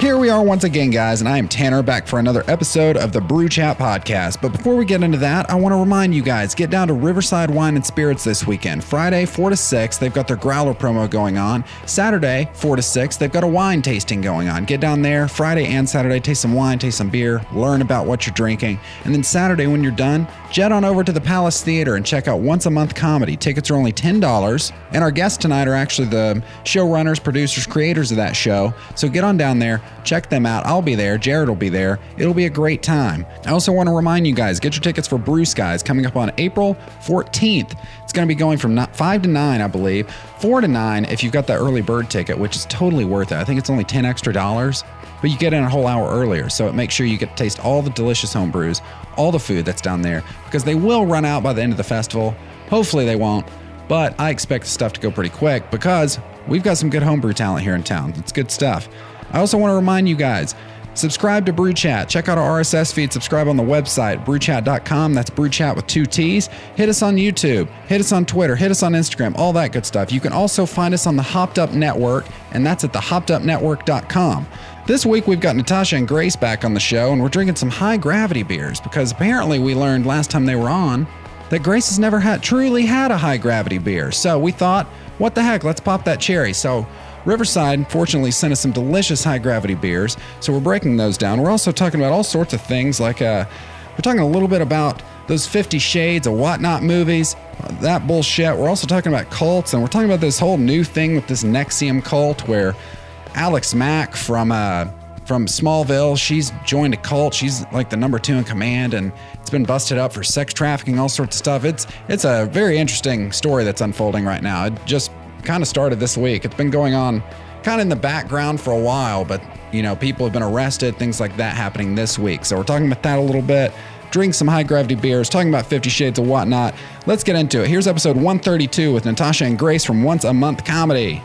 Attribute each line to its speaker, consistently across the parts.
Speaker 1: Here we are once again, guys, and I am Tanner back for another episode of the Brew Chat Podcast. But before we get into that, I want to remind you guys get down to Riverside Wine and Spirits this weekend. Friday, 4 to 6, they've got their growler promo going on. Saturday, 4 to 6, they've got a wine tasting going on. Get down there Friday and Saturday, taste some wine, taste some beer, learn about what you're drinking. And then Saturday, when you're done, jet on over to the Palace Theater and check out Once a Month Comedy. Tickets are only $10. And our guests tonight are actually the showrunners, producers, creators of that show. So get on down there, check them out. I'll be there. Jared will be there. It'll be a great time. I also want to remind you guys get your tickets for Brew Skies coming up on April 14th. It's going to be going from ni- 5 to 9, I believe, 4 to 9 if you've got the early bird ticket, which is totally worth it. I think it's only 10 extra dollars, but you get in a whole hour earlier. So it makes sure you get to taste all the delicious home brews, all the food that's down there, because they will run out by the end of the festival. Hopefully they won't. But I expect the stuff to go pretty quick because we've got some good homebrew talent here in town. It's good stuff. I also want to remind you guys subscribe to Brew Chat. Check out our RSS feed. Subscribe on the website, brewchat.com. That's Brew Chat with two T's. Hit us on YouTube. Hit us on Twitter. Hit us on Instagram. All that good stuff. You can also find us on the Hopped Up Network, and that's at thehoppedupnetwork.com. This week we've got Natasha and Grace back on the show, and we're drinking some high gravity beers because apparently we learned last time they were on that Grace has never had truly had a high gravity beer. So we thought, what the heck, let's pop that cherry. So Riverside fortunately sent us some delicious high gravity beers, so we're breaking those down. We're also talking about all sorts of things like uh, we're talking a little bit about those 50 Shades of Whatnot movies, that bullshit. We're also talking about cults, and we're talking about this whole new thing with this Nexium cult where Alex Mack from uh, from Smallville. She's joined a cult. She's like the number two in command, and it's been busted up for sex trafficking, all sorts of stuff. It's it's a very interesting story that's unfolding right now. It just kind of started this week. It's been going on kind of in the background for a while, but you know people have been arrested, things like that happening this week. So we're talking about that a little bit. Drink some high gravity beers, talking about 50 Shades of Whatnot. Let's get into it. Here's episode 132 with Natasha and Grace from Once a Month Comedy.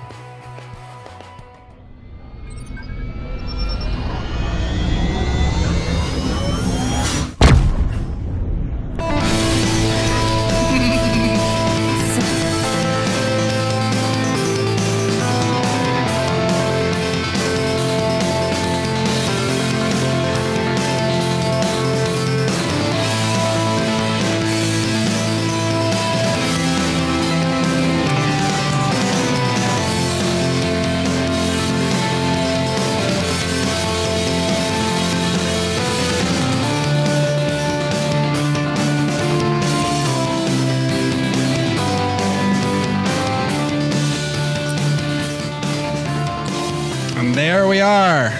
Speaker 1: And there we are.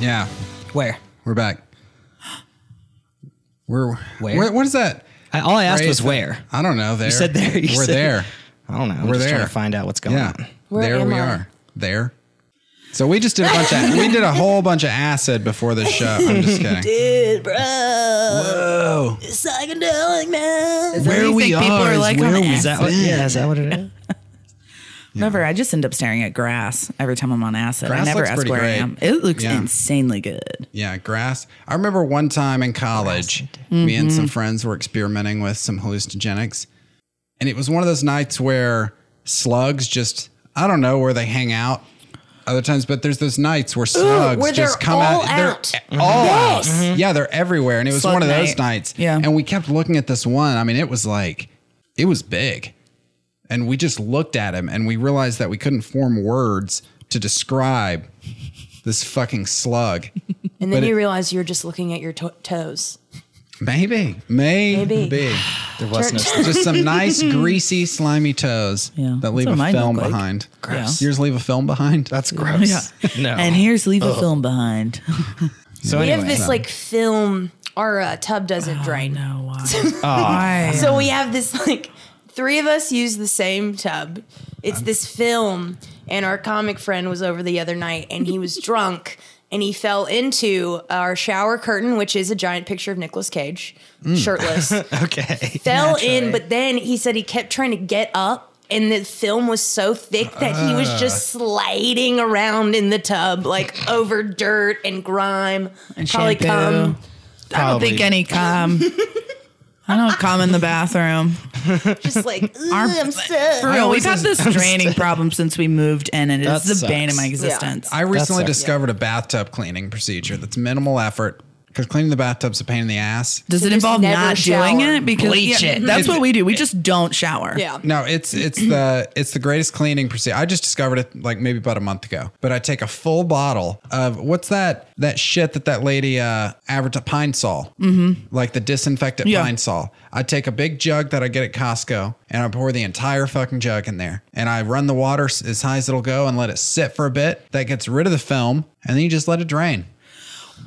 Speaker 1: Yeah,
Speaker 2: Where?
Speaker 1: we're back. We're
Speaker 2: Where?
Speaker 1: What, what is that?
Speaker 2: I, all I asked
Speaker 1: phrase
Speaker 2: was
Speaker 1: that-
Speaker 2: where.
Speaker 1: I don't know. There. You
Speaker 2: said there, you
Speaker 1: we're
Speaker 2: said-
Speaker 1: there.
Speaker 2: I don't know. I'm
Speaker 1: We're
Speaker 2: just
Speaker 1: there.
Speaker 2: trying to find out what's going
Speaker 1: Yeah.
Speaker 2: on.
Speaker 3: Where
Speaker 1: there
Speaker 3: am
Speaker 1: we
Speaker 3: I?
Speaker 1: are. There. So we just did a bunch of we did a whole bunch of acid before this show. I'm just kidding.
Speaker 3: Dude, bro.
Speaker 1: Whoa.
Speaker 3: Psychedelic, man.
Speaker 1: Where
Speaker 4: you
Speaker 1: we
Speaker 4: think
Speaker 1: are
Speaker 4: people are
Speaker 1: is
Speaker 4: like
Speaker 1: where
Speaker 4: on
Speaker 1: we-
Speaker 2: Is that what? Yeah, is that what it is?
Speaker 4: Never. I just end up staring at grass every time I'm on acid.
Speaker 1: Grass
Speaker 4: I never
Speaker 1: looks
Speaker 4: ask
Speaker 1: pretty
Speaker 4: where I
Speaker 1: great.
Speaker 4: am. It looks
Speaker 1: Yeah.
Speaker 4: insanely good.
Speaker 1: Yeah, grass. I remember one time in college, me and
Speaker 3: Mm-hmm.
Speaker 1: some friends were experimenting with some hallucinogenics. And it was one of those nights where slugs just, I don't know where they hang out other times, but there's those nights where slugs
Speaker 3: where
Speaker 1: just
Speaker 3: they're
Speaker 1: come
Speaker 3: all
Speaker 1: out. They're
Speaker 3: out.
Speaker 1: a- all
Speaker 3: Yes.
Speaker 1: out. Mm-hmm. Yeah, they're everywhere. And it was
Speaker 4: Slug
Speaker 1: one of those
Speaker 4: night.
Speaker 1: nights.
Speaker 4: Yeah.
Speaker 1: And we kept looking at this one. I mean, it was like, it was big and we just looked at him and we realized that we couldn't form words to describe this fucking slug. But
Speaker 3: And then
Speaker 1: it-
Speaker 3: you realize you're just looking at your to- toes.
Speaker 1: Maybe, maybe,
Speaker 2: There was no.
Speaker 3: Church.
Speaker 1: just some nice greasy slimy toes
Speaker 4: Yeah.
Speaker 1: that
Speaker 4: That's
Speaker 1: leave
Speaker 4: what
Speaker 1: a
Speaker 4: mine
Speaker 1: film
Speaker 4: look like.
Speaker 1: behind.
Speaker 4: Gross.
Speaker 1: Yours leave a film behind.
Speaker 2: That's gross. No.
Speaker 4: And here's leave a film behind. Oh,
Speaker 2: so
Speaker 3: we
Speaker 2: anyway,
Speaker 3: have this like film, our uh, tub doesn't drain.
Speaker 4: No, why?
Speaker 1: Ah,
Speaker 4: why?
Speaker 3: So we have this like, three of us use the same tub. It's this film, and our comic friend was over the other night and he was drunk. And he fell into our shower curtain, which is a giant picture of Nicolas Cage, shirtless.
Speaker 2: okay.
Speaker 3: fell in, but then he said he kept trying to get up. And the film was so thick that he was just
Speaker 4: Ah.
Speaker 3: sliding around in the tub, like over dirt and grime,
Speaker 4: And
Speaker 3: probably
Speaker 4: shampoo.
Speaker 3: cum.
Speaker 4: I don't think any cum. I don't come in the bathroom.
Speaker 3: Just like, "Ugh,
Speaker 4: Our-
Speaker 3: I'm sick.
Speaker 4: For real, we've had this draining problem since we moved in, and it's
Speaker 2: That
Speaker 4: the bane of
Speaker 2: sucks.
Speaker 4: my
Speaker 2: Yeah.
Speaker 4: existence.
Speaker 1: I recently
Speaker 2: sucks.
Speaker 1: discovered a bathtub cleaning procedure that's minimal effort because cleaning the bathtub's a pain in the ass.
Speaker 4: Does
Speaker 3: To
Speaker 4: it
Speaker 3: just
Speaker 4: involve
Speaker 3: never
Speaker 4: not
Speaker 3: shower.
Speaker 4: doing it? Because yeah, that's what we do. We just don't shower.
Speaker 3: Yeah.
Speaker 1: No, it's it's the it's the greatest cleaning procedure. I just discovered it like maybe about a month ago. But I take a full bottle of what's that that shit that that lady uh advertised pine sol, mm-hmm. like the disinfectant
Speaker 4: Yeah.
Speaker 1: pine sol. I take a big jug that I get at Costco and I pour the entire fucking jug in there and I run the water s- as high as it'll go and let it sit for a bit. That gets rid of the film and then you just let it drain.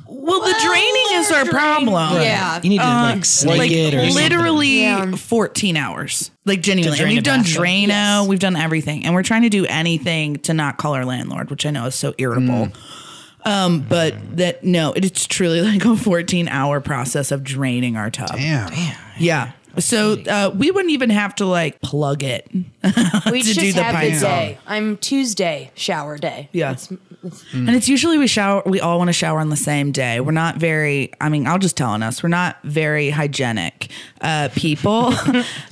Speaker 4: Well, the draining is our
Speaker 3: Drain.
Speaker 4: problem.
Speaker 3: Yeah.
Speaker 2: You need to
Speaker 4: Uh,
Speaker 2: like snake
Speaker 4: like
Speaker 2: it or something.
Speaker 4: literally
Speaker 3: Yeah.
Speaker 4: 14 hours. Like genuinely.
Speaker 2: drain
Speaker 4: And we've
Speaker 2: a
Speaker 4: done
Speaker 2: bathtub.
Speaker 4: Drano,
Speaker 3: Yes.
Speaker 4: we've done everything. And we're trying to do anything to not call our landlord, which I know is so irritable.
Speaker 2: Mm.
Speaker 4: Um, but that no, it- it's truly like a 14 hour process of draining our tub.
Speaker 1: Damn.
Speaker 4: Yeah. So uh, we wouldn't even have to like plug it.
Speaker 3: We
Speaker 4: to
Speaker 3: just
Speaker 4: do the
Speaker 3: have the
Speaker 4: pine sol.
Speaker 3: day. I'm Tuesday shower day.
Speaker 4: Yeah.
Speaker 3: It's-
Speaker 4: And it's usually we shower we all want to shower on the same day. We're not very I mean, I'll just tell on us, we're not very hygienic uh people.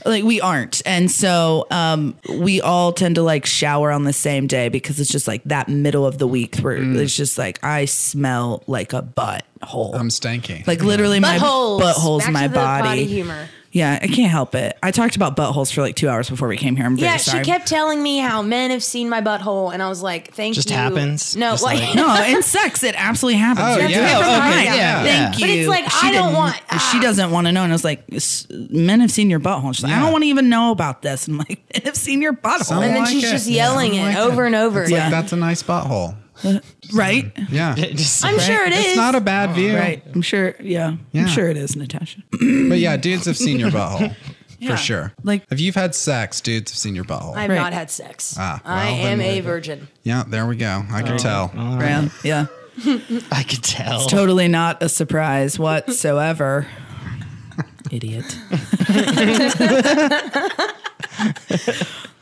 Speaker 4: like we aren't. And so um we all tend to like shower on the same day because it's just like that middle of the week where it's just like I smell like a butthole.
Speaker 1: I'm stanky.
Speaker 4: like literally my
Speaker 3: buttholes.
Speaker 4: buttholes
Speaker 3: Back
Speaker 4: my
Speaker 3: to the
Speaker 4: body.
Speaker 3: potty humor.
Speaker 4: Yeah, I can't help it. I talked about buttholes for like two hours before we came here. I'm very
Speaker 3: yeah,
Speaker 4: sorry.
Speaker 3: she kept telling me how men have seen my butthole, and I was like, "Thank
Speaker 2: Just
Speaker 3: you."
Speaker 2: happens?
Speaker 3: No,
Speaker 2: Just
Speaker 3: like,
Speaker 2: like-
Speaker 4: No, in sex, it absolutely happens.
Speaker 1: Oh,
Speaker 4: You have to
Speaker 1: yeah.
Speaker 4: be
Speaker 1: Oh,
Speaker 4: upfront.
Speaker 3: okay,
Speaker 2: yeah.
Speaker 4: Thank you.
Speaker 3: Yeah. But it's like, I don't
Speaker 4: didn't-
Speaker 3: want- uh,
Speaker 4: She doesn't want to know. And I was like, "S- men have seen your butthole. She's like, I
Speaker 1: Yeah.
Speaker 4: don't want to even know about this. And I'm like, men have seen your butthole.
Speaker 3: and then
Speaker 1: like
Speaker 3: she's
Speaker 1: it.
Speaker 3: just
Speaker 1: Yeah.
Speaker 3: yelling
Speaker 1: I
Speaker 3: it
Speaker 1: like
Speaker 3: over
Speaker 1: it.
Speaker 3: and over.
Speaker 1: Like,
Speaker 3: again.
Speaker 1: that's a nice butthole.
Speaker 4: right?
Speaker 1: Yeah.
Speaker 2: Just-
Speaker 3: I'm sure it is.
Speaker 1: It's not a bad view.
Speaker 4: Right. I'm sure. Yeah.
Speaker 1: Yeah.
Speaker 4: I'm sure it is, Natasha.
Speaker 1: But yeah, dudes have seen your butthole
Speaker 4: Yeah.
Speaker 1: for sure.
Speaker 4: Like-
Speaker 1: if you've had sex, dudes have seen your butthole.
Speaker 3: I've
Speaker 4: Right.
Speaker 3: not had sex.
Speaker 1: Ah, well,
Speaker 3: I
Speaker 1: then
Speaker 3: am a
Speaker 1: we're-
Speaker 3: virgin.
Speaker 1: yeah, there we go. I can tell.
Speaker 4: Yeah. Yeah.
Speaker 2: I could tell.
Speaker 4: Totally not a surprise whatsoever. Idiot.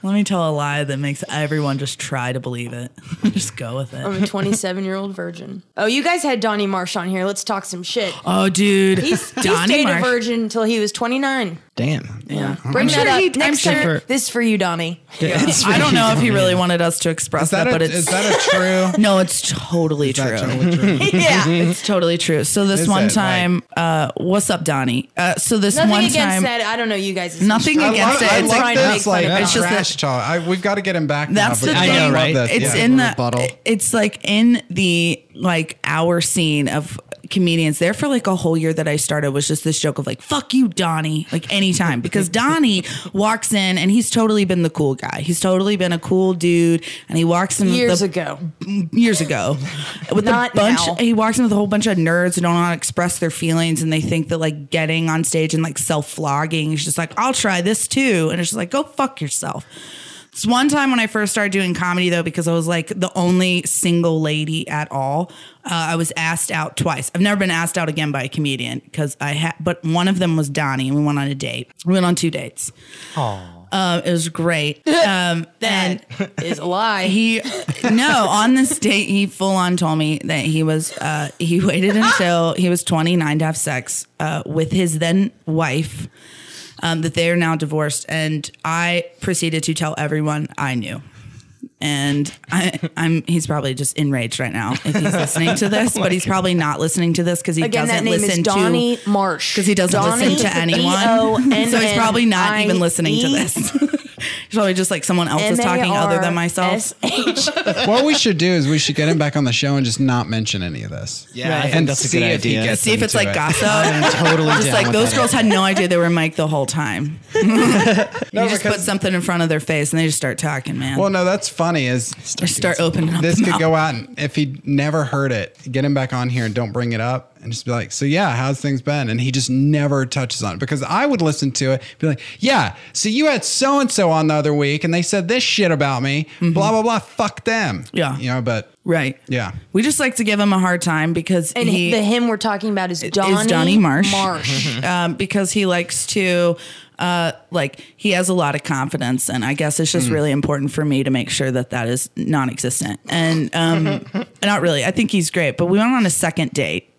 Speaker 4: Let me tell a lie that makes everyone just try to believe it. just go with it.
Speaker 3: I'm a 27 year old virgin. Oh, you guys had Donnie Marsh on here. Let's talk some shit.
Speaker 4: Oh, dude.
Speaker 3: He's, he stayed a virgin until he was 29.
Speaker 2: Damn.
Speaker 3: Yeah. Bring that
Speaker 4: sure
Speaker 3: up
Speaker 4: he- I'm
Speaker 3: next
Speaker 4: sure-
Speaker 3: time. This is for you, Donnie.
Speaker 4: I don't know if he really wanted us to
Speaker 1: Is
Speaker 4: express that,
Speaker 1: that,
Speaker 4: but
Speaker 1: a,
Speaker 4: it's
Speaker 1: is that a true?
Speaker 4: no, it's totally
Speaker 1: is that
Speaker 4: true.
Speaker 1: totally true?
Speaker 3: yeah.
Speaker 4: It's totally true. So this
Speaker 1: Is it,
Speaker 4: one
Speaker 1: like-
Speaker 4: time, uh, what's up, Donnie? Uh, so this
Speaker 3: Nothing
Speaker 4: one
Speaker 3: against
Speaker 4: time,
Speaker 3: that. I don't know you guys.
Speaker 4: Nothing
Speaker 1: I
Speaker 4: against
Speaker 1: love,
Speaker 4: it.
Speaker 1: I
Speaker 4: It's
Speaker 1: love
Speaker 4: fine
Speaker 3: to make
Speaker 1: this.
Speaker 3: fun
Speaker 1: Like
Speaker 3: of
Speaker 1: it's
Speaker 4: it.
Speaker 1: just
Speaker 4: It's
Speaker 1: trash
Speaker 4: just
Speaker 1: talk. I, we've got to get him back.
Speaker 4: That's
Speaker 1: now,
Speaker 4: the
Speaker 1: but
Speaker 4: thing.
Speaker 2: I know,
Speaker 1: love
Speaker 2: right?
Speaker 1: this.
Speaker 4: It's
Speaker 1: Yeah.
Speaker 4: in the.
Speaker 2: Rebuttal.
Speaker 4: It's like in the like hour scene of comedians. There for like a whole year that I started was just this joke of like "fuck you, Donnie," like anytime because Donnie walks in and he's totally been the cool guy. He's totally been a cool dude, and he walks in with
Speaker 3: Years
Speaker 4: the,
Speaker 3: ago.
Speaker 4: years ago with
Speaker 3: Not
Speaker 4: a bunch
Speaker 3: now.
Speaker 4: he walks in with a whole bunch of nerds who don't know how to express their feelings and they think that like getting on stage and like self-flogging is just like i'll try this too and it's just like go fuck yourself it's one time when i first started doing comedy though because i was like the only single lady at all uh, i was asked out twice i've never been asked out again by a comedian because i had but one of them was donnie and we went on a date we went on two dates um, it was great um, and
Speaker 3: Is a lie.
Speaker 4: he no on this date he full on told me that he was uh he waited until he was 29 to have sex uh with his then wife um that they are now divorced and i proceeded to tell everyone i knew and I, I'm he's probably just enraged right now if he's listening to this, but he's probably not listening to this because he
Speaker 3: Oh Again, that
Speaker 4: doesn't
Speaker 3: name
Speaker 4: listen
Speaker 3: is
Speaker 4: to
Speaker 3: Donnie Marsh.
Speaker 4: because he doesn't listen to
Speaker 3: E
Speaker 4: anyone. So he's probably not even listening to this. he's probably just like someone else is talking other than myself.
Speaker 3: E
Speaker 1: What we should do is we should get him back on the show and just not mention any of this.
Speaker 2: Yeah, I think
Speaker 1: and
Speaker 2: that's a
Speaker 1: see
Speaker 2: good
Speaker 1: if he
Speaker 2: idea.
Speaker 1: gets
Speaker 4: See if it's
Speaker 1: into it.
Speaker 4: like gossip.
Speaker 2: I'm totally
Speaker 4: Just
Speaker 2: down
Speaker 4: like
Speaker 2: with
Speaker 4: those
Speaker 2: that.
Speaker 4: girls had no idea they were Mike the whole time. you just put
Speaker 1: because-
Speaker 4: something in front of their face and they just start talking, man.
Speaker 1: Well, no, that's funny. Is
Speaker 4: They start opening up.
Speaker 1: this
Speaker 4: the
Speaker 1: could
Speaker 4: mouth.
Speaker 1: go out and if he never heard it get him back on here and don't bring it up and just be like so yeah how's things been and he just never touches on it because i would listen to it be like yeah so you had so and so on the other week and they said this shit about me blah blah blah fuck them
Speaker 4: Mm-hmm. Yeah.
Speaker 1: you know but
Speaker 4: Right.
Speaker 1: yeah
Speaker 4: We just like to give him a hard time because
Speaker 3: And
Speaker 4: he,
Speaker 3: the him we're talking about is Donnie,
Speaker 4: Donnie Marsh.
Speaker 3: Marsh.
Speaker 4: um, because he likes to uh, like he has a lot of confidence and i guess it's
Speaker 1: Mm.
Speaker 4: just really important for me to make sure that that is non-existent and um, not really i think he's great but we went on a second date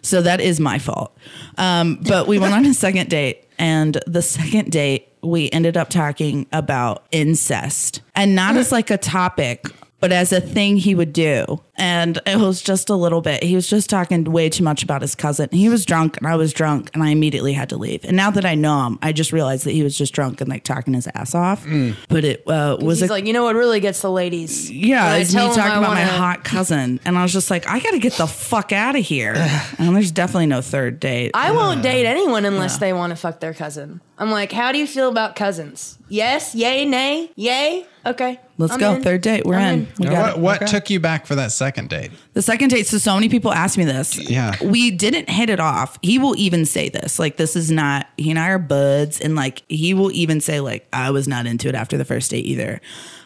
Speaker 4: so that is my fault um, but we went on a second date And the second date, we ended up talking about incest and not as like a topic, but as a thing he would do. And it was just a little bit. He was just talking way too much about his cousin. He was drunk and I was drunk and I immediately had to leave. And now that I know him, I just realized that he was just drunk and like talking his ass off. But it uh, was
Speaker 3: He's
Speaker 4: a
Speaker 3: like, you know what really gets the ladies?
Speaker 4: yeah,
Speaker 3: When I
Speaker 4: it's me
Speaker 3: tell
Speaker 4: talking
Speaker 3: 'em I
Speaker 4: about my
Speaker 3: wanna-
Speaker 4: hot cousin. And I was just like, I gotta get the fuck out of here. and there's definitely no third date.
Speaker 3: I won't date anyone unless they want to fuck their cousin. I'm like, how do you feel about cousins? Yes, yay, nay, yay. Okay,
Speaker 4: Let's
Speaker 3: I'm
Speaker 4: go.
Speaker 3: in.
Speaker 4: Third date. We're
Speaker 3: I'm
Speaker 4: in.
Speaker 3: in.
Speaker 4: We got
Speaker 5: What,
Speaker 4: it.
Speaker 5: what took you back for that second date?
Speaker 4: The second date. So, so many people ask me this.
Speaker 5: Yeah.
Speaker 4: We didn't hit it off. He will even say this. Like, this is not, he and I are buds. And like, he will even say, like, I was not into it after the first date either.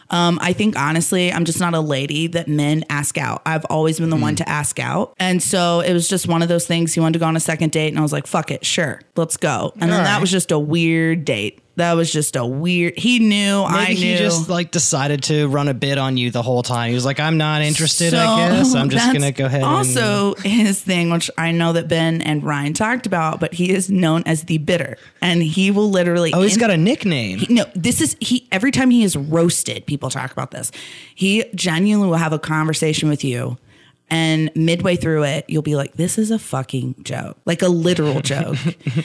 Speaker 4: Um, I think honestly, I'm just not a lady that men ask out. I've always been the
Speaker 2: Mm.
Speaker 4: one to ask out. And so it was just one of those things. He wanted to go on a second date, and I was like, fuck it, sure, let's go. And then that was just a weird date. That was just a weird, he knew, I
Speaker 2: Maybe
Speaker 4: knew.
Speaker 2: he just like decided to run a bid on you the whole time. He was like, "I'm not interested. I
Speaker 4: So,
Speaker 2: guess I'm just
Speaker 4: that's
Speaker 2: gonna go ahead." and-
Speaker 4: Also, his thing, which I know that Ben and Ryan talked about, but he is known as the bitter, and he will literally.
Speaker 2: oh, he's
Speaker 4: in-
Speaker 2: got a nickname.
Speaker 4: no, this is he. Every time he is roasted, people talk about this. He genuinely will have a conversation with you, and midway through it, you'll be like, "This is a fucking joke, like a literal joke."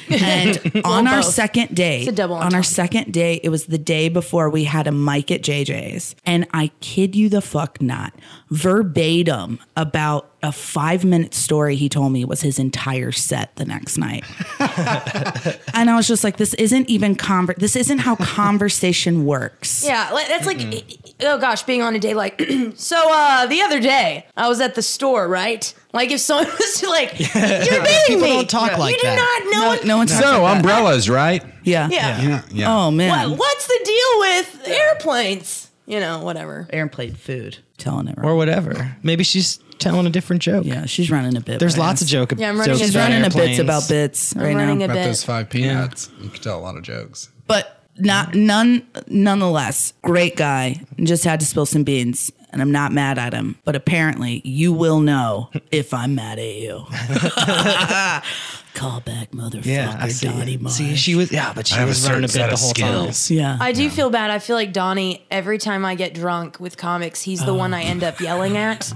Speaker 4: and on our
Speaker 3: both.
Speaker 4: second date,
Speaker 3: a double
Speaker 4: on our second date, it was the day before we had a mic at JJ's, and I kid you the fuck not, verbatim about a five minute story he told me was his entire set the next night. And I was just like, this isn't even conver- this isn't how conversation works.
Speaker 3: Yeah, like, that's like, oh gosh, being on a day like, so uh, the other day I was at the store, right? Like if someone was to, like, you're beating
Speaker 2: People
Speaker 3: me.
Speaker 2: don't talk like
Speaker 3: you
Speaker 2: that.
Speaker 3: do not know. what-
Speaker 4: No one talks
Speaker 1: So
Speaker 4: like that.
Speaker 1: umbrellas, right?
Speaker 4: Yeah.
Speaker 3: yeah.
Speaker 1: Yeah, yeah.
Speaker 4: Oh man.
Speaker 3: What, what's the deal with airplanes? You know, whatever.
Speaker 4: Aaron played food. Telling it.
Speaker 2: or
Speaker 4: Right.
Speaker 2: whatever. Maybe she's telling a different joke.
Speaker 4: Yeah, she's running a bit.
Speaker 2: There's
Speaker 4: right
Speaker 2: lots
Speaker 4: now.
Speaker 2: of joke.
Speaker 3: Yeah, I'm running
Speaker 2: jokes
Speaker 3: a-
Speaker 4: She's
Speaker 2: about
Speaker 4: running a
Speaker 2: airplanes.
Speaker 4: bits about bits right
Speaker 3: I'm running
Speaker 4: now.
Speaker 3: a
Speaker 5: About
Speaker 3: bit.
Speaker 5: those five peanuts, you could tell a lot of jokes.
Speaker 4: but not none nonetheless, great guy. Just had to spill some beans. And I'm not mad at him, but apparently you will know if I'm mad at you. Call back, motherfucker,
Speaker 2: Yeah, I
Speaker 4: Dottie
Speaker 2: see.
Speaker 4: Marsh.
Speaker 2: see, she was yeah, but she was running a bit the whole time.
Speaker 4: yeah.
Speaker 3: I do feel bad. I feel like Donnie, every time I get drunk with comics, he's the one I end up yelling at.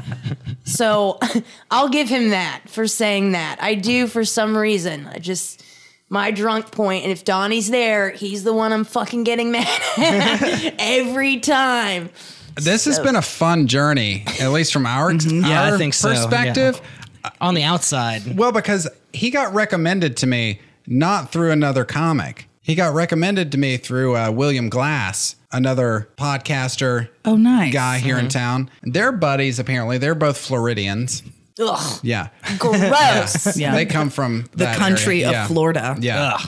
Speaker 3: So I'll give him that for saying that. I do for some reason. I just, my drunk point, and if Donnie's there, he's the one I'm fucking getting mad at every time.
Speaker 1: This has been a fun journey, at least from our,
Speaker 4: Mm-hmm.
Speaker 2: Yeah, I
Speaker 1: our
Speaker 2: think so, yeah.
Speaker 1: perspective.
Speaker 2: On the outside,
Speaker 1: Well, because he got recommended to me not through another comic. He got recommended to me through uh, William Glass, another podcaster
Speaker 4: Oh, nice.
Speaker 1: guy here in town. They're buddies, apparently. They're both Floridians.
Speaker 3: Ugh,
Speaker 1: Yeah.
Speaker 3: gross.
Speaker 4: Yeah.
Speaker 1: They come from
Speaker 4: the country of Florida.
Speaker 1: Yeah.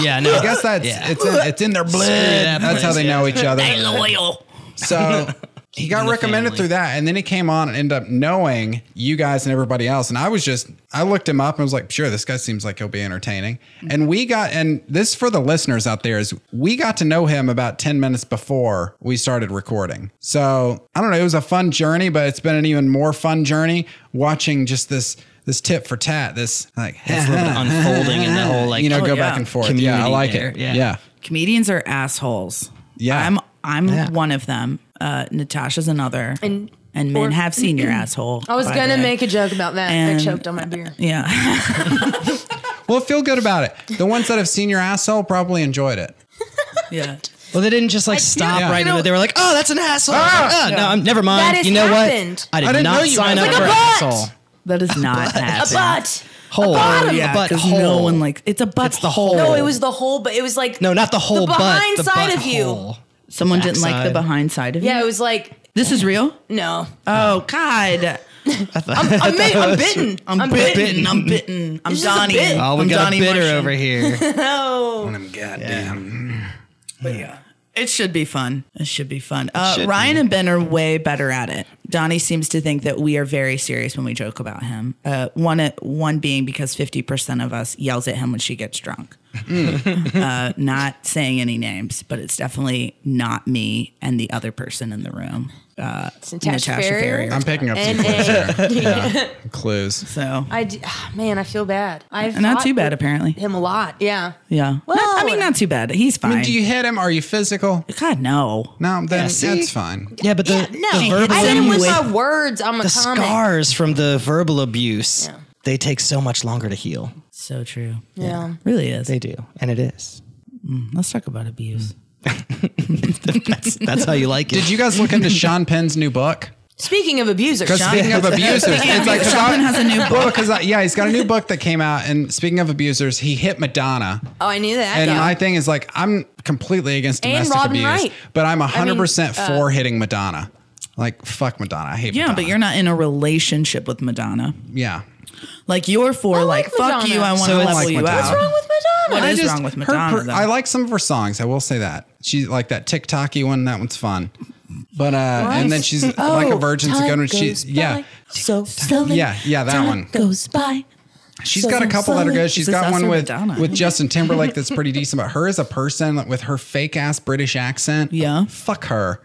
Speaker 2: yeah, no,
Speaker 1: I guess that's
Speaker 2: Yeah.
Speaker 1: it's in, it's in their blood.
Speaker 2: that
Speaker 1: That's how
Speaker 2: place,
Speaker 1: they
Speaker 2: yeah.
Speaker 1: know each other.
Speaker 4: loyal.
Speaker 1: So he got
Speaker 2: the
Speaker 1: recommended
Speaker 2: family.
Speaker 1: through that, and then he came on and ended up knowing you guys and everybody else. And I was just, I looked him up and was like, sure, this guy seems like he'll be entertaining.
Speaker 2: Mm-hmm.
Speaker 1: And we got, and this for the listeners out there is we got to know him about ten minutes before we started recording. So I don't know, it was a fun journey, but it's been an even more fun journey watching just this. This tit for tat, this like
Speaker 2: it's a little bit unfolding and the whole like
Speaker 1: you know, go
Speaker 4: yeah.
Speaker 1: back and forth. Yeah, I
Speaker 2: Oh, Community
Speaker 1: like
Speaker 2: there,
Speaker 1: it.
Speaker 2: yeah.
Speaker 1: yeah.
Speaker 4: Comedians are assholes.
Speaker 1: Yeah.
Speaker 4: I'm I'm
Speaker 2: Yeah.
Speaker 4: one of them. Uh, Natasha's another.
Speaker 3: And-
Speaker 4: and men
Speaker 3: or-
Speaker 4: have seen your asshole.
Speaker 3: I was going to make a joke about that.
Speaker 4: And-
Speaker 3: I choked on my beer.
Speaker 4: yeah.
Speaker 1: Well, feel good about it. The ones that have seen your asshole probably enjoyed it.
Speaker 4: yeah.
Speaker 2: Well, they didn't just like stop
Speaker 1: yeah.
Speaker 2: right
Speaker 1: You
Speaker 2: in
Speaker 1: know-
Speaker 2: the They were like, "Oh, that's an asshole."
Speaker 1: Ah!
Speaker 2: Oh, no, I'm, never mind.
Speaker 3: That has
Speaker 2: you know
Speaker 3: happened.
Speaker 2: what? I did
Speaker 1: I didn't know
Speaker 2: not
Speaker 1: you
Speaker 2: sign
Speaker 1: were-
Speaker 2: up
Speaker 1: It's
Speaker 2: for
Speaker 1: like
Speaker 2: an
Speaker 1: a butt!
Speaker 2: asshole.
Speaker 4: That is not
Speaker 3: A
Speaker 4: happening.
Speaker 3: butt.
Speaker 2: Hole.
Speaker 3: bottom.
Speaker 2: Yeah,
Speaker 4: Oh, Yeah,
Speaker 2: but
Speaker 4: 'cause
Speaker 2: hole.
Speaker 4: no one like it's a butt.
Speaker 2: It's the hole.
Speaker 3: No, it was the whole, but it was like
Speaker 2: Oh. no, not the whole.
Speaker 3: the behind
Speaker 2: but the
Speaker 3: side of
Speaker 2: butthole.
Speaker 3: you.
Speaker 4: Someone didn't like the
Speaker 2: backside.
Speaker 4: behind side of you.
Speaker 3: Yeah, it was like
Speaker 4: This is real.
Speaker 3: no.
Speaker 4: Oh God.
Speaker 3: I'm, bit- I'm bitten. I'm, bitten.
Speaker 4: I'm bitten. I'm
Speaker 3: It's just a
Speaker 4: Donnie.
Speaker 3: bit.
Speaker 2: Oh, we
Speaker 4: I'm
Speaker 2: got
Speaker 4: Donnie
Speaker 2: a bitter
Speaker 4: Martian.
Speaker 2: over here.
Speaker 3: No.
Speaker 4: It should be fun. It should be fun. Uh, Ryan and Ben are way better at it. Donnie seems to think that we are very serious when we joke about him. Uh, one one being because fifty percent of us yells at him when she gets drunk.
Speaker 2: Hmm.
Speaker 4: uh, not saying any names, but it's definitely not me and the other person in the room. Uh,
Speaker 3: Natasha Ferrier.
Speaker 1: I'm picking up some clues here. Yeah, clues.
Speaker 4: So
Speaker 3: I d- ah, man, I feel bad. I've
Speaker 4: not
Speaker 3: fought
Speaker 4: too bad
Speaker 3: with
Speaker 4: apparently.
Speaker 3: Him a lot. Yeah.
Speaker 4: Yeah.
Speaker 3: Well-
Speaker 4: Not- I mean, not too bad. He's fine.
Speaker 1: I mean, do you hit him? Are you physical?
Speaker 4: God no.
Speaker 1: No, then
Speaker 2: see?
Speaker 1: that's fine.
Speaker 2: Yeah, but the,
Speaker 3: Yeah, no,
Speaker 2: the
Speaker 3: I did it
Speaker 2: verbal
Speaker 4: him
Speaker 3: with
Speaker 4: with-
Speaker 3: my words. I'm a
Speaker 2: the
Speaker 3: comic.
Speaker 2: scars from the verbal abuse
Speaker 3: Yeah.
Speaker 2: they take so much longer to heal.
Speaker 4: So true.
Speaker 3: Yeah.
Speaker 4: Really is.
Speaker 2: They do, and it is.
Speaker 4: Let's talk about abuse.
Speaker 2: That's that's how you like it.
Speaker 1: Did you guys look into Sean Penn's new book?
Speaker 3: Speaking of abusers,
Speaker 1: Because
Speaker 3: Sean,
Speaker 1: speaking of abusers, it's like
Speaker 4: Sean Penn has a new
Speaker 1: book. Because yeah, he's got a new book that came out. And speaking of abusers, he hit Madonna.
Speaker 3: oh, I knew that.
Speaker 1: And
Speaker 3: yeah.
Speaker 1: my thing is like, I'm completely against
Speaker 3: And
Speaker 1: domestic
Speaker 3: Robin
Speaker 1: abuse,
Speaker 3: Wright.
Speaker 1: but I'm 100%
Speaker 3: I mean,
Speaker 1: for hitting Madonna. Like, fuck Madonna. I hate
Speaker 4: Yeah,
Speaker 1: Madonna.
Speaker 4: but you're not in a relationship with Madonna.
Speaker 1: Yeah.
Speaker 4: Like you're for
Speaker 3: I
Speaker 4: like,
Speaker 3: like
Speaker 4: fuck
Speaker 3: Madonna.
Speaker 4: you, I want to
Speaker 2: So it's
Speaker 4: level
Speaker 1: like
Speaker 4: you
Speaker 1: Madonna.
Speaker 4: out.
Speaker 1: What's
Speaker 3: What's wrong with Madonna?
Speaker 4: What
Speaker 1: I
Speaker 4: is
Speaker 1: just-
Speaker 4: wrong with
Speaker 1: her
Speaker 4: Madonna?
Speaker 1: per-
Speaker 4: though?
Speaker 1: I like some of her songs. I will say that. She's like that TikToky one. That one's fun. But, uh, and then she's like a
Speaker 4: Oh,
Speaker 1: virgin to go and she's, yeah.
Speaker 6: So slowly.
Speaker 1: Yeah, yeah, that
Speaker 6: time
Speaker 1: one.
Speaker 6: goes by.
Speaker 1: She's
Speaker 6: So
Speaker 1: got a couple that are
Speaker 6: slowly-
Speaker 1: good. She's
Speaker 4: Is this
Speaker 1: got
Speaker 4: us
Speaker 1: one
Speaker 4: or
Speaker 1: with
Speaker 4: Madonna?
Speaker 1: with Justin Timberlake that's pretty decent. But her as a person like, with her fake ass British accent,
Speaker 4: Yeah.
Speaker 1: fuck her.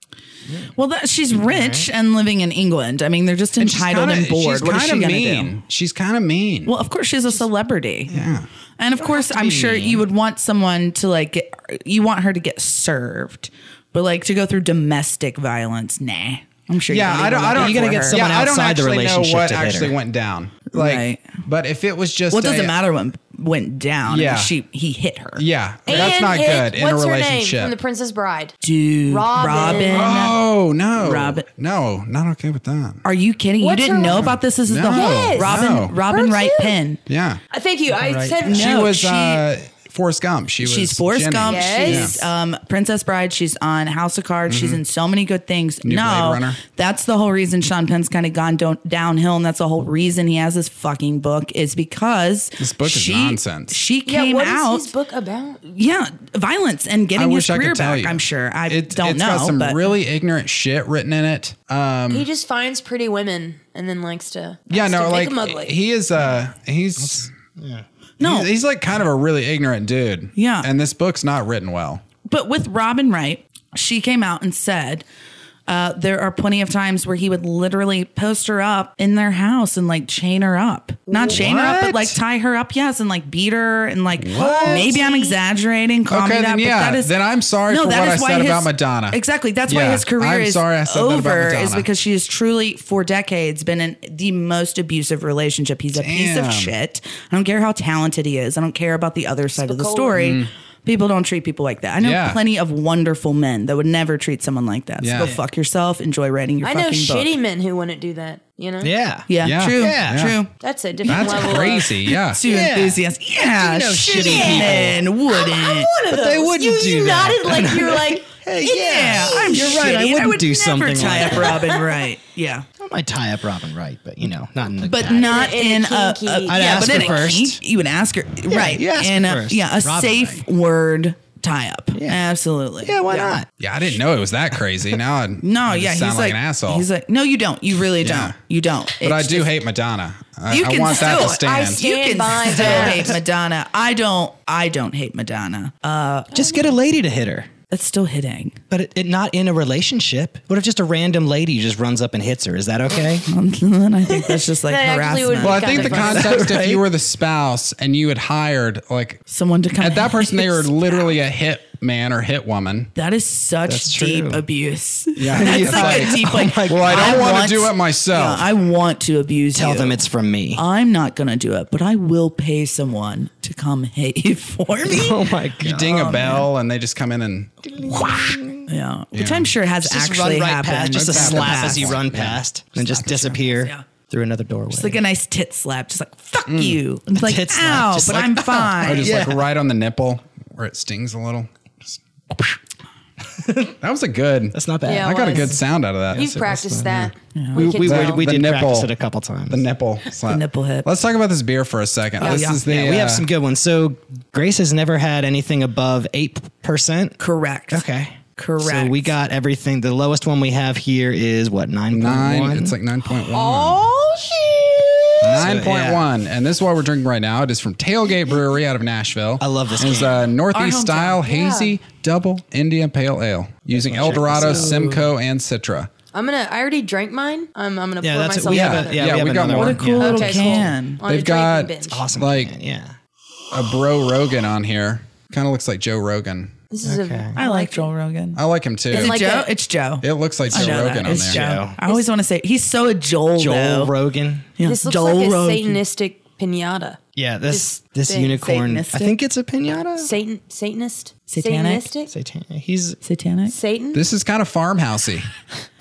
Speaker 4: well, that, she's rich and living in England. I mean, they're just
Speaker 1: She's
Speaker 4: entitled
Speaker 1: kinda-
Speaker 4: and bored.
Speaker 1: She's
Speaker 4: What is she
Speaker 1: kinda
Speaker 4: gonna
Speaker 1: mean.
Speaker 4: do?
Speaker 1: She's kind of mean.
Speaker 4: Well, of course, she's a celebrity. Yeah, and of course, I'm sure you would want someone to like. Get, you want her to get served, but like to go through domestic violence, nah. I'm sure.
Speaker 1: yeah,
Speaker 4: you
Speaker 1: I don't. I don't.
Speaker 2: You gotta
Speaker 4: for
Speaker 2: get
Speaker 4: her.
Speaker 2: someone-
Speaker 1: I don't
Speaker 2: outside the
Speaker 1: actually
Speaker 2: relationship
Speaker 1: Know what
Speaker 2: to hit her.
Speaker 1: actually went down? Like,
Speaker 4: Right.
Speaker 1: but if it was just
Speaker 4: Well, it doesn't
Speaker 1: a-
Speaker 4: matter when went down.
Speaker 1: Yeah.
Speaker 4: she he hit her.
Speaker 1: Yeah,
Speaker 3: And
Speaker 1: that's not
Speaker 3: hit-
Speaker 1: good in a
Speaker 3: what's her name
Speaker 1: relationship.
Speaker 3: from The Princess Bride?
Speaker 4: dude,
Speaker 3: Robin.
Speaker 4: Robin.
Speaker 1: oh no,
Speaker 4: Robin.
Speaker 1: No, not okay with that.
Speaker 4: Are you kidding?
Speaker 3: What's
Speaker 4: you didn't
Speaker 3: her-
Speaker 4: know about this? This is the
Speaker 1: No,
Speaker 3: Yes.
Speaker 4: Robin
Speaker 1: no.
Speaker 4: Robin
Speaker 3: Her
Speaker 4: Wright
Speaker 3: too.
Speaker 4: Penn.
Speaker 1: Yeah,
Speaker 3: Uh, Thank you. I said
Speaker 1: she
Speaker 4: No,
Speaker 1: was
Speaker 4: Oh, she-
Speaker 1: uh, Forrest Gump. She was.
Speaker 4: She's Forrest
Speaker 1: Jenny.
Speaker 4: Gump.
Speaker 3: Yes.
Speaker 4: She's um, Princess Bride. She's on House of Cards. She's in so many good things.
Speaker 1: Mm-hmm. New
Speaker 4: no,
Speaker 1: Blade Runner.
Speaker 4: that's the whole reason Sean Penn's kind of gone do- downhill, and that's the whole reason he has this fucking book is because
Speaker 1: This book is
Speaker 4: she,
Speaker 1: nonsense.
Speaker 4: She
Speaker 3: Yeah,
Speaker 4: came
Speaker 3: what is
Speaker 4: out,
Speaker 3: his book about?
Speaker 4: yeah, violence and
Speaker 1: I
Speaker 4: getting his
Speaker 1: wish I
Speaker 4: career
Speaker 1: could tell
Speaker 4: back.
Speaker 1: you.
Speaker 4: I'm sure. I
Speaker 1: It-
Speaker 4: don't know,
Speaker 1: It's got some
Speaker 4: but
Speaker 1: really ignorant shit written in it. Um,
Speaker 3: He just finds pretty women and then likes to
Speaker 1: yeah,
Speaker 3: likes to
Speaker 1: no,
Speaker 3: make
Speaker 1: like
Speaker 3: 'em ugly.
Speaker 1: he is. Uh, he's
Speaker 4: no.
Speaker 1: he's, he's like kind of a really ignorant dude.
Speaker 4: Yeah.
Speaker 1: and this book's not written well.
Speaker 4: But with Robin Wright, she came out and said uh, there are plenty of times where he would literally post her up in their house and like chain her up. Not chain her up, but
Speaker 1: What?
Speaker 4: like tie her up, yes, and like beat her and like
Speaker 1: What?
Speaker 4: maybe I'm exaggerating. Call
Speaker 1: Okay,
Speaker 4: me that,
Speaker 1: then, yeah,
Speaker 4: but that is
Speaker 1: then I'm sorry for
Speaker 4: that
Speaker 1: what
Speaker 4: is
Speaker 1: I
Speaker 4: why
Speaker 1: said about Madonna.
Speaker 4: Exactly. That's why
Speaker 1: Yeah,
Speaker 4: his career
Speaker 1: I'm
Speaker 4: is
Speaker 1: sorry I said that about
Speaker 4: over is
Speaker 1: Madonna.
Speaker 4: because she has truly for decades been in the most abusive relationship. He's a piece of
Speaker 1: Damn.
Speaker 4: shit. I don't care how talented he is. I don't care about the other side of the
Speaker 3: Spicoli.
Speaker 4: story.
Speaker 2: Mm.
Speaker 4: People don't treat people like that. I know
Speaker 1: Yeah.
Speaker 4: plenty of wonderful men that would never treat someone like that.
Speaker 1: Yeah.
Speaker 4: So go fuck yourself. Enjoy writing your
Speaker 3: I know
Speaker 4: fucking book.
Speaker 3: shitty men who wouldn't do that. You know?
Speaker 2: yeah.
Speaker 4: Yeah,
Speaker 1: Yeah.
Speaker 4: true.
Speaker 2: Yeah.
Speaker 4: True.
Speaker 3: That's a different
Speaker 1: That's
Speaker 3: level.
Speaker 1: crazy. Yeah.
Speaker 4: Too enthusiastic. Yeah,
Speaker 2: You know
Speaker 4: shitty,
Speaker 2: shitty people.
Speaker 4: men wouldn't.
Speaker 3: Of, but
Speaker 2: they wouldn't
Speaker 3: you,
Speaker 2: do
Speaker 3: you
Speaker 2: that.
Speaker 3: nodded like you're like.
Speaker 4: yeah, I'm
Speaker 2: You're right, I
Speaker 4: shitty. and
Speaker 2: wouldn't
Speaker 4: would
Speaker 2: do
Speaker 4: never
Speaker 2: something
Speaker 4: tie
Speaker 2: like
Speaker 4: up Robin Wright. Yeah.
Speaker 2: I might tie up Robin Wright, but you know, not in the
Speaker 4: but
Speaker 2: back.
Speaker 4: not in,
Speaker 3: In a
Speaker 4: a,
Speaker 3: kinky-
Speaker 4: a-
Speaker 3: I'd
Speaker 4: yeah,
Speaker 2: ask her
Speaker 4: but in a
Speaker 2: first.
Speaker 4: kink, you would ask her right
Speaker 2: you ask her
Speaker 4: in a
Speaker 2: first.
Speaker 4: yeah a
Speaker 2: Robin
Speaker 4: safe word tie up absolutely
Speaker 2: yeah, why not?
Speaker 1: Yeah, I didn't know it was that crazy. Now, I,
Speaker 4: no
Speaker 1: I just
Speaker 4: yeah he's
Speaker 1: sound
Speaker 4: like
Speaker 1: like, an asshole.
Speaker 4: he's like no you don't you really
Speaker 1: Yeah.
Speaker 4: don't you don't
Speaker 1: but I
Speaker 4: It's
Speaker 1: do
Speaker 4: just-
Speaker 1: hate Madonna. I,
Speaker 4: you
Speaker 1: I
Speaker 4: can
Speaker 1: want
Speaker 4: still
Speaker 1: that to stand.
Speaker 3: I-
Speaker 4: you
Speaker 3: Stand by
Speaker 4: can still
Speaker 3: that.
Speaker 4: hate Madonna I don't I don't hate Madonna uh
Speaker 2: Just get a lady to hit her.
Speaker 4: that's still hitting
Speaker 2: But it, it not in a relationship. What if just a random lady just runs up and hits her? Is that okay?
Speaker 4: Oh, and I think that's just like
Speaker 3: That actually would
Speaker 4: harassment
Speaker 1: well, I
Speaker 3: Kinda
Speaker 1: think the
Speaker 3: funny.
Speaker 1: context if you were the spouse and you had hired like
Speaker 4: someone to come
Speaker 1: at that person, they were
Speaker 4: hit.
Speaker 1: literally a hit man or hit woman.
Speaker 4: that is such
Speaker 2: That's
Speaker 4: deep
Speaker 2: true.
Speaker 4: abuse
Speaker 1: Yeah,
Speaker 4: that's
Speaker 1: it's
Speaker 4: like,
Speaker 1: like, oh
Speaker 4: a deep like
Speaker 1: Well, I don't wanna
Speaker 4: want-
Speaker 1: do it myself.
Speaker 4: Yeah, I want to abuse
Speaker 2: Tell
Speaker 4: you.
Speaker 2: them it's from me.
Speaker 4: I'm not going to do it, but I will pay someone to come hit you for me.
Speaker 2: oh my god.
Speaker 1: You ding a bell and they just come in and
Speaker 4: yeah. Which I'm sure has
Speaker 2: Just
Speaker 4: actually
Speaker 2: run right
Speaker 4: happened.
Speaker 2: past, just a
Speaker 4: in the
Speaker 2: slap
Speaker 4: past.
Speaker 2: as you run past, and just disappear
Speaker 4: Yeah.
Speaker 2: through another doorway.
Speaker 4: It's like a nice tit slap, just like, fuck you. And it's like,
Speaker 2: Mm. tit slap,
Speaker 4: ow,
Speaker 2: just
Speaker 4: but
Speaker 2: like,
Speaker 4: I'm
Speaker 2: ow.
Speaker 1: or
Speaker 4: fine.
Speaker 1: just like right on the nipple where it stings a little. Just- that was a good.
Speaker 2: That's not bad.
Speaker 3: Yeah,
Speaker 1: I got a
Speaker 3: was.
Speaker 1: good sound out of that.
Speaker 3: You've practiced that.
Speaker 2: we
Speaker 3: can
Speaker 2: we,
Speaker 3: tell.
Speaker 2: we
Speaker 1: The
Speaker 2: did practice
Speaker 1: nipple.
Speaker 2: it a couple times.
Speaker 1: The nipple. slap.
Speaker 4: nipple hit.
Speaker 1: Let's talk about this beer for a second. this
Speaker 4: yeah.
Speaker 1: is the.
Speaker 2: yeah, we have
Speaker 1: uh,
Speaker 2: some good ones. So Grace has never had anything above eight percent.
Speaker 4: Correct.
Speaker 2: Okay.
Speaker 4: Correct.
Speaker 2: So we got everything. The lowest one we have here is what nine
Speaker 1: Nine. It's like nine point one.
Speaker 3: Oh shit!
Speaker 1: Nine point one, and this is what we're drinking right now. It is from Tailgate Brewery out of Nashville. I
Speaker 2: love this
Speaker 1: It's
Speaker 2: can.
Speaker 1: a northeast
Speaker 4: hometown.
Speaker 1: style hazy
Speaker 3: Yeah.
Speaker 1: double India Pale Ale using El Dorado, Simcoe, and Citra.
Speaker 3: I'm gonna. I already drank mine. I'm. I'm gonna
Speaker 2: Yeah,
Speaker 3: pour
Speaker 2: that's it.
Speaker 3: myself
Speaker 2: We have
Speaker 3: another.
Speaker 2: a, yeah, Oh,
Speaker 1: Yeah,
Speaker 2: we have
Speaker 1: we got
Speaker 2: another
Speaker 1: more.
Speaker 2: one.
Speaker 4: What a cool
Speaker 2: yeah.
Speaker 4: little
Speaker 3: Okay, cool.
Speaker 4: can.
Speaker 3: On a
Speaker 1: They've
Speaker 3: drinking
Speaker 1: got-
Speaker 3: bench.
Speaker 2: Awesome.
Speaker 1: Like-
Speaker 2: can, yeah.
Speaker 1: A bro Rogan on here. Kind of looks like Joe Rogan.
Speaker 3: This is
Speaker 2: Okay.
Speaker 3: a.
Speaker 4: I like Joel Rogan.
Speaker 1: I like him too.
Speaker 3: Is
Speaker 4: Is it
Speaker 3: like
Speaker 4: Joe?
Speaker 3: a-
Speaker 4: it's Joe.
Speaker 1: It looks like
Speaker 4: I
Speaker 1: Joe
Speaker 4: know
Speaker 1: Rogan
Speaker 4: that.
Speaker 1: on there.
Speaker 4: It's Joe.
Speaker 2: Joe.
Speaker 4: I always want to say he's so a Joel.
Speaker 2: Joel
Speaker 4: though.
Speaker 2: Rogan.
Speaker 4: Yeah,
Speaker 3: This looks
Speaker 4: Joel
Speaker 3: like a
Speaker 4: Rogan.
Speaker 3: satanistic pinata.
Speaker 2: Yeah, this
Speaker 3: This
Speaker 2: this,
Speaker 3: thing,
Speaker 2: unicorn. I
Speaker 4: Satanistic?
Speaker 2: think it's a pinata.
Speaker 3: Satan. Satanist.
Speaker 4: Satanic?
Speaker 3: Satanistic.
Speaker 2: Satan. He's.
Speaker 4: Satanic.
Speaker 3: Satan.
Speaker 1: This is kind of farmhousey.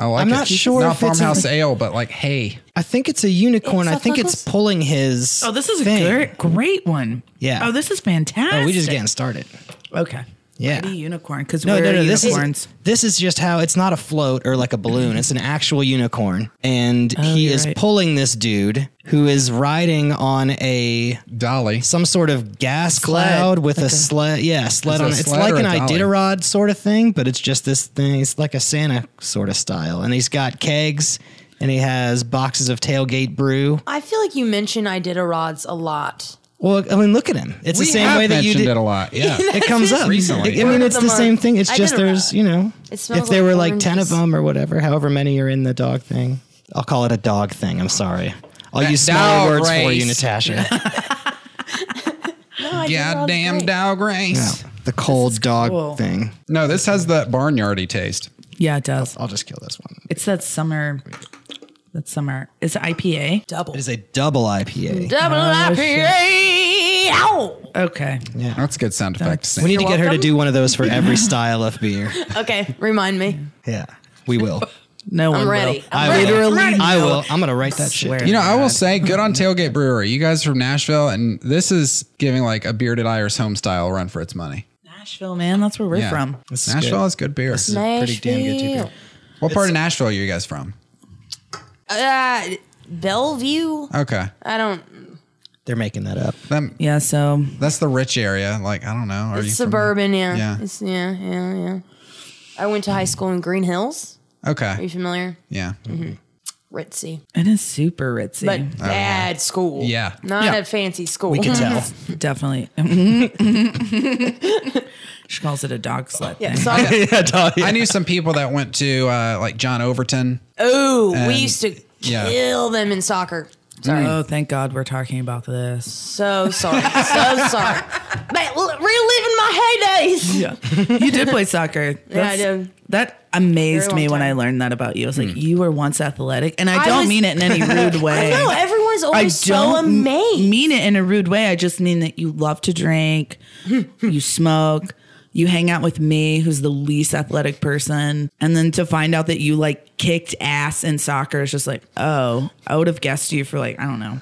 Speaker 1: I like
Speaker 2: I'm
Speaker 1: it.
Speaker 2: not sure
Speaker 1: Not
Speaker 2: if it's a-
Speaker 1: farmhouse ale, but like hay.
Speaker 2: I think it's a unicorn.
Speaker 3: It's
Speaker 2: I think it's
Speaker 3: suckles?
Speaker 2: pulling his.
Speaker 4: Oh, this is a
Speaker 2: thing.
Speaker 4: great, great one.
Speaker 2: Yeah.
Speaker 4: Oh, this is fantastic.
Speaker 2: Oh, we just getting started.
Speaker 4: okay.
Speaker 2: Yeah.
Speaker 4: Pretty unicorn because
Speaker 2: No,
Speaker 4: we're
Speaker 2: no, no. This
Speaker 4: unicorns.
Speaker 2: is this is just how it's not a float or like a balloon. It's an actual unicorn, and he
Speaker 4: Oh, you're
Speaker 2: is
Speaker 4: right.
Speaker 2: pulling this dude who is riding on a
Speaker 1: Dolly.
Speaker 2: some sort of gas cloud with a sled. Yeah,
Speaker 1: Is
Speaker 2: sled
Speaker 1: it a
Speaker 2: on it. It's
Speaker 1: sled
Speaker 2: like
Speaker 1: or
Speaker 2: an
Speaker 1: a dolly?
Speaker 2: Iditarod sort of thing, but it's just this thing. It's like a Santa sort of style, and he's got kegs and he has boxes of tailgate brew.
Speaker 3: I feel like you mention Iditarods a lot.
Speaker 2: Well, I mean, look at him. It's
Speaker 1: We
Speaker 2: the same
Speaker 1: have
Speaker 2: way that you
Speaker 1: mentioned
Speaker 2: did
Speaker 1: it a lot. Yeah.
Speaker 2: It comes up.
Speaker 1: Recently.
Speaker 2: I mean, it's the
Speaker 3: Them are-
Speaker 2: same thing. It's
Speaker 3: I
Speaker 2: just
Speaker 3: did a
Speaker 2: there's,
Speaker 3: rub.
Speaker 2: you know,
Speaker 3: It
Speaker 2: if
Speaker 3: smells
Speaker 2: there
Speaker 3: like
Speaker 2: were like 10 of
Speaker 3: oranges.
Speaker 2: them or whatever, however many are in the dog thing. I'll call it a dog thing. I'm sorry. I'll use
Speaker 1: dog
Speaker 2: smaller words for you,
Speaker 1: race.
Speaker 2: Natasha.
Speaker 3: No, Iditarod's
Speaker 1: Goddamn
Speaker 3: great.
Speaker 1: dog race.
Speaker 2: the cold dog thing.
Speaker 1: No, this has that barnyardy taste.
Speaker 4: yeah, it does.
Speaker 2: I'll just kill this one.
Speaker 4: It's that summer. That summer. It's IPA.
Speaker 3: Double.
Speaker 2: It is a double IPA.
Speaker 3: Double IPA. Ow.
Speaker 4: Okay.
Speaker 2: Yeah.
Speaker 1: That's a good sound effect. to say.
Speaker 2: We need to
Speaker 3: You're
Speaker 2: get her to
Speaker 3: welcome.
Speaker 2: do one of those for every style of beer.
Speaker 3: Okay, remind me.
Speaker 2: Yeah. We will.
Speaker 4: No one
Speaker 3: I'm
Speaker 4: will.
Speaker 3: ready. I'm
Speaker 2: I
Speaker 3: ready.
Speaker 2: will.
Speaker 4: ready.
Speaker 2: I will. I'm going to write that
Speaker 4: Swear.
Speaker 2: shit.
Speaker 1: You know, I will say, good on Tailgate Brewery. You guys are from Nashville, and this is giving like a bearded Irish home style run for its money.
Speaker 4: Nashville, man. That's where we're
Speaker 1: Yeah.
Speaker 4: from.
Speaker 2: This is
Speaker 1: Nashville
Speaker 2: good.
Speaker 1: is good beer.
Speaker 2: This is pretty damn good too.
Speaker 3: Nashville.
Speaker 1: what part of Nashville are you guys from?
Speaker 3: Uh, Bellevue.
Speaker 1: Okay,
Speaker 3: I don't.
Speaker 2: They're making that up.
Speaker 1: That-
Speaker 4: Yeah. So
Speaker 1: that's the rich area. Like I don't know. Are you
Speaker 3: It's
Speaker 1: from-
Speaker 3: suburban. yeah.
Speaker 1: Yeah.
Speaker 3: It's, yeah. Yeah. Yeah. I went to high school in Green Hills. Are you
Speaker 1: okay.
Speaker 3: familiar?
Speaker 1: Yeah.
Speaker 3: Ritzy,
Speaker 4: it is super ritzy.
Speaker 3: but bad school.
Speaker 1: Yeah.
Speaker 3: Not
Speaker 4: Yeah.
Speaker 3: a fancy school.
Speaker 2: We can tell.
Speaker 4: Definitely. she calls it a dog slut.
Speaker 3: Yeah,
Speaker 4: thing.
Speaker 3: so I-
Speaker 2: yeah, dog, yeah.
Speaker 1: I knew some people that went to uh, like John Overton.
Speaker 3: oh, we
Speaker 1: And-
Speaker 3: used to
Speaker 1: yeah.
Speaker 3: kill them in soccer.
Speaker 4: Oh, thank God we're talking about this.
Speaker 3: So sorry. so sorry. But l- reliving my heydays.
Speaker 4: Yeah. you did play soccer. That's-
Speaker 3: did.
Speaker 4: That
Speaker 3: Very
Speaker 4: amazed
Speaker 3: long
Speaker 4: me when I
Speaker 3: time.
Speaker 4: learned that about you. I was like, you were once athletic. And I,
Speaker 3: I
Speaker 4: don't
Speaker 3: was-
Speaker 4: mean it in any rude way.
Speaker 3: No, everyone's always so
Speaker 4: m-
Speaker 3: amazed.
Speaker 4: mean it in a rude way. I just mean that you love to drink, you smoke, you hang out with me, who's the least athletic person. And then to find out that you like kicked ass in soccer is just like, oh, I would have guessed you for like, I don't know.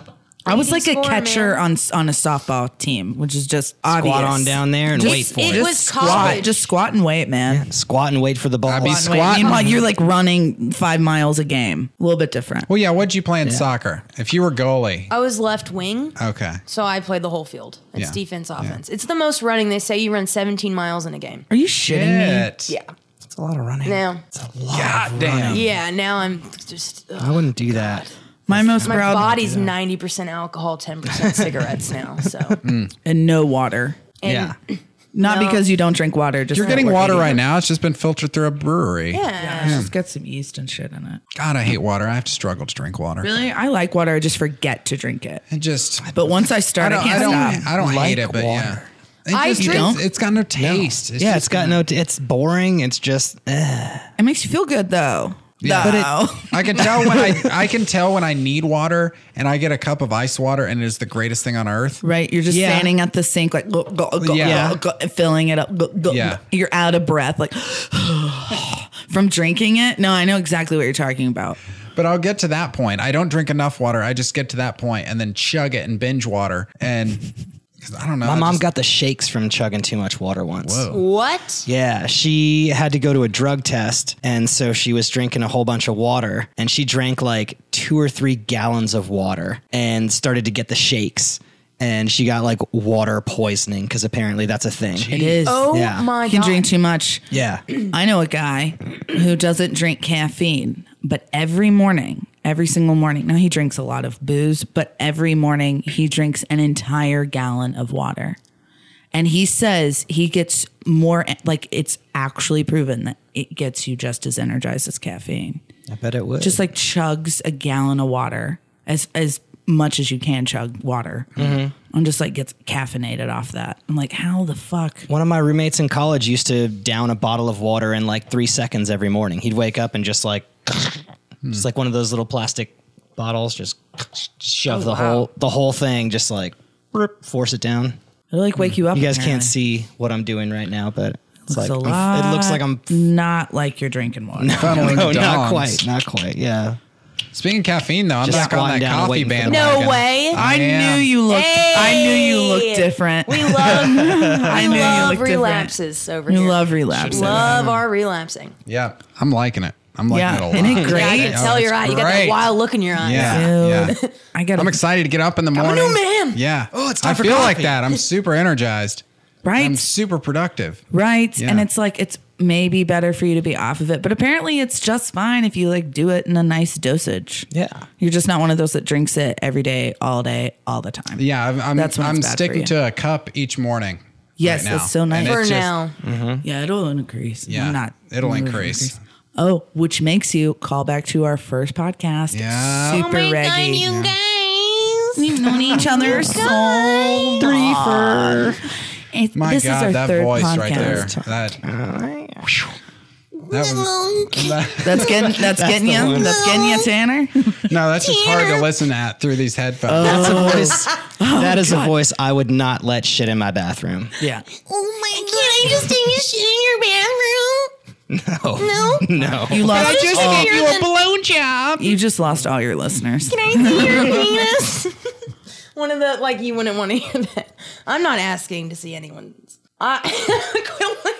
Speaker 4: I was
Speaker 3: can
Speaker 4: like a
Speaker 3: score,
Speaker 4: catcher
Speaker 3: man.
Speaker 4: on s- on a softball team, which is just obvious.
Speaker 2: Squat on down there and
Speaker 4: Just-
Speaker 2: wait for
Speaker 3: it
Speaker 2: it.
Speaker 3: was
Speaker 4: squat,
Speaker 3: college.
Speaker 4: just squat and wait, man.
Speaker 2: Squat and wait for the ball.
Speaker 1: I'd be
Speaker 4: Squat and wait.
Speaker 1: Squat.
Speaker 4: Meanwhile, you're like running five miles a game. A little bit different.
Speaker 1: Well, yeah. What'd you play in soccer? If you were goalie,
Speaker 3: I was left wing.
Speaker 1: okay.
Speaker 3: So I played the whole field. It's
Speaker 1: Yeah.
Speaker 3: defense, offense. It's the most running. They say you run 17 miles in a game.
Speaker 4: Are you shitting me?
Speaker 1: Shit.
Speaker 3: Yeah.
Speaker 2: It's a lot of running.
Speaker 3: Now,
Speaker 2: A lot of
Speaker 1: Damn.
Speaker 2: running.
Speaker 3: yeah. Now I'm just. ugh.
Speaker 2: I wouldn't do that.
Speaker 4: My most
Speaker 3: My
Speaker 4: proud
Speaker 3: body's 90% alcohol, 10% cigarettes now. So,
Speaker 4: and no water.
Speaker 2: yeah.
Speaker 4: Not
Speaker 3: No.
Speaker 4: because you don't drink water. Just
Speaker 1: You're getting water right now. It's just been filtered through a brewery.
Speaker 3: yeah.
Speaker 4: Just get some yeast and shit in it.
Speaker 1: God, I hate water. I have to struggle to drink water.
Speaker 4: Really, I like water. I just forget to drink it.
Speaker 1: It just
Speaker 4: But once I start, I,
Speaker 1: I
Speaker 4: can't
Speaker 1: don't,
Speaker 4: stop.
Speaker 1: I don't
Speaker 2: Like
Speaker 1: hate it, but yeah.
Speaker 2: water.
Speaker 1: It
Speaker 3: I
Speaker 1: just-
Speaker 3: drink-
Speaker 1: it's- it's got no taste.
Speaker 2: yeah,
Speaker 1: just-
Speaker 2: it's got no, t- it's boring. It's just, eh.
Speaker 4: It makes you feel good though.
Speaker 1: Yeah.
Speaker 4: Though.
Speaker 1: I can tell when I I can tell when I need water and I get a cup of ice water and it is the greatest thing on earth.
Speaker 4: right, you're just
Speaker 2: Yeah.
Speaker 4: standing at the sink, like go, go, go,
Speaker 1: Yeah.
Speaker 4: go, go, filling it up. Go, go,
Speaker 1: Yeah.
Speaker 4: you're out of breath, like from drinking it. No, I know exactly what you're talking about.
Speaker 1: But I'll get to that point. I don't drink enough water. I just get to that point and then chug it and binge water and 'cause I don't know.
Speaker 2: my
Speaker 1: I
Speaker 2: mom
Speaker 1: just-
Speaker 2: got the shakes from chugging too much water once.
Speaker 3: What?
Speaker 2: Yeah, she had to go to a drug test. And so she was drinking a whole bunch of water. And she drank like two or three gallons of water and started to get the shakes. and she got like water poisoning because apparently that's a thing.
Speaker 4: It is.
Speaker 3: Oh
Speaker 2: Yeah.
Speaker 3: my
Speaker 4: Can
Speaker 3: god!
Speaker 4: drink too much.
Speaker 2: Yeah.
Speaker 4: I know a guy who doesn't drink caffeine, but every morning, every single morning, now he drinks a lot of booze, but every morning he drinks an entire gallon of water. And he says he gets more, like, it's actually proven that it gets you just as energized as caffeine.
Speaker 2: I bet it would.
Speaker 4: Just like chugs a gallon of water as, as, much as you can chug water.
Speaker 2: Mm-hmm.
Speaker 4: I'm just like gets caffeinated off that. I'm like, how the fuck?
Speaker 2: One of my roommates in college used to down a bottle of water in like three seconds every morning. He'd wake up and just like, it's like one of those little plastic bottles, just
Speaker 4: Oh,
Speaker 2: shove the whole the whole thing, just like rip, force it down.
Speaker 4: It'll like wake you up.
Speaker 2: You guys
Speaker 4: apparently.
Speaker 2: can't see what I'm doing right now, but it's like
Speaker 4: It's a
Speaker 2: I'm- it looks like I'm.
Speaker 4: lot not like you're drinking water.
Speaker 1: Funneling
Speaker 2: No,
Speaker 1: dongs.
Speaker 2: not quite, not quite. Yeah,
Speaker 1: Speaking of caffeine, though, I'm
Speaker 2: Just
Speaker 1: back on
Speaker 2: squatting
Speaker 1: that
Speaker 2: down and
Speaker 1: coffee
Speaker 2: waiting for the-
Speaker 1: band.
Speaker 3: no way.
Speaker 4: I
Speaker 1: am.
Speaker 4: knew you looked. I knew you
Speaker 3: Hey!
Speaker 4: looked different.
Speaker 3: we love
Speaker 4: I
Speaker 3: we
Speaker 4: knew you
Speaker 3: love
Speaker 4: looked different.
Speaker 3: relapses over
Speaker 4: You
Speaker 3: here.
Speaker 4: love relapses.
Speaker 3: love our relapsing.
Speaker 1: Yeah, I'm liking it. I'm liking
Speaker 4: yeah,
Speaker 1: it a lot.
Speaker 4: isn't it
Speaker 3: Yeah, I
Speaker 4: great?
Speaker 3: can tell
Speaker 1: it's
Speaker 3: you're right. You got that
Speaker 1: great.
Speaker 3: wild look in your eyes.
Speaker 1: Yeah,
Speaker 4: Dude.
Speaker 1: yeah.
Speaker 4: I got.
Speaker 1: I'm excited to get up in the
Speaker 3: a
Speaker 1: morning.
Speaker 3: new man.
Speaker 1: Yeah.
Speaker 2: Oh, it's time
Speaker 1: I
Speaker 2: for
Speaker 1: feel like
Speaker 2: coffee.
Speaker 1: that. I'm super energized.
Speaker 4: Right,
Speaker 1: I'm super productive.
Speaker 4: right,
Speaker 1: Yeah.
Speaker 4: and it's like it's maybe better for you to be off of it, but apparently it's just fine if you like do it in a nice dosage.
Speaker 2: Yeah.
Speaker 4: you're just not one of those that drinks it every day, all day, all the time.
Speaker 1: Yeah, I'm I'm,
Speaker 4: That's when it's
Speaker 1: I'm
Speaker 4: bad for
Speaker 1: sticking
Speaker 4: you.
Speaker 1: to a cup each morning.
Speaker 4: Yes,
Speaker 1: right now.
Speaker 4: that's so nice.
Speaker 1: And
Speaker 3: For
Speaker 1: it's just-
Speaker 3: now,
Speaker 4: yeah, it'll increase.
Speaker 1: Yeah,
Speaker 4: I'm not.
Speaker 1: it'll
Speaker 4: I'm not
Speaker 1: increase.
Speaker 4: Oh, which makes you call back to our first podcast.
Speaker 1: Yeah.
Speaker 4: super reggae.
Speaker 3: guys.
Speaker 4: We've known each other so
Speaker 2: three for
Speaker 4: It's,
Speaker 1: My
Speaker 4: this
Speaker 1: God,
Speaker 4: is our
Speaker 1: that
Speaker 4: third
Speaker 1: voice
Speaker 4: podcast.
Speaker 1: right there. That, that was,
Speaker 4: That's getting that's, getting you. That's getting you, Tanner.
Speaker 1: no, that's just hard to listen at through these headphones.
Speaker 4: Oh.
Speaker 2: that's a voice. that is a voice I would not let shit in my bathroom.
Speaker 4: yeah.
Speaker 6: Oh my god, I just take a shit in your bathroom.
Speaker 2: Oh no, no.
Speaker 4: You lost all,
Speaker 6: gave you a
Speaker 1: blowjob.
Speaker 4: you just lost all your listeners.
Speaker 3: One of the like you wouldn't want to hear that. I'm not asking to see anyone. I quit wanting-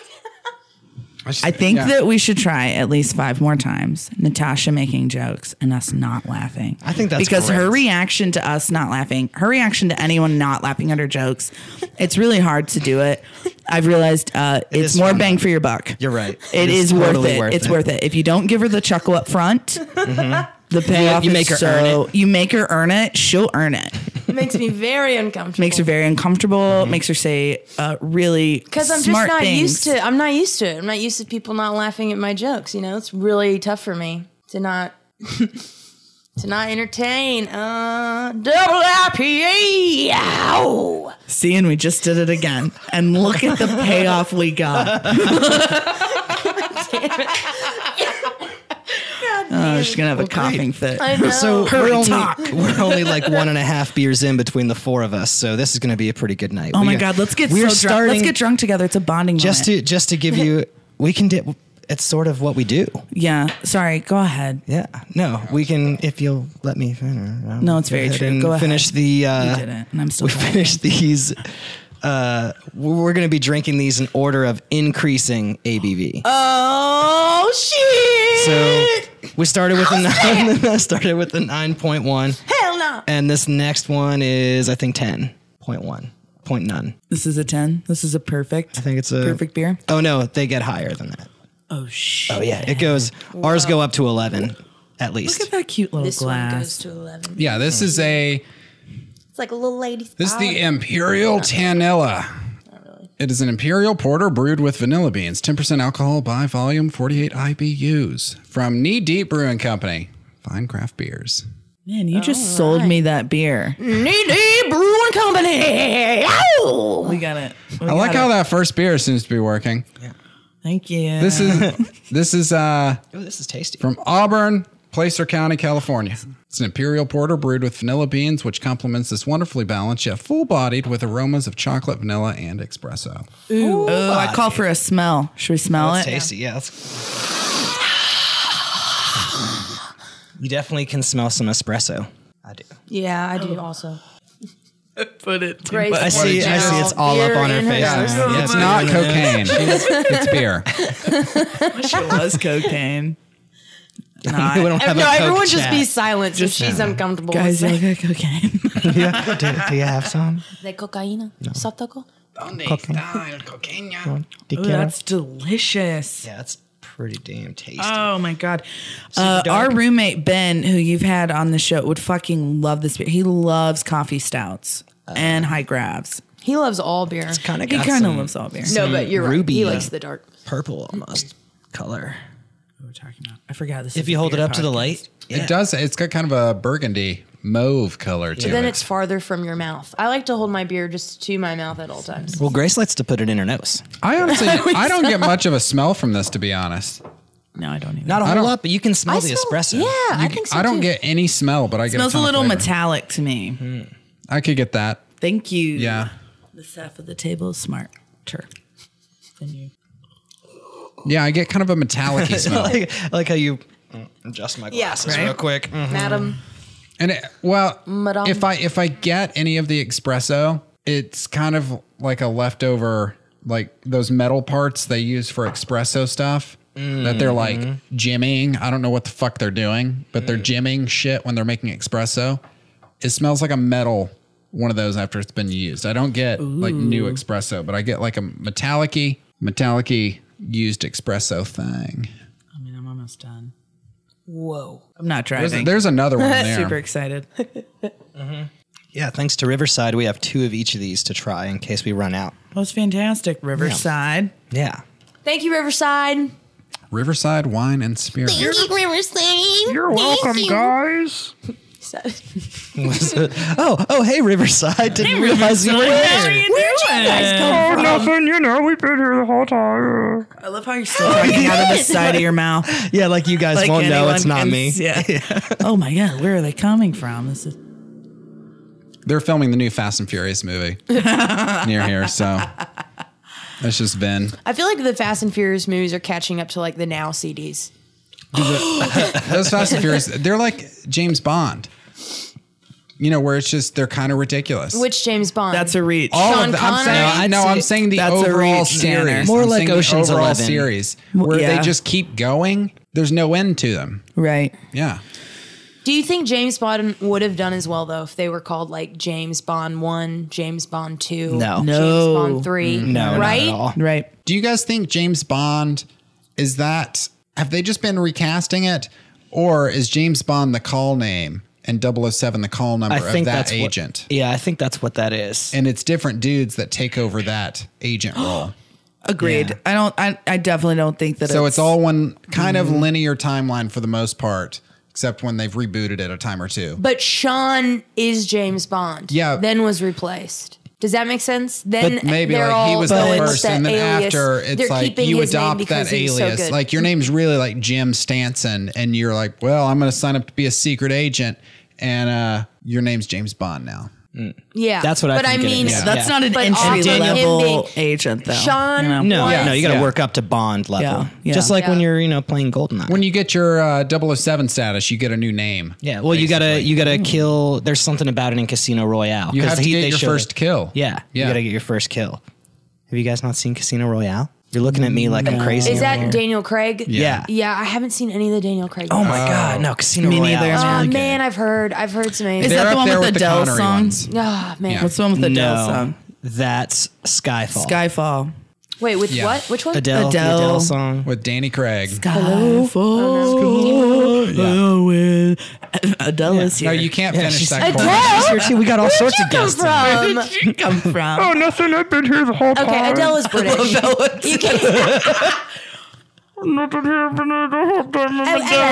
Speaker 4: I think that we should try at least five more times. Natasha making jokes and us not laughing.
Speaker 2: I think that's
Speaker 4: because her
Speaker 2: great.
Speaker 4: reaction to us not laughing, her reaction to anyone not laughing at her jokes, it's really hard to do it. I've realized uh, it's
Speaker 2: is
Speaker 4: more
Speaker 2: fun.
Speaker 4: bang for your buck.
Speaker 2: You're right.
Speaker 4: It is
Speaker 2: totally
Speaker 4: worth it. it's worth it. If you don't give her the chuckle up front, the
Speaker 2: Mm-hmm.
Speaker 4: payoff
Speaker 2: You- you
Speaker 4: is
Speaker 2: make her
Speaker 4: so,
Speaker 2: earn
Speaker 4: You make her earn it. She'll earn it.
Speaker 3: makes me very uncomfortable.
Speaker 4: Makes her very uncomfortable.
Speaker 2: Mm-hmm.
Speaker 4: Makes her say uh, really
Speaker 3: because I'm just
Speaker 4: smart
Speaker 3: not
Speaker 4: things.
Speaker 3: used to. I'm not used to it. I'm not used to people not laughing at my jokes. You know, it's really tough for me to not to not entertain. Uh, double IPA. Ow.
Speaker 4: See, and we just did it again. And look at the payoff we got. Oh, she's gonna have a coughing fit.
Speaker 3: I know.
Speaker 2: So
Speaker 4: Hurry,
Speaker 2: we're only,
Speaker 4: talk.
Speaker 2: we're only like one and a half beers in between the four of us, so this is going to be a pretty good night.
Speaker 4: Oh my god, let's get so drunk. Let's get drunk together. It's a bonding
Speaker 2: Just
Speaker 4: moment.
Speaker 2: to just to give you, we can. Di- it's sort of what we do.
Speaker 4: yeah. Sorry, go ahead.
Speaker 2: Yeah. No, we can if you'll let me finish. I'll
Speaker 4: No, it's
Speaker 2: go
Speaker 4: very
Speaker 2: ahead
Speaker 4: true.
Speaker 2: and
Speaker 4: Go ahead.
Speaker 2: Finish the. Uh,
Speaker 4: You didn't, and I'm still
Speaker 2: We
Speaker 4: glad.
Speaker 2: finished these. Uh, we're going to be drinking these in order of increasing ABV.
Speaker 4: Uh,
Speaker 3: oh shit.
Speaker 2: so we started with the nine. started with the nine point one.
Speaker 3: Hell no.
Speaker 2: And this next one is, I think, 10.1. Point none.
Speaker 4: This is a ten. This is a perfect.
Speaker 2: I think it's a
Speaker 4: perfect beer.
Speaker 2: Oh, no, they get higher than that.
Speaker 4: Oh shit!
Speaker 2: Oh, yeah. It goes, ours go up to 11 at least.
Speaker 4: Look at that cute little
Speaker 3: This
Speaker 4: glass.
Speaker 3: one goes to eleven.
Speaker 1: Yeah, this is a
Speaker 6: It's like a little lady's
Speaker 1: this is the Imperial Tanilla. It is an imperial porter brewed with vanilla beans, 10% alcohol by volume, 48 IBUs from Knee Deep Brewing Company. Fine craft beers.
Speaker 4: Man, you just sold me that beer.
Speaker 3: Needy Brewing Company. Ow.
Speaker 4: We got it. We
Speaker 1: I like
Speaker 4: got
Speaker 1: how
Speaker 4: it.
Speaker 1: that first beer seems to be working.
Speaker 4: Thank you.
Speaker 1: This is this is uh
Speaker 2: oh, this is tasty.
Speaker 1: from Auburn, Placer County, California. It's an imperial porter brewed with vanilla beans, which complements this wonderfully balanced yet full-bodied with aromas of chocolate, vanilla, and espresso.
Speaker 4: Ooh, I call for a smell. Should we smell
Speaker 2: It's
Speaker 4: it?
Speaker 2: tasty, yeah. It's... You definitely can smell some espresso. I do.
Speaker 3: Yeah, I do also.
Speaker 4: Put it. to-
Speaker 3: Grace
Speaker 2: I see. I see. It's all up on her face. now.
Speaker 1: It's not cocaine. it's beer.
Speaker 4: Wish it was cocaine. not.
Speaker 2: we don't have
Speaker 3: no,
Speaker 2: a Coke
Speaker 3: everyone just
Speaker 2: chat.
Speaker 3: be silent. Just she's uncomfortable.
Speaker 4: Guys,
Speaker 3: with
Speaker 4: you
Speaker 3: it.
Speaker 4: look like cocaine.
Speaker 2: Yeah. do, do you have some?
Speaker 3: De cocaína. Sotoco.
Speaker 2: Do you
Speaker 4: Ooh,
Speaker 2: care?
Speaker 4: that's delicious.
Speaker 2: yeah, that's pretty damn tasty.
Speaker 4: Oh my god! Uh, our roommate Ben, who you've had on the show, would fucking love this beer. He loves coffee stouts
Speaker 2: Uh,
Speaker 4: and high grabs.
Speaker 3: He loves all beer.
Speaker 2: kind of
Speaker 4: He kind of loves all beer.
Speaker 3: No, but you're
Speaker 2: ruby,
Speaker 3: right. He
Speaker 2: uh,
Speaker 3: likes the dark.
Speaker 2: purple almost color.
Speaker 4: What we're talking about. I forgot this.
Speaker 2: If you hold it up to the light,
Speaker 1: It does. It's got kind of a burgundy mauve color to
Speaker 3: But then
Speaker 1: it.
Speaker 3: it's farther from your mouth. I like to hold my beer just to my mouth at all times.
Speaker 2: Well, Grace likes to put it in her nose.
Speaker 1: I honestly, I don't get much of a smell from this, to be honest.
Speaker 4: no, I don't even.
Speaker 2: Not a whole
Speaker 1: don't-
Speaker 2: lot, but you can smell
Speaker 3: I
Speaker 2: the
Speaker 3: smell-
Speaker 2: espresso.
Speaker 3: Yeah, I think so.
Speaker 1: I don't
Speaker 3: too.
Speaker 1: get any smell, but I get
Speaker 4: smells a
Speaker 1: ton of
Speaker 4: little
Speaker 1: flavor.
Speaker 4: metallic to me.
Speaker 1: I could get that.
Speaker 4: Thank you.
Speaker 1: Yeah,
Speaker 4: The staff of the table is smarter than you.
Speaker 1: yeah. I get kind of a metallic smell.
Speaker 2: like, I like how you mm, adjust my
Speaker 3: Yeah.
Speaker 2: glasses
Speaker 3: Right?
Speaker 2: real quick. Mm.
Speaker 3: Madam.
Speaker 1: And it, well,
Speaker 3: Madame.
Speaker 1: if I if I get any of the espresso, it's kind of like a leftover, like those metal parts they use for espresso stuff that they're like jimmying. I don't know what the fuck they're doing, but they're jimmying shit when they're making espresso. It smells like a metal one of those after it's been used. I don't get like new espresso, but I get like a metallic-y, metallic-y used espresso thing.
Speaker 4: I mean, I'm almost done.
Speaker 3: Whoa.
Speaker 4: I'm not
Speaker 1: There's,
Speaker 4: driving.
Speaker 1: there's another one there.
Speaker 4: super excited.
Speaker 2: Yeah, thanks to Riverside, we have two of each of these to try in case we run out.
Speaker 4: That was fantastic. Riverside.
Speaker 2: Yeah.
Speaker 3: Thank you, Riverside.
Speaker 1: Riverside wine and spirit.
Speaker 6: Thank you, Riverside. You're welcome, you.
Speaker 2: Oh, oh, hey Riverside! Didn't realize you were there.
Speaker 6: Oh,
Speaker 4: I love how you're still talking out of the side of your mouth.
Speaker 2: Yeah, like you guys
Speaker 4: Like
Speaker 2: won't know
Speaker 4: anyone
Speaker 2: it's not
Speaker 4: can-
Speaker 2: me.
Speaker 4: Yeah. oh my god, where are they coming from? This is
Speaker 1: They're filming the new Fast and Furious movie near here, so that's just been.
Speaker 3: I feel like the Fast and Furious movies are catching up to like the now CDs.
Speaker 1: Those Fast and Furious, they're like James Bond, you know, where it's just they're kind of ridiculous.
Speaker 3: Which James Bond?
Speaker 4: that's a reach.
Speaker 1: All
Speaker 3: Sean
Speaker 1: of the, I'm
Speaker 3: Connery?
Speaker 1: saying,
Speaker 3: No,
Speaker 1: I
Speaker 3: I'd
Speaker 1: know I'm
Speaker 4: say
Speaker 1: saying the
Speaker 4: that's a
Speaker 1: overall
Speaker 4: reach, Tanner.
Speaker 1: series,
Speaker 2: More
Speaker 1: I'm
Speaker 2: like
Speaker 1: saying the
Speaker 2: Ocean's
Speaker 1: overall
Speaker 2: Eleven.
Speaker 1: series, where
Speaker 4: yeah.
Speaker 1: they just keep going. There's no end to them.
Speaker 4: right.
Speaker 1: Yeah,
Speaker 3: Do you think James Bond would have done as well though if they were called like James Bond One, James Bond Two,
Speaker 2: No.
Speaker 3: James
Speaker 4: No.
Speaker 3: Bond Three,
Speaker 2: No, Not
Speaker 3: right?
Speaker 2: at all.
Speaker 4: Right.
Speaker 1: Do you guys think James Bond is that? Have they just been recasting it, or is James Bond the call name and 007 the call number
Speaker 2: I
Speaker 1: of
Speaker 2: think
Speaker 1: that
Speaker 2: that's what-
Speaker 1: agent?
Speaker 2: yeah, I think that's what that is.
Speaker 1: and it's different dudes that take over that agent role.
Speaker 4: Agreed. I don't I, I definitely don't think that
Speaker 1: so it's all one kind
Speaker 3: Mm-hmm.
Speaker 1: of linear timeline for the most part, except when they've rebooted it a time or two.
Speaker 3: But Sean is James Bond.
Speaker 1: Yeah.
Speaker 3: Then was replaced. Does that make sense? Then
Speaker 1: But maybe
Speaker 3: they're
Speaker 1: like he
Speaker 3: all
Speaker 1: was the
Speaker 3: going with
Speaker 1: first, and then
Speaker 3: alias.
Speaker 1: after it's
Speaker 3: They're
Speaker 1: like
Speaker 3: keeping
Speaker 1: you
Speaker 3: his name
Speaker 1: adopt
Speaker 3: because
Speaker 1: that
Speaker 3: he's so
Speaker 1: alias.
Speaker 3: good.
Speaker 1: like your name's really like Jim Stanson, and you're like, well, I'm going to sign up to be a secret agent, and uh, your name's James Bond now.
Speaker 3: yeah,
Speaker 2: That's what I
Speaker 3: But
Speaker 2: think
Speaker 3: I
Speaker 2: it
Speaker 3: mean,
Speaker 2: is. Yeah.
Speaker 4: that's not an
Speaker 3: But
Speaker 4: entry
Speaker 3: often him
Speaker 4: level
Speaker 3: being-
Speaker 4: agent though.
Speaker 3: Sean
Speaker 4: you know?
Speaker 2: no,
Speaker 3: Yeah.
Speaker 2: no, you got to
Speaker 1: Yeah.
Speaker 2: work up to Bond level.
Speaker 4: Yeah, yeah.
Speaker 2: Just like when
Speaker 3: Yeah.
Speaker 2: you're, you know, playing Goldeneye.
Speaker 1: When you get your uh, 007 status, you get a new name.
Speaker 2: yeah, well, you gotta you gotta kill. There's something about it in Casino Royale.
Speaker 1: You
Speaker 2: 'cause
Speaker 1: have to
Speaker 2: he-
Speaker 1: get
Speaker 2: they
Speaker 1: your
Speaker 2: show
Speaker 1: first
Speaker 2: it.
Speaker 1: kill.
Speaker 2: Yeah, you
Speaker 1: Yeah.
Speaker 2: gotta get your first kill. Have you guys not seen Casino Royale? You're looking at me like I'm crazy.
Speaker 3: Is that
Speaker 2: over here.
Speaker 3: Daniel Craig?
Speaker 2: Yeah.
Speaker 3: Yeah, I haven't seen any of the Daniel Craig.
Speaker 2: Oh my god, no, Casino
Speaker 4: Me
Speaker 2: Royale.
Speaker 4: neither.
Speaker 2: is
Speaker 3: Oh
Speaker 2: really good.
Speaker 3: man, I've heard. I've heard some
Speaker 4: Is
Speaker 3: names.
Speaker 1: They're
Speaker 4: that the
Speaker 1: up
Speaker 4: one
Speaker 1: there
Speaker 4: with
Speaker 1: with
Speaker 4: the
Speaker 1: the
Speaker 4: Dell
Speaker 1: Connery
Speaker 4: song?
Speaker 1: ones.
Speaker 3: Oh man.
Speaker 4: What's the one with the Dell
Speaker 2: No,
Speaker 4: song?
Speaker 2: that's Skyfall.
Speaker 4: Skyfall.
Speaker 3: Wait, with
Speaker 1: Yeah.
Speaker 3: what? Which one?
Speaker 2: Adele, the
Speaker 4: Adele.
Speaker 2: Adele song.
Speaker 1: With Danny Craig.
Speaker 4: Oh, Skyfall. Oh, with Adele is here.
Speaker 1: No, you can't
Speaker 2: Yeah,
Speaker 1: finish
Speaker 2: she's-
Speaker 1: that. chorus.
Speaker 3: Adele.
Speaker 2: Here too, we got all sorts of
Speaker 3: Come
Speaker 2: guests. in.
Speaker 3: from?
Speaker 4: you come from? Oh, no.
Speaker 3: Okay, Adele is British. You can't. Oh,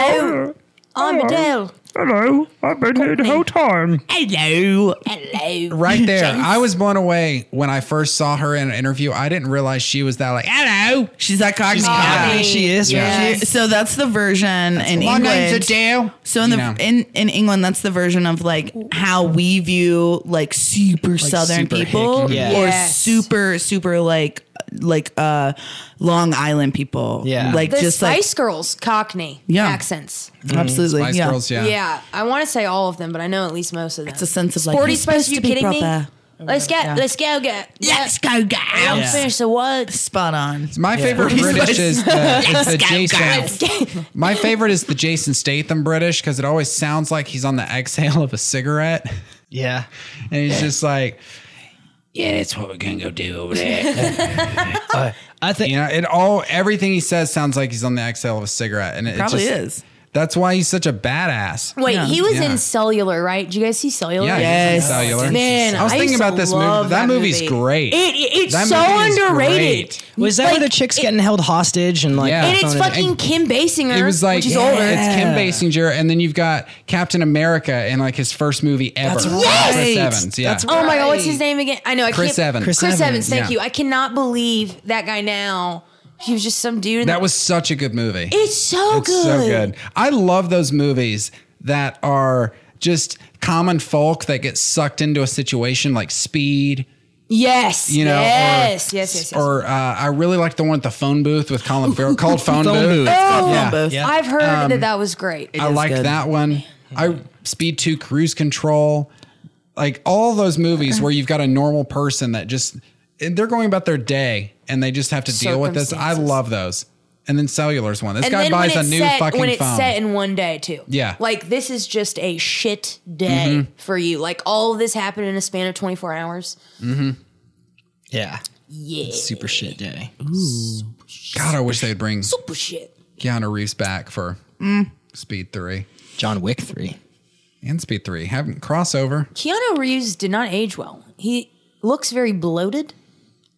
Speaker 3: hello. I'm Adele.
Speaker 4: Hello.
Speaker 3: Hello.
Speaker 1: right there. I was blown away when I first saw her in an interview. I didn't realize she was that like hello.
Speaker 4: She's that cockney.
Speaker 1: cockney.
Speaker 4: cat.
Speaker 2: She is.
Speaker 3: Yeah.
Speaker 2: right?
Speaker 3: Yes.
Speaker 4: So that's the version in
Speaker 1: My
Speaker 4: England.
Speaker 1: name's Adele.
Speaker 4: So in the
Speaker 1: You know.
Speaker 4: in, in England, that's the version of like how we view like super southern
Speaker 2: super
Speaker 4: people
Speaker 2: hick, yeah.
Speaker 4: or
Speaker 3: Yes.
Speaker 4: super super like like uh Long Island people.
Speaker 2: Yeah.
Speaker 4: like
Speaker 3: The
Speaker 4: just like
Speaker 3: Spice Girls, Cockney
Speaker 4: Yeah.
Speaker 3: accents.
Speaker 4: absolutely
Speaker 1: Spice
Speaker 4: yeah.
Speaker 1: Girls, yeah.
Speaker 3: Yeah, I want to say all of them, but I know at least most of them.
Speaker 4: It's a sense of like
Speaker 3: Sporty
Speaker 4: you're
Speaker 3: Spice,
Speaker 4: supposed
Speaker 3: you
Speaker 4: to be
Speaker 3: kidding me?
Speaker 4: proper.
Speaker 3: Let's get, let's go get.
Speaker 4: Let's go, guys.
Speaker 2: Yeah.
Speaker 3: Finish the what?
Speaker 4: Spot on.
Speaker 1: My favorite British is the, is the Jason. My favorite is the Jason Statham British because it always sounds like he's on the exhale of a cigarette,
Speaker 2: Yeah.
Speaker 1: and he's just like,
Speaker 2: Uh, I think
Speaker 1: you know, it all everything he says sounds like he's on the exhale of a cigarette, and it, it
Speaker 4: Probably
Speaker 1: just-
Speaker 4: is.
Speaker 1: That's why he's such a badass.
Speaker 3: Wait,
Speaker 4: Yeah.
Speaker 3: he was
Speaker 1: Yeah.
Speaker 3: in Cellular, right? Did you guys see Cellular?
Speaker 1: Yeah, he's
Speaker 4: Yes.
Speaker 1: on cellular.
Speaker 3: Man,
Speaker 1: I was
Speaker 3: I
Speaker 1: thinking
Speaker 3: used to
Speaker 1: about this
Speaker 3: love
Speaker 1: movie. That,
Speaker 3: that
Speaker 1: movie's
Speaker 3: movie.
Speaker 1: great.
Speaker 3: It, it- it's
Speaker 1: That
Speaker 3: so
Speaker 1: movie is
Speaker 3: underrated.
Speaker 1: great.
Speaker 2: was that
Speaker 3: Like,
Speaker 2: where the chick's
Speaker 3: it-
Speaker 2: getting held hostage and like
Speaker 1: Yeah.
Speaker 3: And it's
Speaker 2: thrown in-
Speaker 3: fucking Kim Basinger.
Speaker 1: It was like
Speaker 3: which is
Speaker 1: yeah,
Speaker 3: older.
Speaker 1: It's Kim Basinger, and then you've got Captain America in like his first movie ever.
Speaker 4: That's
Speaker 1: Chris
Speaker 4: right.
Speaker 1: Evans. Yeah.
Speaker 4: That's
Speaker 3: Oh my god, what's his name again? I know I
Speaker 1: Chris
Speaker 3: can't.
Speaker 1: Evans.
Speaker 3: Chris,
Speaker 1: Chris
Speaker 3: Evans.
Speaker 1: Evans,
Speaker 3: Thank
Speaker 1: yeah.
Speaker 3: you. I cannot believe that guy now. He was just some dude. in
Speaker 1: That
Speaker 3: the-
Speaker 1: was such a good movie.
Speaker 3: It's so
Speaker 1: It's
Speaker 3: good.
Speaker 1: so good. I love those movies that are just common folk that get sucked into a situation like Speed.
Speaker 3: Yes.
Speaker 1: You know, or-
Speaker 3: Yes. yes. Yes. Yes.
Speaker 1: Or uh, I really like the one at the phone booth with Colin Farrell called Phone,
Speaker 2: Phone
Speaker 1: Booth.
Speaker 2: booth.
Speaker 3: Oh,
Speaker 1: Yeah. um,
Speaker 4: Both.
Speaker 2: Yeah.
Speaker 3: I've heard that that was great.
Speaker 1: I
Speaker 4: is
Speaker 1: like
Speaker 4: good.
Speaker 1: that one. I Speed Two Cruise Control, like all those movies where you've got a normal person that just and they're going about their day and they just have to deal with this. I
Speaker 3: Circumstances.
Speaker 1: love those. And then Cellular's one. This
Speaker 3: and
Speaker 1: guy
Speaker 3: then
Speaker 1: buys a
Speaker 3: when it's
Speaker 1: new
Speaker 3: set,
Speaker 1: fucking
Speaker 3: when it's
Speaker 1: phone.
Speaker 3: set in one day too.
Speaker 1: Yeah. Mm-hmm.
Speaker 3: Like this is just a shit day for you. Like all of this happened in a span of 24 hours.
Speaker 2: yeah,
Speaker 3: Yeah.
Speaker 2: super shit day.
Speaker 1: God, I wish they'd bring
Speaker 3: Super shit.
Speaker 1: Keanu Reeves back for Speed Three
Speaker 2: John Wick three.
Speaker 1: and Speed Three. Having crossover.
Speaker 3: Keanu Reeves did not age well. He looks very bloated.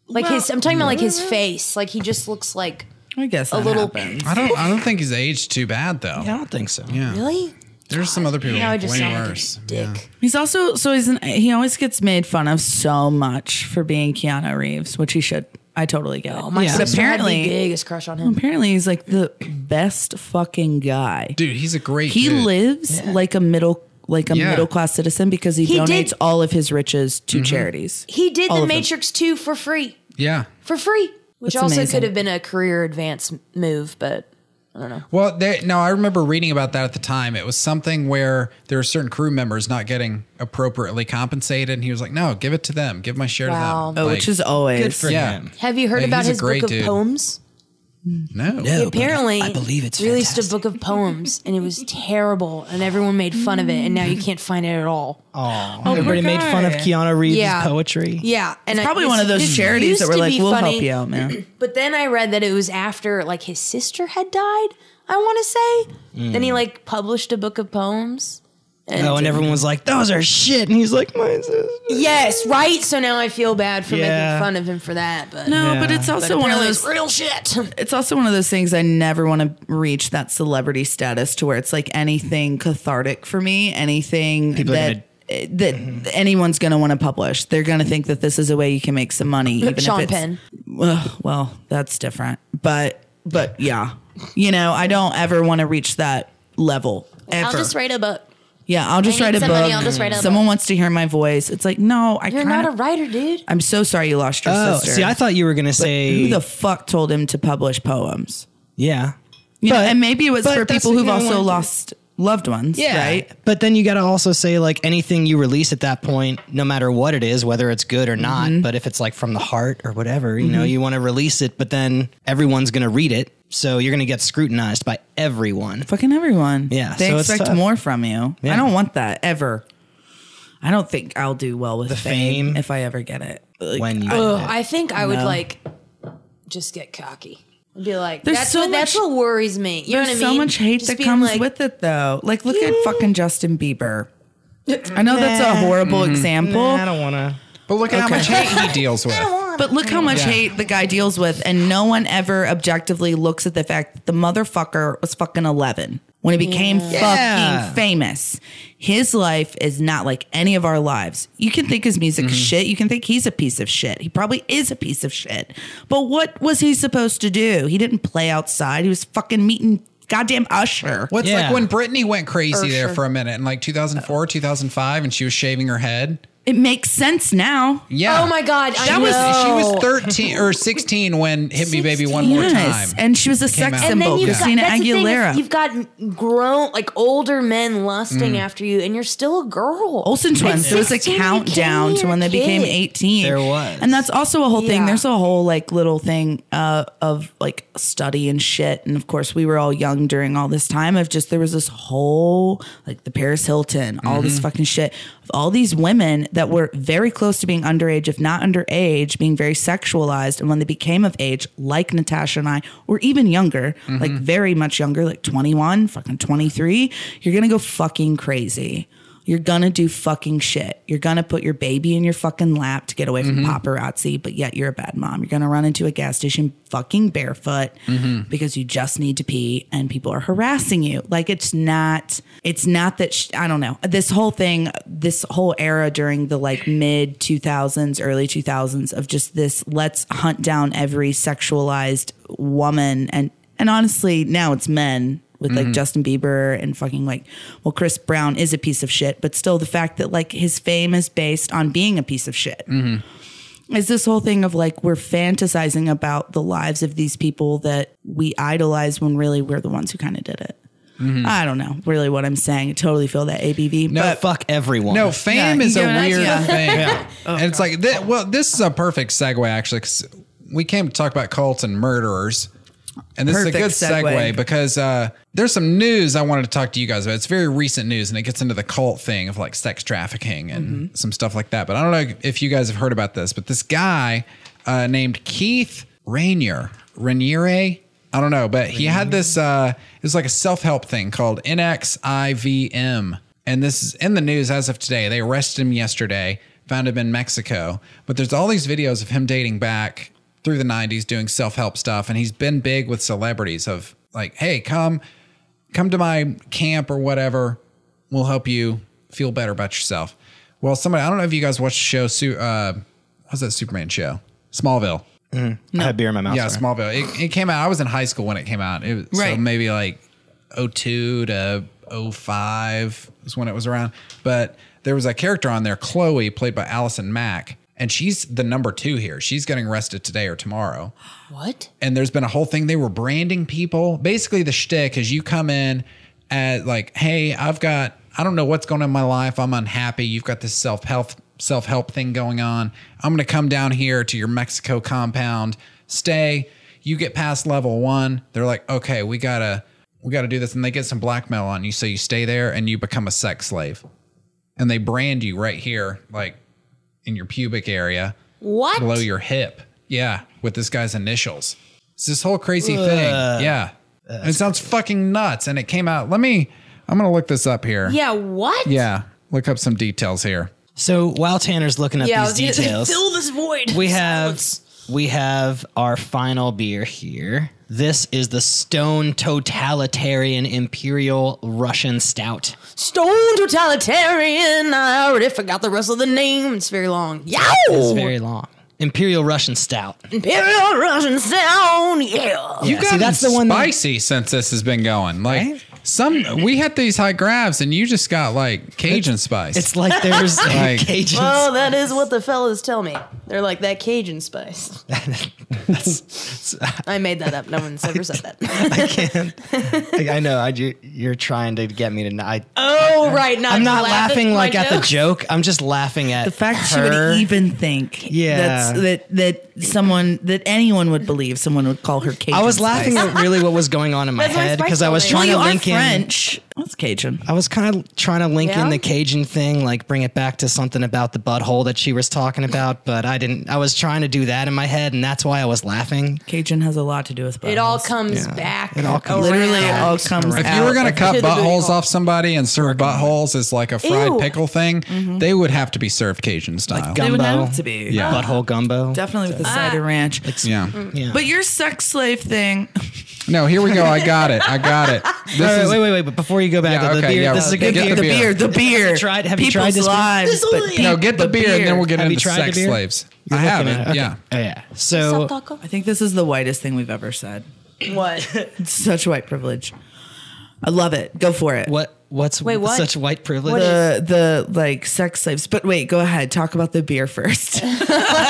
Speaker 3: Like his I'm talking about like his face. Like he just looks like
Speaker 4: I guess
Speaker 3: a
Speaker 4: that
Speaker 3: little
Speaker 4: happens.
Speaker 1: I don't. I don't think he's aged too bad though.
Speaker 2: I don't think so.
Speaker 1: Yeah.
Speaker 3: really?
Speaker 1: There's some other people
Speaker 3: Now I just
Speaker 1: way
Speaker 3: sound like a
Speaker 1: worse.
Speaker 3: dick.
Speaker 4: He's also so he's an, he always gets made fun of so much for being Keanu Reeves, which he should. I totally get.
Speaker 3: Oh
Speaker 4: it.
Speaker 3: my
Speaker 2: Yeah.
Speaker 3: god.
Speaker 4: But apparently-
Speaker 3: the biggest crush on him.
Speaker 4: Apparently, he's like the best fucking guy.
Speaker 1: Dude, he's a great.
Speaker 4: he
Speaker 1: dude.
Speaker 4: lives like a middle like a
Speaker 1: Yeah.
Speaker 4: middle class citizen because he,
Speaker 3: He
Speaker 4: donates
Speaker 3: did-
Speaker 4: all of his riches to charities.
Speaker 3: He did
Speaker 4: All
Speaker 3: the
Speaker 4: of them.
Speaker 3: Matrix 2 for free.
Speaker 1: Yeah.
Speaker 3: For free. Which
Speaker 4: That's
Speaker 3: also
Speaker 4: amazing.
Speaker 3: could have been a career advance move, but
Speaker 1: Well, they, no, I remember reading about that at the time. It was something where there were certain crew members not getting appropriately compensated, and he was like, "No, give it to them. Give my share
Speaker 3: Wow.
Speaker 1: to them."
Speaker 4: Oh,
Speaker 1: Like,
Speaker 4: which is always
Speaker 2: Good for
Speaker 1: Yeah.
Speaker 2: him.
Speaker 3: Have you heard
Speaker 1: Like,
Speaker 3: about
Speaker 1: he's a
Speaker 3: his book
Speaker 1: great
Speaker 3: of
Speaker 1: dude.
Speaker 3: poems?
Speaker 1: no.
Speaker 3: Oh,
Speaker 2: No, but
Speaker 3: Apparently,
Speaker 2: I believe it's
Speaker 3: released
Speaker 2: fantastic.
Speaker 3: a book of poems, and it was terrible, and everyone made fun of it, and now you can't find it at all.
Speaker 2: Oh, Everybody made fun of Keanu Reeves'
Speaker 3: Yeah.
Speaker 2: poetry.
Speaker 3: Yeah, and
Speaker 4: probably
Speaker 3: I,
Speaker 4: one of
Speaker 3: this-
Speaker 4: those
Speaker 3: this
Speaker 4: charities
Speaker 3: used
Speaker 4: that were
Speaker 3: to
Speaker 4: like,
Speaker 3: be
Speaker 4: "We'll
Speaker 3: funny,
Speaker 4: help you out, man."
Speaker 3: But then I read that it was after like his sister had died. I want to
Speaker 4: Hmm.
Speaker 3: say. Then he like published a book of poems.
Speaker 2: Oh, and everyone was like, "Those are shit," and he's like, "Mine's." a-"
Speaker 3: Yes, right. So now I feel bad for
Speaker 2: Yeah.
Speaker 3: making fun of him for that. But
Speaker 4: no, but
Speaker 2: Yeah.
Speaker 4: it's also one of
Speaker 3: Apparently
Speaker 4: those
Speaker 3: it's real shit.
Speaker 4: it's also one of those things I never want to reach that celebrity status to where it's like anything cathartic for me, anything
Speaker 2: People are
Speaker 4: that eh, that anyone's going to want to publish. They're going to think that this is a way you can make some money. Even
Speaker 3: Sean
Speaker 4: if it's,
Speaker 3: Penn.
Speaker 4: Ugh, well, that's different. But but yeah, you know, I don't ever want to reach that level. Ever.
Speaker 3: I'll just write a book.
Speaker 4: yeah, I'll just
Speaker 3: I
Speaker 4: write
Speaker 3: need
Speaker 4: a
Speaker 3: somebody,
Speaker 4: book.
Speaker 3: I'll just write a
Speaker 4: Someone wants to hear my voice. It's like no, I
Speaker 3: You're
Speaker 4: kinda,
Speaker 3: not a writer, dude.
Speaker 4: I'm so sorry you lost your
Speaker 2: Oh,
Speaker 4: sister.
Speaker 2: see, I thought you were gonna
Speaker 4: who
Speaker 2: say,
Speaker 4: the fuck told him to publish poems?
Speaker 2: yeah,
Speaker 4: You know, and maybe it was
Speaker 2: but
Speaker 4: for
Speaker 2: that's
Speaker 4: people
Speaker 2: what
Speaker 4: who've
Speaker 2: you don't
Speaker 4: also
Speaker 2: want to-
Speaker 4: lost loved ones, right?
Speaker 2: But then you got to also say like anything you release at that point, no matter what it is, whether it's good or not.
Speaker 3: Mm-hmm.
Speaker 2: But if it's like from the heart or whatever, you know, you want to release it, but then everyone's gonna read it, so you're gonna get scrutinized by everyone.
Speaker 4: Fucking everyone.
Speaker 2: Yeah,
Speaker 4: They
Speaker 2: so it's
Speaker 4: expect
Speaker 2: tough.
Speaker 4: more from you.
Speaker 2: Yeah.
Speaker 4: I don't want that ever. I don't think I'll do well with the fame,
Speaker 2: fame.
Speaker 4: if I ever get it. Like,
Speaker 2: when you
Speaker 3: Ugh, I think I would like just get cocky and be like,
Speaker 4: There's
Speaker 3: that's
Speaker 4: so
Speaker 3: what that's
Speaker 4: much-
Speaker 3: what worries me. You know what I
Speaker 4: there's
Speaker 3: mean?
Speaker 4: so much hate
Speaker 3: Just
Speaker 4: that
Speaker 3: being
Speaker 4: comes
Speaker 3: like,
Speaker 4: with it though. Like look at fucking Justin Bieber. I know that's a horrible
Speaker 2: Mm-hmm.
Speaker 4: example,
Speaker 2: I don't want to.
Speaker 1: But look at how much hate he deals with.
Speaker 4: but look how much
Speaker 1: Yeah.
Speaker 4: hate the guy deals with, and no one ever objectively looks at the fact that the motherfucker was fucking eleven when he became
Speaker 2: Yeah.
Speaker 4: fucking famous. His life is not like any of our lives. You can think his music
Speaker 1: Mm-hmm.
Speaker 4: is shit. You can think he's a piece of shit. He probably is a piece of shit. But what was he supposed to do? He didn't play outside. He was fucking meeting goddamn Usher.
Speaker 1: What's
Speaker 2: Yeah.
Speaker 1: like when Britney went crazy there
Speaker 3: sure.
Speaker 1: for a minute in like 2004, 2005, and she was shaving her head.
Speaker 4: It makes sense now.
Speaker 1: Yeah.
Speaker 3: Oh my God, I
Speaker 1: That was she was
Speaker 3: know.
Speaker 1: 13 or 16 when Hit Me Baby One More Time.
Speaker 4: Yes, and she was a sex
Speaker 1: out.
Speaker 3: and
Speaker 4: symbol,
Speaker 3: then you've
Speaker 4: Christina
Speaker 3: got, that's the thing,
Speaker 4: Aguilera.
Speaker 3: is you've got grown, like older men lusting after you, and you're still a girl.
Speaker 4: Mm. Olsen twins. There was a
Speaker 3: 16, you can't
Speaker 4: countdown
Speaker 3: be
Speaker 4: to when they
Speaker 3: a
Speaker 4: became
Speaker 3: kid.
Speaker 4: 18.
Speaker 2: There was.
Speaker 4: And that's also a whole thing.
Speaker 3: Yeah.
Speaker 4: There's a whole like little thing uh, of like study and shit. And of course, we were all young during all this time of just there was this whole like the Paris Hilton, all
Speaker 2: Mm-hmm.
Speaker 4: this fucking shit of all these women that were very close to being underage, if not underage, being very sexualized. And when they became of age, like Natasha and I, or even younger, like
Speaker 2: Mm-hmm.
Speaker 4: very much younger, like 21, fucking 23, you're going to go fucking crazy. You're gonna do fucking shit. You're gonna put your baby in your fucking lap to get away from paparazzi, but yet you're a bad mom. You're gonna run into a gas station fucking barefoot because you just need to pee and people are harassing you. Like it's not, it's not that, sh- I don't know. This whole thing, this whole era during the like mid 2000s, early 2000s of just this let's hunt down every sexualized woman and, and honestly, now it's men with
Speaker 2: Mm-hmm.
Speaker 4: like Justin Bieber and fucking like, well, Chris Brown is a piece of shit, but still the fact that like his fame is based on being a piece of shit.
Speaker 2: Mm-hmm.
Speaker 4: Is this whole thing of like we're fantasizing about the lives of these people that we idolize when really we're the ones who kind of did it?
Speaker 2: Mm-hmm.
Speaker 4: I don't know really what I'm saying. I totally feel that ABV.
Speaker 2: But
Speaker 4: but
Speaker 2: fuck everyone.
Speaker 1: No, fame
Speaker 4: you
Speaker 1: is a
Speaker 4: get an
Speaker 1: weird
Speaker 4: idea.
Speaker 1: thing. and it's like, thi- well, this is a perfect segue, actually, 'cause we came to talk about cults and murderers. And this
Speaker 4: Perfect
Speaker 1: is a good segue,
Speaker 4: segue.
Speaker 1: because uh, there's some news I wanted to talk to you guys about. It's very recent news and it gets into the cult thing of like sex trafficking and some stuff like that. But I don't know if you guys have heard about this, but this guy uh, named Keith Rainier, Rainier, I don't know, but he had this, uh, it was like a self help thing called NXIVM. And this is in the news as of today. They arrested him yesterday, found him in Mexico. But there's all these videos of him dating back through the 90s doing self-help stuff and he's been big with celebrities of like hey come come to my camp or whatever we'll help you feel better about yourself well somebody i don't know if you guys watched the show Su- uh what's that superman show smallville
Speaker 2: I had beer in my mouth.
Speaker 1: yeah
Speaker 2: sorry.
Speaker 1: smallville it, it came out i was in high school when it came out it was so
Speaker 4: Right.
Speaker 1: maybe like 02 to 05 is when it was around but there was a character on there chloe played by allison mack and she's the number two here she's getting arrested today or tomorrow
Speaker 3: what?
Speaker 1: and there's been a whole thing. They were branding people. Basically, the shtick is you come in at like, hey, I've got, I don't know what's going on in my life. I'm unhappy. You've got this self help self help thing going on. I'm gonna come down here to your Mexico compound, stay. You get past level one. They're like, okay, we gotta we gotta do this, and they get some blackmail on you. So you stay there and you become a sex slave, and they brand you right here, like in your pubic area
Speaker 3: What?
Speaker 1: below your hip. Yeah, with this guy's initials. It's this whole crazy thing. Yeah. it sounds fucking nuts. And it came out. Let me, I'm going to look this up here.
Speaker 3: yeah. What?
Speaker 1: Yeah. Look up some details here.
Speaker 2: So while Tanner's looking up
Speaker 3: Yeah. I
Speaker 2: these
Speaker 3: was gonna say,
Speaker 2: details,
Speaker 3: Fill this void.
Speaker 2: we have
Speaker 3: Silence.
Speaker 2: we have our final beer here. This is the Stone Totalitarian Imperial Russian Stout.
Speaker 3: Stone Totalitarian. I already forgot the rest of the name. It's very long. Yow!
Speaker 2: It's very long. Imperial Russian Stout.
Speaker 3: Imperial Russian sound. Yeah.
Speaker 1: You
Speaker 2: Yeah,
Speaker 1: got
Speaker 2: see, that's the one that-
Speaker 1: spicy since this has been going. Like some, we had these high graphs and you just got like Cajun spice.
Speaker 2: It's like there's
Speaker 1: Like-
Speaker 2: Cajuns.
Speaker 3: Oh, that is what the fellas tell me. They're like that Cajun spice. I made that up. No one's ever said that.
Speaker 2: I can't. I know. I, you, you're trying to get me to. n- I,
Speaker 3: Oh, right. Not
Speaker 2: I'm not
Speaker 3: laugh
Speaker 2: laughing
Speaker 3: my
Speaker 2: like at the
Speaker 3: joke.
Speaker 2: joke. I'm just laughing at
Speaker 4: the fact that she
Speaker 2: her.
Speaker 4: would even think
Speaker 2: Yeah.
Speaker 4: that's, that that someone that anyone would believe someone would call her Cajun.
Speaker 2: I was
Speaker 4: spice.
Speaker 2: laughing at really what was going on in my
Speaker 3: That's why
Speaker 2: head
Speaker 3: Spike
Speaker 2: because I was
Speaker 3: told me.
Speaker 2: trying
Speaker 4: Well, you
Speaker 2: to
Speaker 4: are
Speaker 2: link in.
Speaker 4: French. That's Cajun.
Speaker 2: I was kind of trying to link in
Speaker 3: Yeah?
Speaker 2: the Cajun thing, like bring it back to something about the butthole that she was talking about, but I didn't. I was trying to do that in my head, and that's why I was laughing.
Speaker 4: Cajun has a lot to do with
Speaker 3: It all comes back. It all
Speaker 2: comes-
Speaker 4: Literally, it all comes.
Speaker 1: if
Speaker 4: out
Speaker 1: you were going to
Speaker 4: of-
Speaker 1: cut
Speaker 3: to the booty
Speaker 1: buttholes
Speaker 3: hole.
Speaker 1: off somebody and serve buttholes as like a fried
Speaker 3: Ew.
Speaker 1: pickle thing,
Speaker 2: Mm-hmm.
Speaker 1: they would have to be served Cajun style.
Speaker 4: It
Speaker 2: Gumbo,
Speaker 4: would have to be.
Speaker 1: Yeah.
Speaker 2: butthole gumbo.
Speaker 4: Definitely with the cider ranch.
Speaker 1: yeah.
Speaker 2: Yeah.
Speaker 4: But your sex slave thing,
Speaker 1: No, here we go. I got it. I got it. This
Speaker 2: All right,
Speaker 1: is,
Speaker 2: wait, wait, wait! But before you go back
Speaker 1: Yeah,
Speaker 2: to the
Speaker 1: okay,
Speaker 2: beer,
Speaker 1: yeah,
Speaker 2: this is a
Speaker 1: get
Speaker 2: good
Speaker 1: the
Speaker 2: beer.
Speaker 4: the beer, the beer.
Speaker 2: tried- have you
Speaker 4: People's
Speaker 2: tried this beer?
Speaker 4: lives,
Speaker 3: This
Speaker 4: but
Speaker 3: only-
Speaker 4: pe-
Speaker 1: No, get the, beer, and then we'll get
Speaker 2: Have you
Speaker 1: into
Speaker 2: tried
Speaker 1: sex
Speaker 2: the beer?
Speaker 1: slaves.
Speaker 2: You're
Speaker 1: I
Speaker 2: looking
Speaker 1: haven't.
Speaker 2: at it. Okay.
Speaker 1: Yeah.
Speaker 2: Oh, yeah. So
Speaker 4: I think this is the whitest thing we've ever said.
Speaker 3: What?
Speaker 4: It's such white privilege. I love it. Go for it.
Speaker 2: what What's
Speaker 3: Wait, what?
Speaker 2: such white privilege?
Speaker 3: What is-
Speaker 4: the the like sex slaves. But wait, go ahead. Talk about the beer first.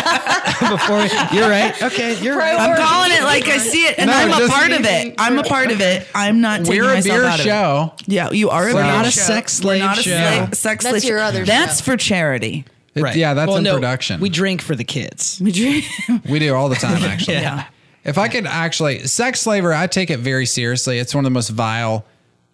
Speaker 2: Before you're right. Okay, you're right.
Speaker 4: I'm calling it like I see it, and
Speaker 1: No,
Speaker 4: I'm a
Speaker 1: just-
Speaker 4: part of it. I'm a part of it. I'm not taking
Speaker 1: We're a
Speaker 4: myself
Speaker 1: beer
Speaker 4: out of it.
Speaker 1: show.
Speaker 4: Yeah, you are.
Speaker 2: We're
Speaker 4: beer
Speaker 2: not a
Speaker 4: show.
Speaker 2: sex slave
Speaker 4: We're not a
Speaker 2: show.
Speaker 4: sla- sex
Speaker 3: That's
Speaker 4: slave
Speaker 3: your
Speaker 4: show.
Speaker 3: other
Speaker 4: That's
Speaker 3: show.
Speaker 4: for charity.
Speaker 1: It- Yeah, that's in production.
Speaker 2: We drink for the kids.
Speaker 4: Would you-
Speaker 1: We do all the time, actually.
Speaker 2: Yeah.
Speaker 1: If I could actually, sex slavery, I take it very seriously. It's one of the most vile,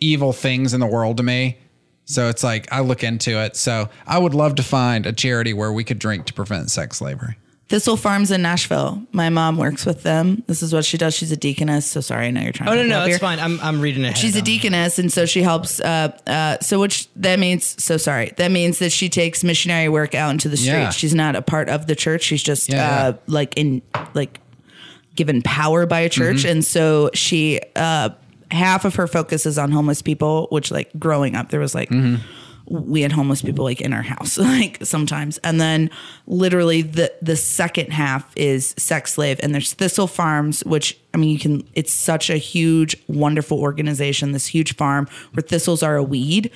Speaker 1: evil things in the world to me. So it's like I look into it. So I would love to find a charity where we could drink to prevent sex slavery.
Speaker 4: Thistle Farms in Nashville. My mom works with them. This is what she does. She's a deaconess. So sorry, I know you're trying.
Speaker 2: Oh
Speaker 4: to
Speaker 2: no, no,
Speaker 4: talk
Speaker 2: it's
Speaker 4: beer.
Speaker 2: fine. I'm I'm reading it.
Speaker 4: She's a deaconess, and so she helps. Uh, uh, so which that means. So sorry, that means that she takes missionary work out into the streets.
Speaker 1: Yeah.
Speaker 4: She's not a part of the church. She's just
Speaker 1: Yeah,
Speaker 4: uh,
Speaker 1: yeah.
Speaker 4: like in like given power by a church, and so she uh, half of her focus is on homeless people. Which like growing up, there was like. We had homeless people like in our house, like sometimes, and then literally the the second half is sex slave, and there's Thistle Farms, which I mean, you can. It's such a huge, wonderful organization. This huge farm where thistles are a weed,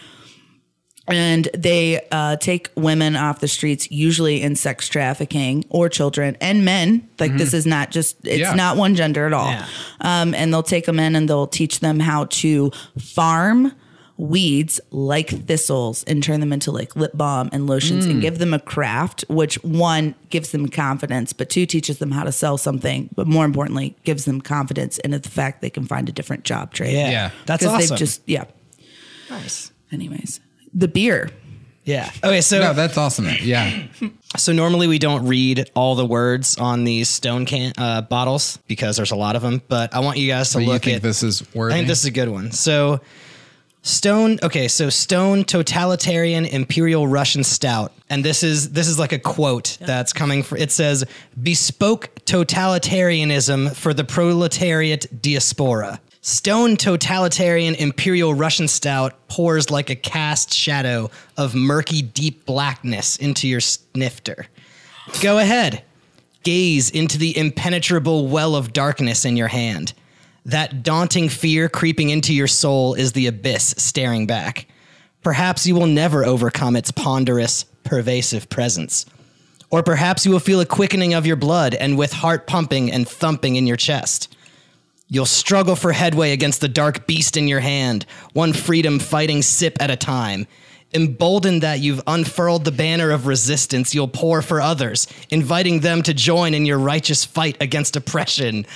Speaker 4: and they uh, take women off the streets, usually in sex trafficking or children and men. Like this is not just it's
Speaker 1: Yeah.
Speaker 4: not one gender at all.
Speaker 2: Yeah.
Speaker 4: Um, and they'll take them in and they'll teach them how to farm weeds like thistles and turn them into like lip balm and lotions
Speaker 2: Mm.
Speaker 4: and give them a craft which one gives them confidence but two teaches them how to sell something but more importantly gives them confidence in the fact they can find a different job trade
Speaker 2: Yeah,
Speaker 1: Yeah.
Speaker 2: that's
Speaker 4: because
Speaker 2: awesome.
Speaker 4: they've just yeah
Speaker 2: nice.
Speaker 4: anyways the beer
Speaker 2: Yeah. Okay, so
Speaker 1: No, that's awesome. Yeah.
Speaker 2: So normally we don't read all the words on these stone can uh, bottles because there's a lot of them. But I want you guys to
Speaker 1: Do you
Speaker 2: look
Speaker 1: think
Speaker 2: at.
Speaker 1: this is
Speaker 2: I
Speaker 1: worthy?
Speaker 2: think this is a good one. So stone. Okay, so stone totalitarian imperial Russian stout, and this is this is like a quote that's coming. For, it says bespoke totalitarianism for the proletariat diaspora. Stone totalitarian imperial Russian stout pours like a cast shadow of murky deep blackness into your snifter. Go ahead. Gaze into the impenetrable well of darkness in your hand. That daunting fear creeping into your soul is the abyss staring back. Perhaps you will never overcome its ponderous, pervasive presence. Or perhaps you will feel a quickening of your blood and with heart pumping and thumping in your chest. You'll struggle for headway against the dark beast in your hand, one freedom fighting sip at a time. Emboldened that you've unfurled the banner of resistance, you'll pour for others, inviting them to join in your righteous fight against oppression.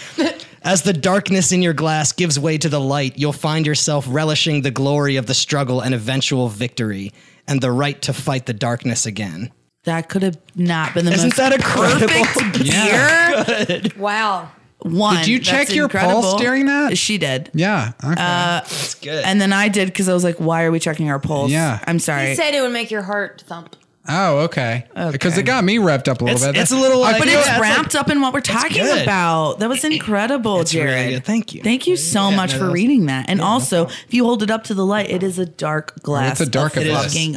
Speaker 2: As the darkness in your glass gives way to the light, you'll find yourself relishing the glory of the struggle and eventual victory, and the right to fight the darkness again.
Speaker 4: that could have not been the
Speaker 2: Isn't
Speaker 4: most
Speaker 2: that incredible?
Speaker 4: perfect beer
Speaker 3: Wow.
Speaker 4: one
Speaker 1: Did you
Speaker 4: that's
Speaker 1: check your
Speaker 4: incredible.
Speaker 1: pulse during that?
Speaker 4: she did
Speaker 1: yeah. Okay.
Speaker 2: That's good.
Speaker 4: and then i did because i was like why are we checking our pulse
Speaker 1: Yeah.
Speaker 4: i'm sorry
Speaker 3: He said it would make your heart thump.
Speaker 1: oh, okay. Because it got me revved up a little
Speaker 2: it's,
Speaker 1: bit.
Speaker 2: it's a little like,
Speaker 4: but
Speaker 2: yeah,
Speaker 4: it's
Speaker 2: it's like-
Speaker 4: wrapped up in what we're talking
Speaker 2: good.
Speaker 4: about. That was incredible,
Speaker 2: really
Speaker 4: Jared.
Speaker 2: good. Thank you.
Speaker 4: Thank you so much
Speaker 2: no,
Speaker 4: for
Speaker 2: that was-
Speaker 4: reading that. And also, if you hold it up to the light, it is a dark glass.
Speaker 1: It's a dark
Speaker 4: of
Speaker 1: abyss.
Speaker 4: fucking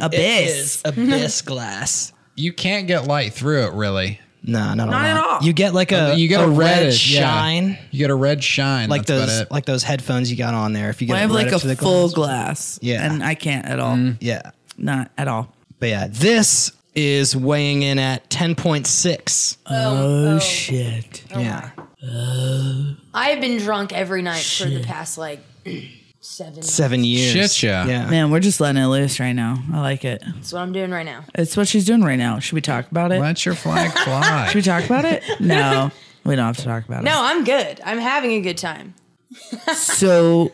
Speaker 2: It is
Speaker 4: abyss.
Speaker 2: abyss glass.
Speaker 1: you can't get light through it, really.
Speaker 2: No, not,
Speaker 4: Not
Speaker 2: a
Speaker 4: at
Speaker 2: lot.
Speaker 4: all.
Speaker 2: You get like a
Speaker 1: You get a,
Speaker 2: red
Speaker 1: reddish, yeah.
Speaker 2: shine,
Speaker 1: You get a red shine.
Speaker 2: like
Speaker 1: that's about
Speaker 2: those
Speaker 1: it.
Speaker 2: like those headphones you got on there. If you get
Speaker 4: I
Speaker 2: it
Speaker 4: have
Speaker 2: right
Speaker 4: like
Speaker 2: up
Speaker 4: a
Speaker 2: to the
Speaker 4: full
Speaker 2: glass.
Speaker 4: glass.
Speaker 2: Yeah. Mm.
Speaker 4: And I can't at all.
Speaker 2: yeah,
Speaker 4: Not at all.
Speaker 2: but yeah, this is weighing in at ten point six.
Speaker 4: Oh, shit.
Speaker 2: yeah,
Speaker 3: I've been drunk every night for the past like seven.
Speaker 2: seven years.
Speaker 1: Shit, yeah.
Speaker 2: yeah.
Speaker 4: Man, we're just letting it loose right now. I like it.
Speaker 3: That's what I'm doing right now.
Speaker 4: It's what she's doing right now. Should we talk about it?
Speaker 1: Let your flag fly.
Speaker 4: Should we talk about it? No. We don't have to talk about
Speaker 3: No, I'm good. I'm having a good time.
Speaker 4: it. So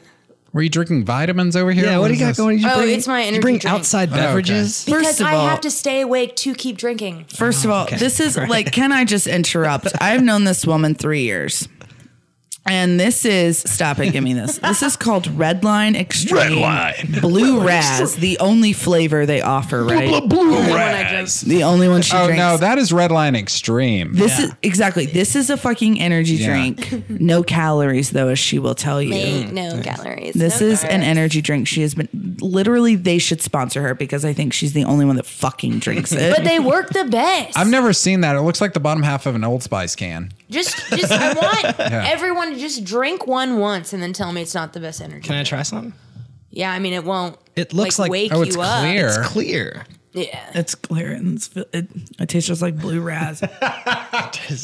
Speaker 1: Were you drinking vitamins over here?
Speaker 2: Yeah, what do you got
Speaker 1: is this?
Speaker 2: going? Did you
Speaker 3: Oh,
Speaker 2: bring,
Speaker 3: it's my
Speaker 2: did You
Speaker 3: energy
Speaker 2: bring
Speaker 3: drink.
Speaker 2: outside
Speaker 1: Oh, okay.
Speaker 2: beverages.
Speaker 3: Because
Speaker 4: First of
Speaker 3: I
Speaker 4: all-
Speaker 3: have to stay awake to keep drinking.
Speaker 4: First of all, this is like, can I just interrupt? I've known this woman three years. And this is stop it, give me this. This is called Red Line Extreme. Red Line. Blue Raz, the only flavor they offer, right?
Speaker 3: Only when I drink.
Speaker 4: The only one she
Speaker 1: Oh
Speaker 4: drinks.
Speaker 1: no, that is Red Line Extreme.
Speaker 4: this is exactly this is a fucking energy
Speaker 1: Yeah.
Speaker 4: drink. No calories though, as she will tell you.
Speaker 3: Ain't no calories.
Speaker 4: This
Speaker 3: no
Speaker 4: is an
Speaker 3: carbs.
Speaker 4: energy drink. She has been literally they should sponsor her because I think she's the only one that fucking drinks it.
Speaker 3: But they work the best.
Speaker 1: I've never seen that. It looks like the bottom half of an Old Spice can.
Speaker 3: just, just I want everyone to just drink one once and then tell me it's not the best energy.
Speaker 2: Can I try some?
Speaker 3: Yeah, I mean it won't.
Speaker 2: It looks like-
Speaker 3: wake
Speaker 1: Oh, it's
Speaker 3: you up.
Speaker 1: clear.
Speaker 2: It's clear.
Speaker 3: Yeah,
Speaker 4: It's clear and it's, it, it tastes just like blue raz.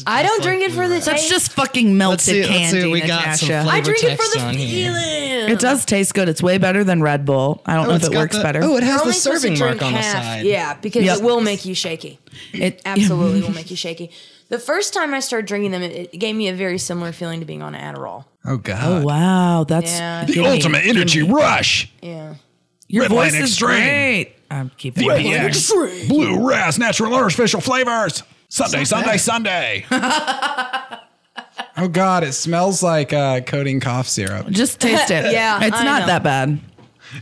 Speaker 3: I don't drink it for the taste.
Speaker 4: That's just fucking melted
Speaker 2: see- let's
Speaker 4: candy,
Speaker 2: see, we got
Speaker 4: Natasha.
Speaker 2: some
Speaker 3: I
Speaker 2: flavor
Speaker 3: drink it for
Speaker 2: text
Speaker 3: the
Speaker 2: on here.
Speaker 3: feeling.
Speaker 4: It does taste good. It's way better than Red Bull. I don't know if
Speaker 2: it's
Speaker 4: it
Speaker 2: got
Speaker 4: works
Speaker 2: the-
Speaker 4: better.
Speaker 2: Oh, it has
Speaker 3: You're
Speaker 2: the
Speaker 3: only supposed to
Speaker 2: serving mark
Speaker 3: drink
Speaker 2: on the
Speaker 3: half.
Speaker 2: side.
Speaker 3: Yeah, because
Speaker 4: Yep.
Speaker 3: it will make you shaky.
Speaker 4: It-
Speaker 3: absolutely will make you shaky. The first time I started drinking them, it, it gave me a very similar feeling to being on Adderall.
Speaker 1: Oh God.
Speaker 4: Wow, that's
Speaker 3: Yeah.
Speaker 4: give me-
Speaker 1: energy rush.
Speaker 3: Yeah.
Speaker 4: Your
Speaker 1: Red
Speaker 4: voice
Speaker 1: Line
Speaker 4: is
Speaker 1: Extreme.
Speaker 4: great. I'm keeping it.
Speaker 1: BX. Blue Ras, natural artificial flavors. Sunday, Sunday, Sunday. oh God, it smells like uh, coating cough syrup.
Speaker 4: Just taste it.
Speaker 3: Yeah,
Speaker 4: it's
Speaker 3: I
Speaker 4: not
Speaker 3: know.
Speaker 4: that bad.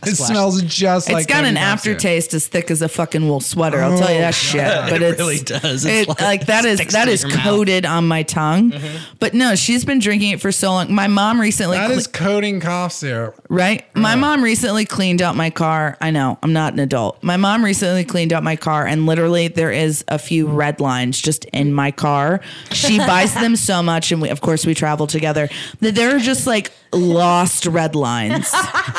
Speaker 1: It smells just like
Speaker 4: it's got
Speaker 1: coating
Speaker 4: an
Speaker 1: cough syrup.
Speaker 4: aftertaste as thick as a fucking wool sweater. I'll tell you that shit. But it
Speaker 2: really does. It's
Speaker 4: It, like,
Speaker 2: like-
Speaker 4: that
Speaker 2: it
Speaker 4: is
Speaker 2: sticks
Speaker 4: that
Speaker 2: to
Speaker 4: is
Speaker 2: your mouth.
Speaker 4: coated on my tongue. But no, she's been drinking it for so long. My mom recently
Speaker 1: That
Speaker 4: cle-
Speaker 1: is coating cough syrup.
Speaker 4: right? My mom recently cleaned out my car. I know I'm not an adult. My mom recently cleaned out my car, and literally there is a few red lines just in my car. She buys them so much, and we, of course, we travel together. That they're just like lost red lines.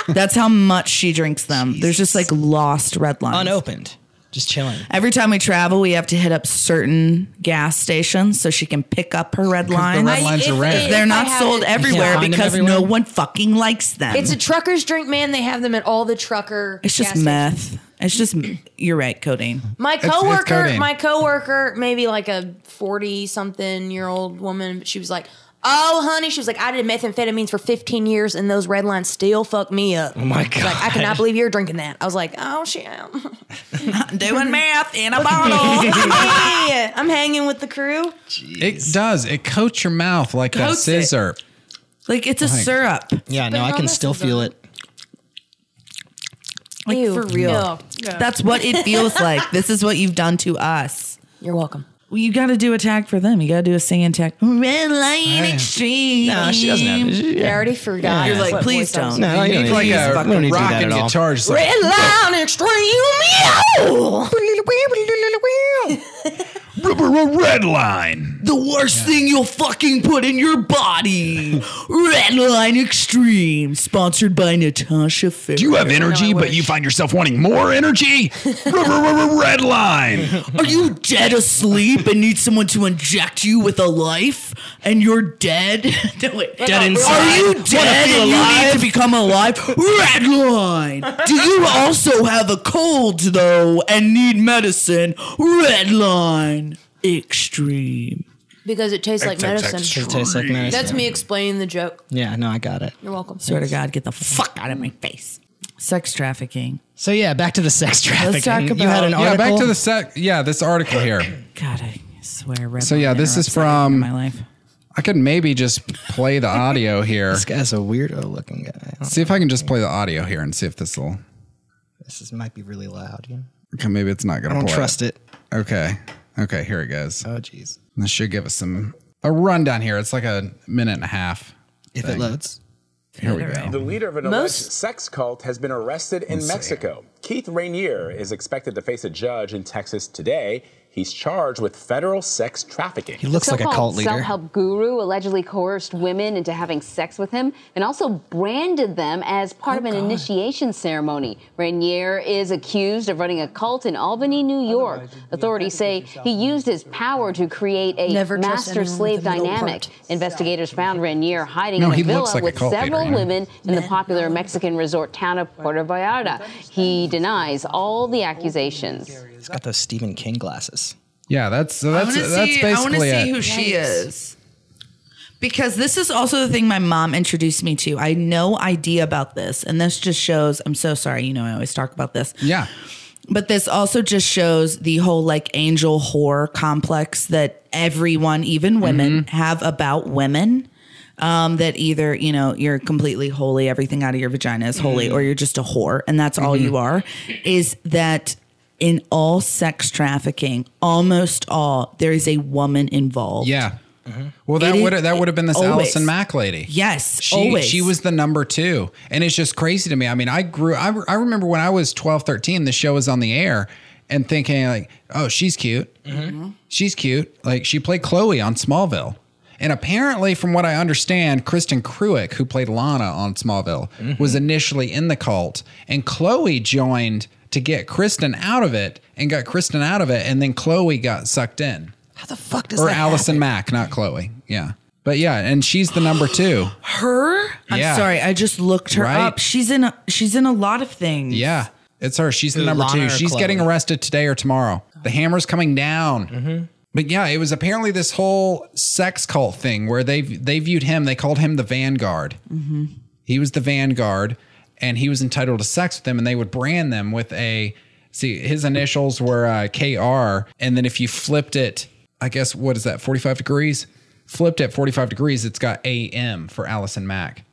Speaker 4: That's how much she drinks them. There's just like lost red lines.
Speaker 2: Unopened. Just chilling.
Speaker 4: Every time we travel, we have to hit up certain gas stations so she can pick up her red lines.
Speaker 1: red lines
Speaker 3: if
Speaker 1: are
Speaker 3: it-
Speaker 1: red.
Speaker 4: They're
Speaker 3: if
Speaker 4: not
Speaker 3: I had
Speaker 4: sold
Speaker 3: it-
Speaker 4: everywhere
Speaker 2: find them
Speaker 4: because
Speaker 2: everywhere.
Speaker 4: no one fucking likes them.
Speaker 3: It's a trucker's drink, man. They have them at all the trucker.
Speaker 4: It's just
Speaker 3: gas stations.
Speaker 4: meth. It's just you're right, codeine.
Speaker 3: My
Speaker 1: it's
Speaker 3: coworker,
Speaker 1: codeine.
Speaker 3: my coworker, maybe like a forty-something-year-old woman. She was like, "Oh, honey," she was like, "I did methamphetamines for fifteen years, and those red lines still fuck me up." Oh
Speaker 2: my
Speaker 3: Like, I
Speaker 2: God.
Speaker 3: cannot believe you're drinking that. I was like, "Oh shit,
Speaker 4: Doing math in a bottle.
Speaker 3: Hey, I'm hanging with the crew."
Speaker 1: It does. It coats your mouth like that
Speaker 4: Coats it.
Speaker 1: scissor.
Speaker 4: like it's a syrup.
Speaker 2: Yeah,
Speaker 3: But
Speaker 2: no, I
Speaker 3: all
Speaker 2: can
Speaker 3: this
Speaker 2: still
Speaker 3: is
Speaker 2: feel
Speaker 3: on-
Speaker 2: it.
Speaker 4: Like
Speaker 3: Ew.
Speaker 4: for real.
Speaker 3: No.
Speaker 4: That's what it feels like. This is what you've done to us.
Speaker 3: You're welcome.
Speaker 4: Well, you got to do a tag for them. You got to do a singing tag. Red light
Speaker 1: Hey.
Speaker 4: extreme.
Speaker 2: No, she doesn't have it.
Speaker 3: I already forgot.
Speaker 4: You're
Speaker 2: Yeah.
Speaker 4: like,
Speaker 3: what
Speaker 4: please
Speaker 3: voice I was
Speaker 4: don't.
Speaker 2: No, you don't need
Speaker 1: Like
Speaker 2: to use
Speaker 1: a
Speaker 2: it. don't need to do
Speaker 1: rock
Speaker 2: that
Speaker 1: and
Speaker 2: at all.
Speaker 1: guitar. Just like,
Speaker 3: Red line extreme.
Speaker 1: red line.
Speaker 4: The worst thing you'll fucking put in your body. Red Line Extreme, sponsored by Natasha Fair.
Speaker 1: have energy,
Speaker 3: but you
Speaker 1: find yourself wanting more energy. red line.
Speaker 4: Are you dead asleep and need someone to inject you with a life and you're dead? no, wait.
Speaker 2: Dead inside.
Speaker 4: Are you
Speaker 2: Wanna
Speaker 4: dead
Speaker 2: feel
Speaker 4: and you need
Speaker 2: alive?
Speaker 4: to become alive? Red line. Do you also have a cold though and need medicine? Red line. Extreme.
Speaker 3: Because it tastes like medicine.
Speaker 2: It tastes like medicine.
Speaker 3: That's me explaining the joke.
Speaker 2: Yeah, no, I got it.
Speaker 3: You're welcome.
Speaker 4: Swear to God, get the fuck out of my face. Sex trafficking.
Speaker 2: So yeah, back to the sex trafficking.
Speaker 4: talk
Speaker 2: you had
Speaker 4: about-
Speaker 2: an
Speaker 4: Yeah,
Speaker 2: article.
Speaker 1: Yeah, back to the sec. Yeah, this article here.
Speaker 4: God, I swear. Red
Speaker 1: So, yeah,
Speaker 4: line
Speaker 1: this is
Speaker 4: interrupts everything in
Speaker 1: from-
Speaker 4: my life.
Speaker 1: I could maybe just play the audio here.
Speaker 2: This guy's a weirdo looking guy.
Speaker 1: See if I can just play the audio here and see if this will.
Speaker 2: This is, might be really loud. You know?
Speaker 1: Okay, maybe it's not gonna.
Speaker 2: I don't trust it.
Speaker 1: Okay. Okay, here it goes.
Speaker 2: Oh jeez.
Speaker 1: This should give us some a rundown here. It's like a minute and a half.
Speaker 2: If it loads.
Speaker 1: Here we go.
Speaker 7: The leader of an
Speaker 3: Most-
Speaker 7: alleged sex cult has been arrested in
Speaker 1: Let's see.
Speaker 7: Mexico. Keith Rainier is expected to face a judge in Texas today. He's charged with federal sex trafficking.
Speaker 2: He looks like a
Speaker 8: so-called
Speaker 2: cult leader.
Speaker 8: Self-help guru allegedly coerced women into having sex with him and also branded them as part of an initiation ceremony. Rainier is accused of running a cult in Albany, New York. Authorities say he used his power to create a
Speaker 3: Never trust anyone with
Speaker 8: master-slave
Speaker 3: a middle
Speaker 8: dynamic.
Speaker 3: part.
Speaker 8: Investigators found Rainier hiding
Speaker 1: No,
Speaker 8: in
Speaker 1: he
Speaker 8: a
Speaker 1: looks
Speaker 8: villa
Speaker 1: like a
Speaker 8: with
Speaker 1: cult leader,
Speaker 8: several
Speaker 1: you know?
Speaker 8: women in the popular Mexican resort town of Puerto Vallarta. He denies all the accusations.
Speaker 2: He's got those Stephen King glasses.
Speaker 1: Yeah, that's so that's
Speaker 4: wanna
Speaker 1: that's
Speaker 4: see-
Speaker 1: basically
Speaker 4: I want to see
Speaker 1: it.
Speaker 4: who she is. Because this is also the thing my mom introduced me to. I had no idea about this. And this just shows, I'm so sorry. You know, I always talk about this.
Speaker 1: yeah.
Speaker 4: But this also just shows the whole like angel whore complex that everyone, even women,
Speaker 1: Mm-hmm.
Speaker 4: have about women. Um, that either, you know, you're completely holy, everything out of your vagina is holy,
Speaker 1: Mm-hmm.
Speaker 4: or you're just a whore and that's all you are. Is that in all sex trafficking, almost all, there is a woman involved.
Speaker 1: Yeah. Well, that
Speaker 4: It is-
Speaker 1: would that would have been this
Speaker 4: always.
Speaker 1: Allison Mack lady.
Speaker 4: Yes.
Speaker 1: She,
Speaker 4: always.
Speaker 1: she was the number two. And it's just crazy to me. I mean, I grew, I, I remember when I was 12, 13, the show was on the air and
Speaker 2: Mm-hmm.
Speaker 1: thinking, like, oh, she's cute. She's cute. Like, she played Chloe on Smallville. And apparently, from what I understand, Kristen Kruick, who played Lana on Smallville,
Speaker 2: Mm-hmm.
Speaker 1: was initially in the cult, and Chloe joined to get Kristen out of it, and got Kristen out of it, and then Chloe got sucked in,
Speaker 2: How the fuck does
Speaker 1: or
Speaker 2: that
Speaker 1: Allison Mack, not Chloe. Yeah, but yeah, and she's the number two.
Speaker 4: Her? I'm
Speaker 1: Yeah.
Speaker 4: sorry, I just looked her
Speaker 1: Right.
Speaker 4: up. She's in a she's in a lot of things.
Speaker 1: Yeah, it's her. She's the
Speaker 2: Who,
Speaker 1: number
Speaker 2: Lana
Speaker 1: two.
Speaker 2: or
Speaker 1: She's
Speaker 2: Chloe?
Speaker 1: getting arrested today or tomorrow. The hammer's coming down.
Speaker 2: Mm-hmm.
Speaker 1: But yeah, it was apparently this whole sex cult thing where they they viewed him. They called him the vanguard.
Speaker 2: Mm-hmm.
Speaker 1: He was the vanguard, and he was entitled to sex with them, and they would brand them with a. See, his initials were uh, KR, and then if you flipped it, I guess what is that? Forty five degrees. Flipped at forty five degrees, it's got AM for Allison Mack.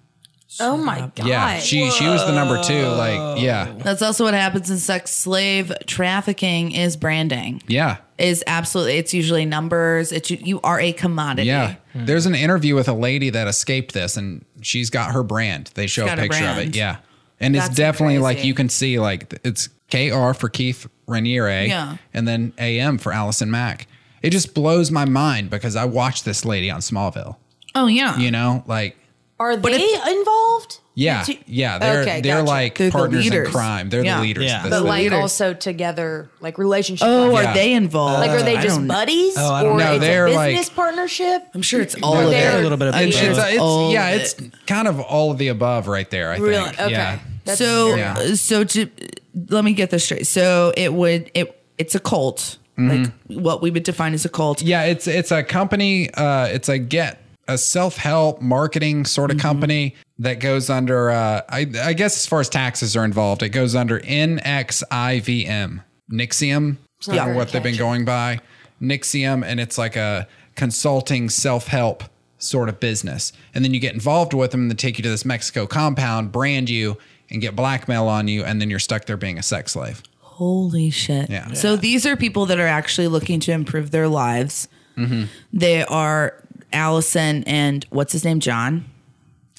Speaker 3: Oh my god.
Speaker 1: Yeah, she she was the number two. Like, yeah,
Speaker 4: That's also what happens in sex slave trafficking is branding.
Speaker 1: yeah.
Speaker 4: Is absolutely it's usually numbers. It's you, you are a commodity.
Speaker 1: Yeah. There's an interview with a lady that escaped this and she's got her brand. They show a
Speaker 4: got her
Speaker 1: picture of it.
Speaker 4: brand.
Speaker 1: Yeah. And it's
Speaker 4: That's
Speaker 1: definitely like
Speaker 4: crazy.
Speaker 1: you can see like th- it's KR for Keith Raniere
Speaker 4: Yeah.
Speaker 1: and then AM for Allison Mack. It just blows my mind because I watched this lady on Smallville.
Speaker 4: Oh yeah.
Speaker 1: You know, like
Speaker 3: Are they involved?
Speaker 1: yeah,
Speaker 3: Two-
Speaker 1: yeah, they're
Speaker 3: Okay,
Speaker 1: they're
Speaker 3: gotcha.
Speaker 1: like
Speaker 4: They're the
Speaker 1: partners in
Speaker 4: leaders.
Speaker 1: crime. They're
Speaker 4: Yeah.
Speaker 1: the leaders.
Speaker 2: Yeah.
Speaker 1: of this
Speaker 3: But
Speaker 1: thing.
Speaker 3: like
Speaker 4: leaders.
Speaker 3: also together, like relationship.
Speaker 4: Oh,
Speaker 1: Yeah.
Speaker 4: are they involved?
Speaker 3: like are they
Speaker 4: I
Speaker 3: just
Speaker 4: don't know.
Speaker 3: buddies
Speaker 2: Oh, I don't
Speaker 3: or
Speaker 2: know.
Speaker 1: No,
Speaker 3: it's
Speaker 1: they're
Speaker 3: a business
Speaker 1: like-
Speaker 3: partnership?
Speaker 4: I'm sure it's all
Speaker 1: No,
Speaker 4: of
Speaker 1: they're-
Speaker 4: it.
Speaker 1: A
Speaker 2: little bit of
Speaker 4: I'm
Speaker 2: both.
Speaker 1: it's,
Speaker 4: sure
Speaker 1: it's,
Speaker 2: Yeah.
Speaker 1: it's
Speaker 4: all
Speaker 1: yeah,
Speaker 4: of
Speaker 1: it's
Speaker 4: it.
Speaker 1: kind of all of the above right there. I
Speaker 3: Really?
Speaker 1: think.
Speaker 3: Okay.
Speaker 1: Yeah.
Speaker 3: That's
Speaker 4: so
Speaker 3: very-
Speaker 1: Yeah.
Speaker 4: so to let me get this straight. So it would it it's a cult.
Speaker 1: Mm-hmm.
Speaker 4: Like what we would define as a cult.
Speaker 1: Yeah, it's it's a company. Uh, it's a get a self help marketing sort of company that goes under. Uh, I, I guess as far as taxes are involved, it goes under NXIVM Nixium. It's
Speaker 3: not very
Speaker 1: what they've been
Speaker 3: catchy.
Speaker 1: going by Nixium, and it's like a consulting self help sort of business. And then you get involved with them, and they take you to this Mexico compound, brand you, and get blackmail on you, and then you're stuck there being a sex slave.
Speaker 4: Holy shit.
Speaker 1: Yeah.
Speaker 4: So these are people that are actually looking to improve their lives.
Speaker 1: Mm-hmm.
Speaker 4: They are Allison and what's his name? John.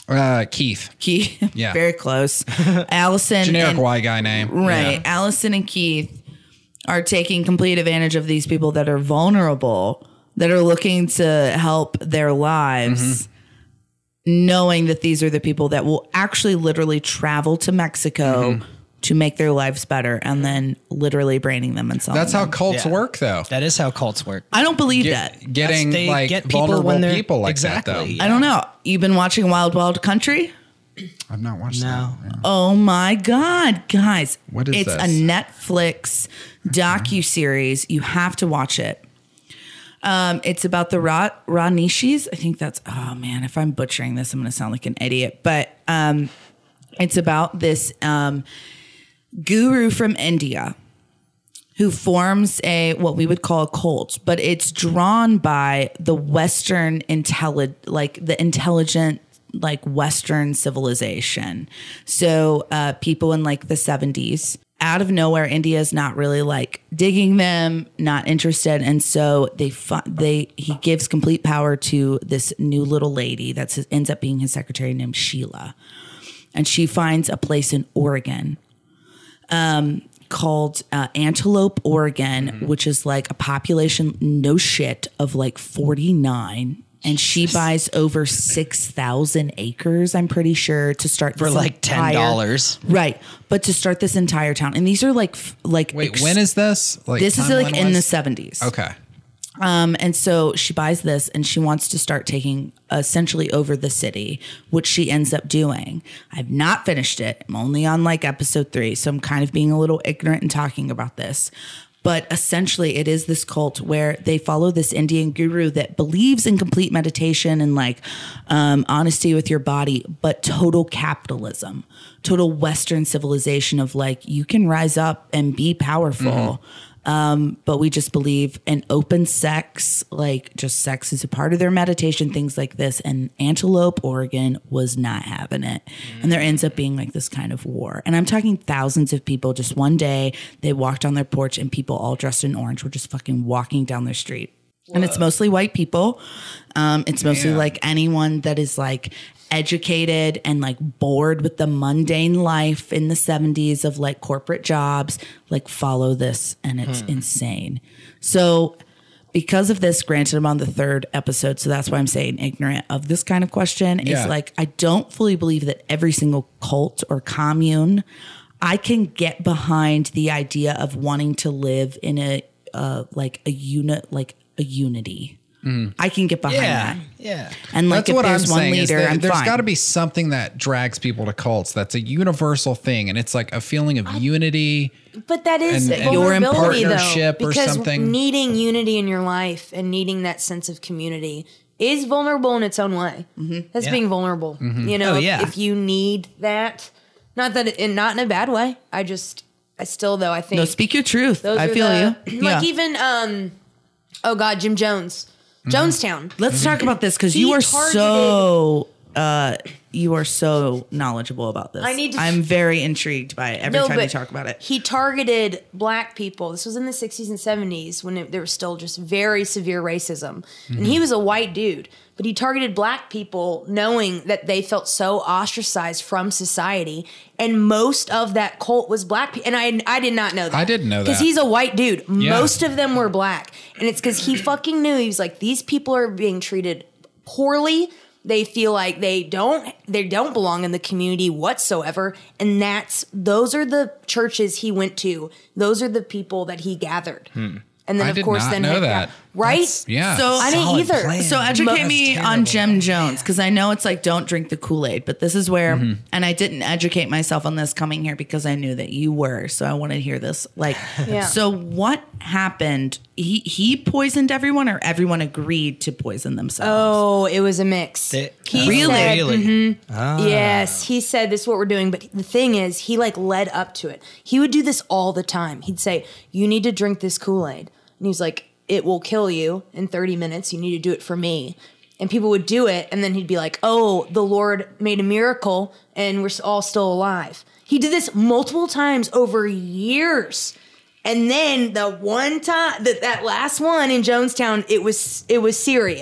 Speaker 1: Uh, Keith,
Speaker 4: Key.
Speaker 1: Yeah.
Speaker 4: Very close. Allison.
Speaker 1: generic
Speaker 4: and-
Speaker 1: white guy name,
Speaker 4: Right.
Speaker 1: Yeah.
Speaker 4: Allison and Keith are taking complete advantage of these people that are vulnerable, that are looking to help their lives,
Speaker 1: Mm-hmm.
Speaker 4: knowing that these are the people that will actually literally travel to Mexico
Speaker 1: Mm-hmm.
Speaker 4: to make their lives better and then literally braining them and selling
Speaker 1: That's how
Speaker 4: them.
Speaker 1: cults
Speaker 2: Yeah.
Speaker 1: work, though.
Speaker 2: That is how cults work.
Speaker 4: I don't believe
Speaker 1: get-
Speaker 4: that.
Speaker 1: getting
Speaker 2: That's- they
Speaker 1: like
Speaker 2: get people
Speaker 1: vulnerable
Speaker 2: when they're-
Speaker 1: people like
Speaker 2: Exactly,
Speaker 1: that though.
Speaker 2: yeah.
Speaker 4: I don't know. You've been watching Wild Wild Country?
Speaker 1: I've not watched
Speaker 2: No.
Speaker 4: Oh my God, guys!
Speaker 1: What is
Speaker 4: it's
Speaker 1: this?
Speaker 4: a Netflix docu series. You have to watch it. Um, it's about the Ra Ranishis. I think that's. Oh man, if I'm butchering this, I'm going to sound like an idiot. But um, it's about this um, guru from India who forms a what we would call a cult, but it's drawn by the Western intelli like the intelligent like Western civilization. So uh, people in like the seventies. Out of nowhere, India is not really like digging them, not interested, and so they fu- they he gives complete power to this new little lady that's his, ends up being his secretary named Sheila, and she finds a place in Oregon um, called uh, Antelope, Oregon,
Speaker 1: Mm-hmm.
Speaker 4: which is like a population, no shit, of like 49. And she buys over 6,000 acres, I'm pretty sure, to start
Speaker 2: For
Speaker 4: this
Speaker 2: like
Speaker 4: entire-
Speaker 2: $10.
Speaker 4: Right. But to start this entire town. And these are like, f- like,
Speaker 1: Wait,
Speaker 4: ex-
Speaker 1: when is this? Like
Speaker 4: this is like in the
Speaker 1: timeline-wise?
Speaker 4: 70s.
Speaker 1: Okay.
Speaker 4: Um, and so she buys this and she wants to start taking uh, essentially over the city, which she ends up doing. I've not finished it. I'm only on like episode three. So I'm kind of being a little ignorant and talking about this. But essentially, it is this cult where they follow this Indian guru that believes in complete meditation and like um, honesty with your body, but total capitalism, total Western civilization of like, you can rise up and be powerful but we just believe in open sex, like just sex is a part of their meditation, things like this. And Antelope, Oregon was not having it. And there ends up being like this kind of war. And I'm talking thousands of people. Just one day, they walked on their porch and people all dressed in orange were just fucking walking down their street. And it's mostly white people. Um, it's mostly like anyone that is like educated and like bored with the mundane life in the 70s of like corporate jobs, like follow this and it's insane. So because of this, granted, I'm on the third episode, so that's why I'm saying ignorant of this kind of question.
Speaker 1: Yeah.
Speaker 4: Is like I don't fully believe that every single cult or commune, I can get behind the idea of wanting to live in a uh, like a unit, like a unity. I can get behind
Speaker 2: Yeah.
Speaker 4: that.
Speaker 2: Yeah.
Speaker 4: And like
Speaker 1: that's
Speaker 4: if
Speaker 1: what I'm
Speaker 4: there's one
Speaker 1: saying. is
Speaker 4: leader,
Speaker 1: that
Speaker 4: I'm
Speaker 1: there's
Speaker 4: fine.
Speaker 1: got to be something that drags people to cults. That's a universal thing, and it's like a feeling of unity.
Speaker 3: But that is
Speaker 1: And- and-
Speaker 4: You're in
Speaker 3: vulnerability, though,
Speaker 1: partnership or
Speaker 3: because
Speaker 1: something.
Speaker 3: needing unity in your life and needing that sense of community is vulnerable in its own way. That's
Speaker 2: Yeah.
Speaker 3: being vulnerable. You know,
Speaker 2: Oh,
Speaker 3: if-
Speaker 2: yeah.
Speaker 3: if, you need that, not that, it, and not in a bad way. I just, I still though, I think
Speaker 4: No, speak your truth.
Speaker 3: those
Speaker 4: I
Speaker 3: are
Speaker 4: feel
Speaker 3: the-
Speaker 4: you.
Speaker 3: Like
Speaker 4: yeah.
Speaker 3: even, um, oh God, Jim Jones, Jonestown.
Speaker 4: Let's talk about this because
Speaker 3: He
Speaker 4: you are
Speaker 3: targeted-
Speaker 4: so uh, you are so knowledgeable about this.
Speaker 3: I need to-
Speaker 4: I'm very intrigued by it every time we talk about it.
Speaker 3: He targeted black people. This was in the 60s and 70s when it, there was still just very severe racism. And
Speaker 4: Mm-hmm.
Speaker 3: he was a white dude, but he targeted black people knowing that they felt so ostracized from society. And most of that cult was black people. And I, I did not know that.
Speaker 1: I didn't know
Speaker 3: Because
Speaker 1: that.
Speaker 3: he's a white dude. Most of them were black. And it's because he fucking knew he was like, these people are being treated poorly. They feel like they don't they don't belong in the community whatsoever. And that's those are the churches he went to. Those are the people that he gathered. And then
Speaker 1: Hmm. I
Speaker 3: of
Speaker 1: did
Speaker 3: course
Speaker 1: not
Speaker 3: then
Speaker 1: know
Speaker 3: had
Speaker 1: that.
Speaker 3: right?
Speaker 1: Yeah.
Speaker 4: So
Speaker 3: I didn't
Speaker 2: Solid
Speaker 3: either.
Speaker 2: plan.
Speaker 4: So educate me on Jim Jones because I know it's like don't drink the Kool Aid, but this is where and I didn't educate myself on this coming here because I knew that you were, so I want to hear this. Like,
Speaker 3: Yeah.
Speaker 4: so what happened? He he poisoned everyone, or everyone agreed to poison themselves.
Speaker 3: Oh, it was a mix.
Speaker 2: They-
Speaker 3: he
Speaker 4: Really?
Speaker 3: said- mm-hmm.
Speaker 2: Really?
Speaker 3: Yes, he said this is what we're doing, but the thing is, he like led up to it. He would do this all the time. He'd say, "You need to drink this Kool Aid," and he's like, "It will kill you in 30 minutes. You need to do it for me." And people would do it, and then he'd be like, "Oh, the Lord made a miracle, and we're s- all still alive." He did this multiple times over years. And then the one time that that last one in Jonestown, it was it was serious.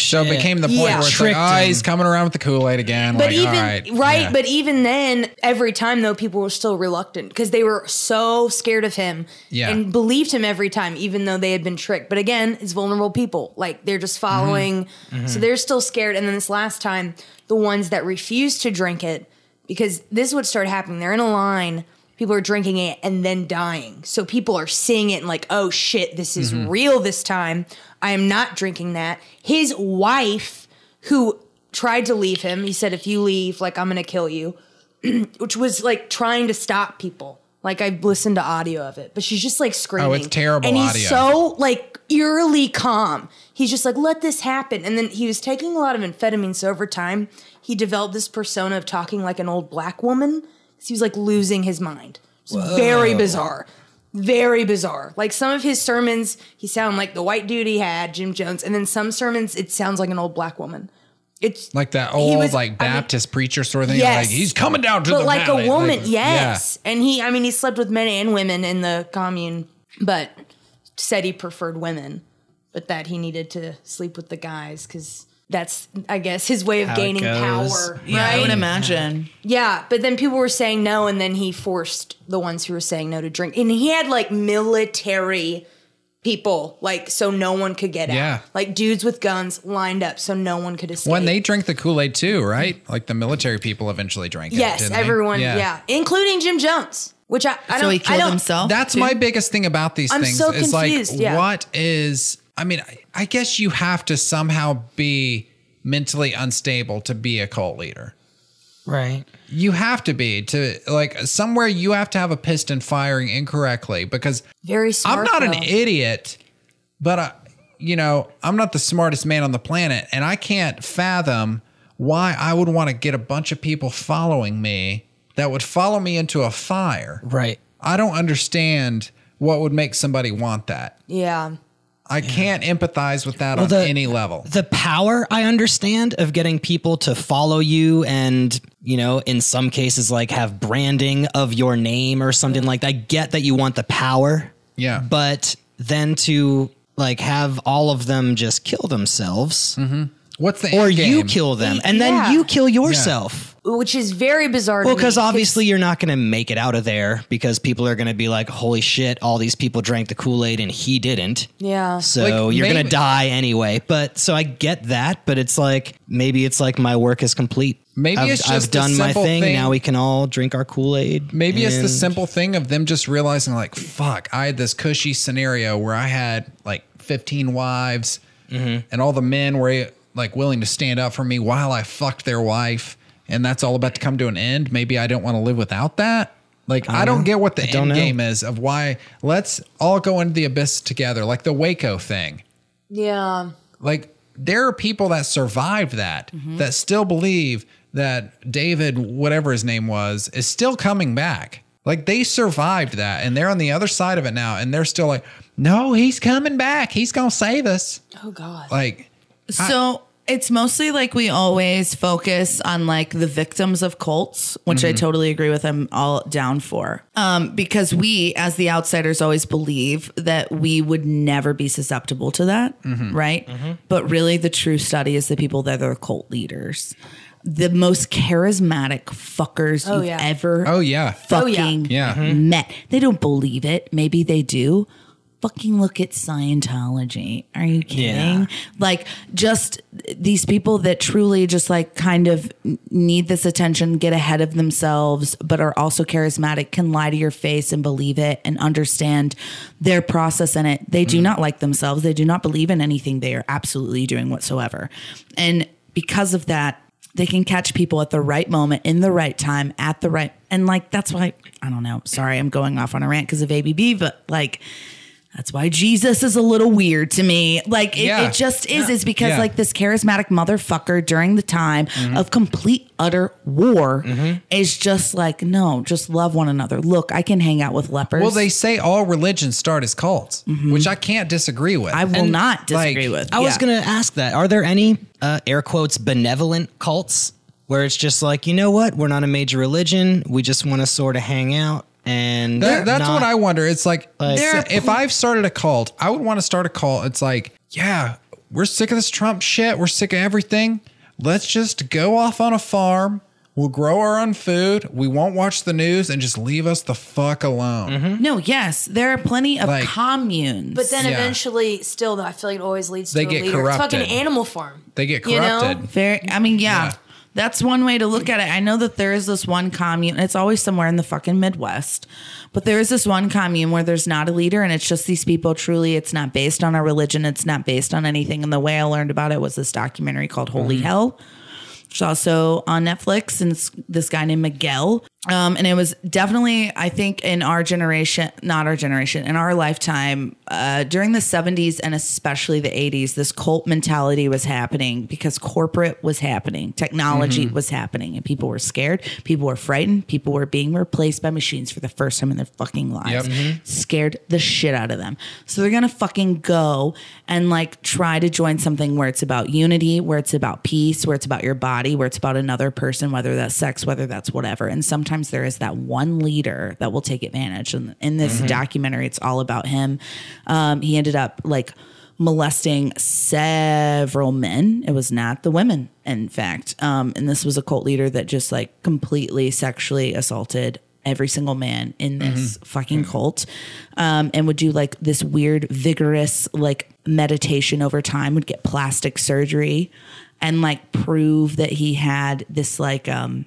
Speaker 1: So it became the point
Speaker 3: Yeah.
Speaker 1: where it's like,
Speaker 2: Tricked
Speaker 1: oh,
Speaker 2: him.
Speaker 1: he's coming around with the Kool Aid again.
Speaker 3: But
Speaker 1: like,
Speaker 3: even
Speaker 1: all
Speaker 3: right,
Speaker 1: right, yeah.
Speaker 3: but even then, every time though, people were still reluctant because they were so scared of him
Speaker 1: Yeah.
Speaker 3: and believed him every time, even though they had been tricked. But again, it's vulnerable people; like they're just following, so they're still scared. And then this last time, the ones that refused to drink it because this is what started happening. They're in a line. People are drinking it and then dying. So people are seeing it and like, oh shit, this is real this time. I am not drinking that. His wife, who tried to leave him, he said, if you leave, like, I'm going to kill you, which was like trying to stop people. Like, I've listened to audio of it, but she's just like screaming.
Speaker 1: Oh, terrible
Speaker 3: And he's
Speaker 1: audio.
Speaker 3: so like eerily calm. He's just like, let this happen. And then he was taking a lot of amphetamines. So over time, he developed this persona of talking like an old black woman. 'cause He was like losing his mind. It's very bizarre. Very bizarre. Like some of his sermons, he sound like the white dude he had, Jim Jones. And then some sermons, it sounds like an old black woman. It's
Speaker 1: like that old
Speaker 3: was- I
Speaker 1: like
Speaker 3: mean-
Speaker 1: Baptist preacher sort of thing.
Speaker 3: Yes.
Speaker 1: Like he's coming down to
Speaker 3: but
Speaker 1: the
Speaker 3: like
Speaker 1: valley.
Speaker 3: a woman,
Speaker 1: Like,
Speaker 3: yes. And he, I mean, he slept with men and women in the commune, but said he preferred women, but that he needed to sleep with the guys because that's, I guess, his way of
Speaker 2: How it
Speaker 3: gaining
Speaker 2: goes.
Speaker 3: power.
Speaker 4: Yeah, I would imagine.
Speaker 3: Yeah, but then people were saying no, and then he forced the ones who were saying no to drink. And he had like military people, like so no one could get
Speaker 1: Yeah.
Speaker 3: out. Like dudes with guns lined up so no one could escape.
Speaker 1: When they drink the Kool Aid too, right? Like the military people eventually drank it.
Speaker 3: yes,
Speaker 1: didn't they?
Speaker 3: everyone, yeah. including Jim Jones, which I, I don't.
Speaker 4: So he
Speaker 3: I
Speaker 4: killed
Speaker 3: don't,
Speaker 4: himself.
Speaker 1: That's my biggest thing about these
Speaker 3: I'm
Speaker 1: things.
Speaker 3: so
Speaker 1: is like,
Speaker 3: confused, yeah.
Speaker 1: what is? I mean, I, I guess you have to somehow be mentally unstable to be a cult leader.
Speaker 2: Right.
Speaker 1: You have to be to like somewhere. You have to have a piston firing incorrectly because
Speaker 3: Very smart.
Speaker 1: I'm not an
Speaker 3: though.
Speaker 1: idiot, but I, you know, I'm not the smartest man on the planet, and I can't fathom why I would want to get a bunch of people following me that would follow me into a fire.
Speaker 2: Right.
Speaker 1: I don't understand what would make somebody want that.
Speaker 3: Yeah.
Speaker 1: I can't empathize with that on
Speaker 2: the-
Speaker 1: any level.
Speaker 2: the power I understand of getting people to follow you and, you know, in some cases like have branding of your name or something like that. I get that you want the power.
Speaker 1: Yeah.
Speaker 2: But then to like have all of them just kill themselves.
Speaker 1: What's the
Speaker 2: or
Speaker 1: end Mm-hmm. game?
Speaker 2: you kill them and
Speaker 3: Yeah.
Speaker 2: then you kill yourself.
Speaker 3: which is very bizarre. to
Speaker 2: Well,
Speaker 3: me,
Speaker 2: because obviously you're not going to make it out of there because people are going to be like, "Holy shit! All these people drank the Kool Aid and he didn't."
Speaker 3: Yeah.
Speaker 2: So
Speaker 1: Like,
Speaker 2: you're going
Speaker 1: maybe-
Speaker 2: to die anyway. But so I get that, but it's like maybe it's like my work is complete.
Speaker 1: Maybe
Speaker 2: I've,
Speaker 1: it's just
Speaker 2: I've
Speaker 1: the
Speaker 2: done my
Speaker 1: simple
Speaker 2: thing.
Speaker 1: thing-
Speaker 2: Now we can all drink our Kool Aid.
Speaker 1: Maybe it's the
Speaker 2: and-
Speaker 1: simple thing of them just realizing, like, fuck, I had this cushy scenario where I had like 15 wives
Speaker 2: Mm-hmm.
Speaker 1: and all the men were like willing to stand up for me while I fucked their wife. And that's all about to come to an end. Maybe I don't want to live without that. Like, I don't get what the
Speaker 2: don't
Speaker 1: end
Speaker 2: know.
Speaker 1: game is of why let's all go into the abyss together, like the Waco thing.
Speaker 3: yeah.
Speaker 1: Like there are people that survived that
Speaker 3: Mm-hmm.
Speaker 1: that still believe that David, whatever his name was, is still coming back. Like they survived that and they're on the other side of it now and they're still like, no, he's coming back. He's going to save us.
Speaker 3: Oh God.
Speaker 1: Like,
Speaker 4: So it's mostly like we always focus on like the victims of cults, which
Speaker 1: Mm-hmm.
Speaker 4: I totally agree with. I'm all down for. Um, because we, as the outsiders, always believe that we would never be susceptible to that,
Speaker 1: Mm-hmm.
Speaker 4: right? But really, the true study is the people that are cult leaders, the most charismatic fuckers
Speaker 3: Oh,
Speaker 4: you've
Speaker 3: yeah.
Speaker 4: ever
Speaker 1: oh, yeah.
Speaker 4: fucking
Speaker 1: Yeah. Mm-hmm.
Speaker 4: met. They don't believe it. Maybe they do. Fucking look at Scientology. Are you kidding? Like, just these people that truly just like kind of need this attention, get ahead of themselves, but are also charismatic, can lie to your face and believe it and understand their process in it. They do not like themselves. They do not believe in anything they are absolutely doing whatsoever. And because of that, they can catch people at the right moment in the right time at the right and like that's why i don't know sorry i'm going off on a rant because of abb but like that's why jesus is a little weird to me like it,
Speaker 1: Yeah.
Speaker 4: it just is it's because
Speaker 1: Yeah. Mm-hmm.
Speaker 4: like this charismatic motherfucker during the time of complete utter war is just like no just love one another look i can hang out with lepers
Speaker 1: Well, they say all religions start as cults,
Speaker 3: Mm-hmm.
Speaker 1: which I can't disagree with.
Speaker 4: i will
Speaker 1: And,
Speaker 4: not disagree
Speaker 1: like,
Speaker 4: with
Speaker 2: I was
Speaker 4: Yeah.
Speaker 2: going to ask that. Are there any uh, air quotes benevolent cults where it's just like, you know what? We're not a major religion. We just want to sort of hang out and
Speaker 1: That, that's
Speaker 2: not-
Speaker 1: what I wonder. It's like,
Speaker 2: There
Speaker 1: if- if I've started a cult, I would want to start a cult. It's like, yeah, we're sick of this Trump shit. We're sick of everything. Let's just go off on a farm. We'll grow our own food. We won't watch the news and just leave us the fuck alone.
Speaker 2: Mm-hmm.
Speaker 4: no yes there are plenty of
Speaker 1: Like-
Speaker 4: communes
Speaker 3: But then
Speaker 1: Yeah.
Speaker 3: eventually, still though, I feel like it always leads
Speaker 1: They
Speaker 3: to
Speaker 1: get
Speaker 3: a leader. It's
Speaker 1: corrupted.
Speaker 3: fucking Animal Farm.
Speaker 1: They get
Speaker 3: You know?
Speaker 1: corrupted.
Speaker 4: Very. I mean, yeah,
Speaker 1: Yeah.
Speaker 4: That's one way to look at it. I know that there is this one commune. It's always somewhere in the fucking Midwest, but there is this one commune where there's not a leader, and it's just these people. Truly, it's not based on a religion. It's not based on anything. And the way I learned about it was this documentary called Holy Hell. It's also on Netflix, and it's this guy named Miguel. Um, and it was definitely, I think, in our generation, not our generation, in our lifetime, uh, during the 70s and especially the 80s, this cult mentality was happening because corporate was happening, technology was happening, and people were scared, people were frightened, people were being replaced by machines for the first time in their fucking lives. Scared the shit out of them. So they're gonna fucking go and like try to join something where it's about unity, where it's about peace, where it's about your body, where it's about another person, whether that's sex, whether that's whatever. And sometimes there is that one leader that will take advantage. And in this documentary, it's all about him. Um, he ended up like molesting several men. It was not the women, in fact. Um, and this was a cult leader that just like completely sexually assaulted every single man in this fucking cult um, and would do like this weird vigorous like meditation over time would get plastic surgery and like prove that he had this like um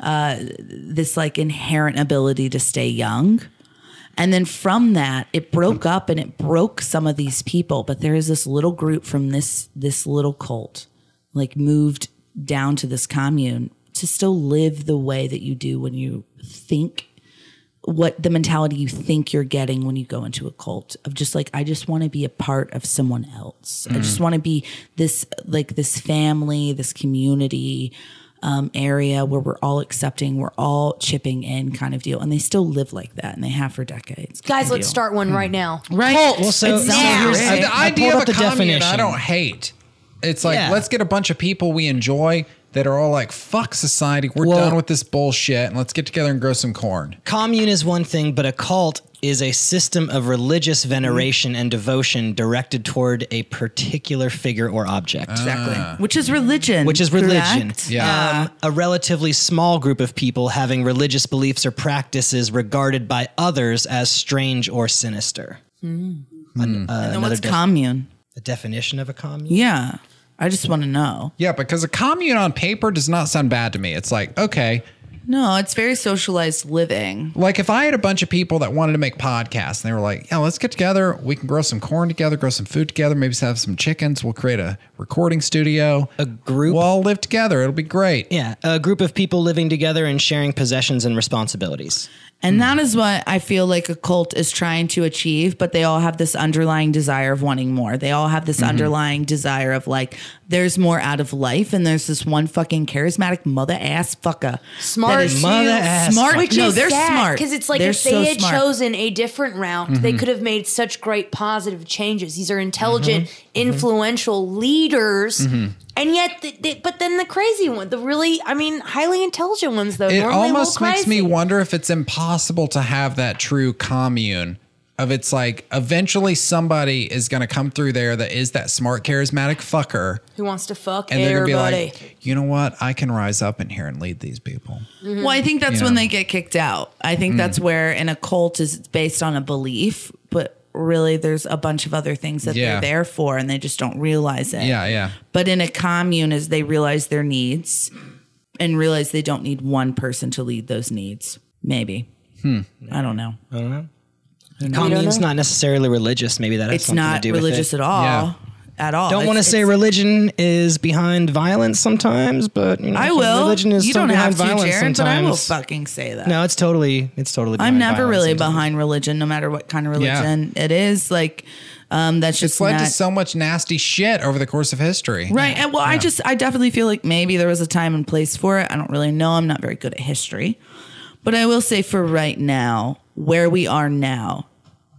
Speaker 4: uh this like inherent ability to stay young and then from that, it broke up and it broke some of these people. But there is this little group from this this little cult, like moved down to this commune to still live the way that you do when you think what the mentality you think you're getting when you go into a cult of just like I just want to be a part of someone else.
Speaker 2: Mm.
Speaker 4: I just want to be this like this family, this community um, area where we're all accepting, we're all chipping in kind of deal. And they still live like that and they have for decades.
Speaker 3: Guys, let's start one
Speaker 1: Hmm.
Speaker 3: right now.
Speaker 4: Right.
Speaker 2: Well, so,
Speaker 4: It's
Speaker 2: so
Speaker 4: not
Speaker 2: here's-
Speaker 4: great.
Speaker 1: I-
Speaker 2: I-
Speaker 1: the
Speaker 2: I
Speaker 1: idea
Speaker 2: pulled
Speaker 1: of
Speaker 2: up
Speaker 1: a commune I
Speaker 2: definition.
Speaker 1: don't hate. It's like
Speaker 2: Yeah.
Speaker 1: let's get a bunch of people we enjoy that are all like fuck society. We're
Speaker 2: Well-
Speaker 1: done with this bullshit and let's get together and grow some corn.
Speaker 2: commune is one thing, but a cult is a system of religious veneration and devotion directed toward a particular figure or object.
Speaker 4: Exactly. Which is
Speaker 2: Ah.
Speaker 4: religion.
Speaker 2: Which is religion.
Speaker 4: correct?
Speaker 1: Uh, Yeah.
Speaker 2: Um, a relatively small group of people having religious beliefs or practices regarded by others as strange or sinister.
Speaker 1: Hmm.
Speaker 4: And then what's commune?
Speaker 2: The definition of a commune?
Speaker 4: Yeah. I just want to know.
Speaker 1: Yeah, because a commune on paper does not sound bad to me. It's like, okay,
Speaker 4: No, it's very socialized living.
Speaker 1: like if I had a bunch of people that wanted to make podcasts and they were like, yeah, let's get together. We can grow some corn together, grow some food together, maybe have some chickens. We'll create a recording studio.
Speaker 2: A group?
Speaker 1: We'll all live together. It'll be great.
Speaker 2: Yeah, a group of people living together and sharing possessions and responsibilities.
Speaker 4: And that is what I feel like a cult is trying to achieve, but they all have this underlying desire of wanting more. They all have this underlying desire of like, there's more out of life, and there's this one fucking charismatic mother ass fucker.
Speaker 3: Smart
Speaker 4: That is
Speaker 3: too.
Speaker 2: Mother ass
Speaker 4: smart.
Speaker 3: Which
Speaker 4: no,
Speaker 3: is
Speaker 4: they're
Speaker 3: sad,
Speaker 4: smart
Speaker 3: because it's like
Speaker 4: They're
Speaker 3: if they
Speaker 4: so
Speaker 3: had
Speaker 4: smart.
Speaker 3: chosen a different route,
Speaker 1: Mm-hmm.
Speaker 3: they could have made such great positive changes. These are intelligent,
Speaker 1: Mm-hmm.
Speaker 3: influential leaders, and yet, th th- but then the crazy one, the really, I mean, highly intelligent ones though.
Speaker 1: It
Speaker 3: normally
Speaker 1: almost
Speaker 3: will
Speaker 1: makes me
Speaker 3: crazy.
Speaker 1: wonder if it's impossible to have that true commune of it's like eventually somebody is going to come through there that is that smart charismatic fucker
Speaker 3: who wants to fuck
Speaker 1: and they're going to be
Speaker 3: everybody.
Speaker 1: like you know what I can rise up in here and lead these people
Speaker 4: Well,
Speaker 2: Mm.
Speaker 4: I think that's
Speaker 1: You
Speaker 4: when
Speaker 1: know.
Speaker 4: they get kicked out. I
Speaker 1: Mm.
Speaker 4: think that's where an occult is based on a belief, but really there's a bunch of other things that
Speaker 1: Yeah.
Speaker 4: they're there for and they just don't realize it.
Speaker 1: yeah yeah
Speaker 4: But in a commune is they realize their needs and realize they don't need one person to lead those needs. Maybe.
Speaker 1: Hmm.
Speaker 4: I don't know.
Speaker 2: Commune's not necessarily religious. Maybe that has
Speaker 4: It's
Speaker 2: something
Speaker 4: not
Speaker 2: to do with
Speaker 4: religious
Speaker 2: it.
Speaker 4: at all.
Speaker 1: Yeah.
Speaker 4: At all.
Speaker 2: Don't
Speaker 4: It's-
Speaker 2: want to say
Speaker 4: it's-
Speaker 2: religion is behind violence sometimes, but you know,
Speaker 4: I will.
Speaker 2: Religion is
Speaker 4: you
Speaker 2: so
Speaker 4: don't
Speaker 2: behind
Speaker 4: have to,
Speaker 2: violence
Speaker 4: Jared, but I
Speaker 2: sometimes.
Speaker 4: will fucking say that.
Speaker 2: No, it's totally, it's totally.
Speaker 4: I'm
Speaker 2: behind
Speaker 4: never
Speaker 2: violence
Speaker 4: really
Speaker 2: sometimes.
Speaker 4: behind religion, no matter what kind of
Speaker 1: Yeah.
Speaker 4: religion it is. Like, um, that's just
Speaker 1: it's led
Speaker 4: not-
Speaker 1: to so much nasty shit over the course of history
Speaker 4: Right. And well, I just, I definitely feel like maybe there was a time and place for it. I don't really know. I'm not very good at history. But I will say for right now, where we are now,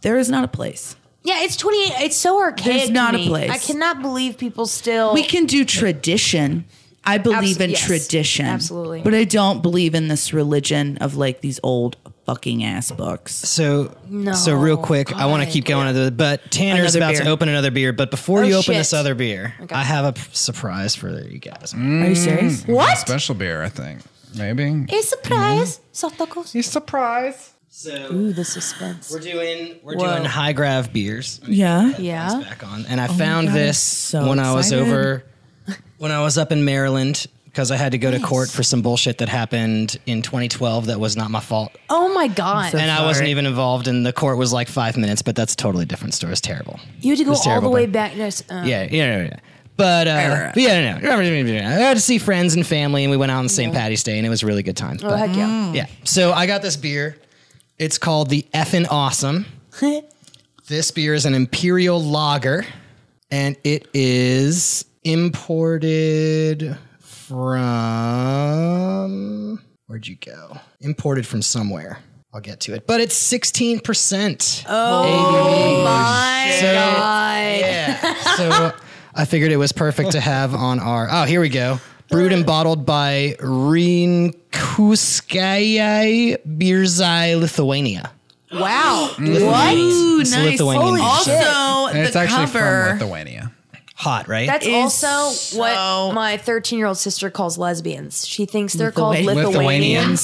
Speaker 4: there is not a place.
Speaker 3: yeah, it's 28. It's so archaic.
Speaker 4: There's
Speaker 3: to
Speaker 4: not a
Speaker 3: me.
Speaker 4: place.
Speaker 3: I cannot believe people still.
Speaker 4: We can do tradition. I believe
Speaker 3: Abso-
Speaker 4: in
Speaker 3: yes.
Speaker 4: tradition.
Speaker 3: Absolutely.
Speaker 4: But I don't believe in this religion of like these old fucking ass books.
Speaker 2: So, so real quick, I want to
Speaker 3: God.
Speaker 2: keep going. with it, But Tanner's
Speaker 4: Another
Speaker 2: about to
Speaker 4: beer. Oh,
Speaker 2: open another beer. But before you open
Speaker 3: shit.
Speaker 2: this other beer, I have a p- surprise for you guys.
Speaker 4: Are you serious?
Speaker 1: A
Speaker 3: what?
Speaker 1: special beer I think maybe
Speaker 3: A surprise.
Speaker 4: Mm-hmm.
Speaker 3: Soft knuckles.
Speaker 1: a surprise
Speaker 2: So
Speaker 3: Ooh, the suspense.
Speaker 2: we're doing we're
Speaker 3: Whoa.
Speaker 2: doing high grav beers.
Speaker 4: Yeah. Oh
Speaker 3: Yeah.
Speaker 2: back on. And I found
Speaker 4: God, I'm
Speaker 2: this
Speaker 4: so
Speaker 2: when I was
Speaker 4: excited.
Speaker 2: over when I was up in Maryland because I had to go to court for some bullshit that happened in 2012 that was not my fault.
Speaker 3: Oh my god.
Speaker 2: and I wasn't
Speaker 4: sorry.
Speaker 2: even involved and the court was like 5 minutes, but that's a totally different story. It's terrible.
Speaker 4: Oh.
Speaker 3: you had to go
Speaker 2: It's
Speaker 3: all the
Speaker 2: terrible,
Speaker 3: way
Speaker 2: but-
Speaker 3: back. Yes, uh,
Speaker 2: Yeah, yeah, yeah. yeah. But, uh, but yeah, no, no. I had to see friends and family, and we went out on St. Patty's Day, and it was a really good time.
Speaker 3: Oh
Speaker 2: But-
Speaker 3: heck yeah.
Speaker 2: yeah. So I got this beer. It's called the Effin' Awesome.
Speaker 4: Mm.
Speaker 2: this beer is an imperial lager, and it is imported from where'd you go? Imported from somewhere. I'll get to it. But it's 16%. Oh, my yeah. so I figured it was perfect to have on our. Oh, here we go. Brewed and bottled by Rinkuskaya Birzai, Lithuania.
Speaker 3: Wow.
Speaker 2: What?
Speaker 4: Ooh,
Speaker 2: It's
Speaker 4: nice.
Speaker 2: Lithuanian.
Speaker 4: Holy
Speaker 2: so
Speaker 4: also,
Speaker 1: and
Speaker 4: the
Speaker 1: it's actually
Speaker 4: cover.
Speaker 1: from Lithuania
Speaker 2: Hot, right?
Speaker 3: That's
Speaker 4: is
Speaker 3: also
Speaker 4: so-
Speaker 3: what my 13 year old sister calls lesbians. She thinks they're called
Speaker 4: Lithuanian.
Speaker 3: Lithuanians.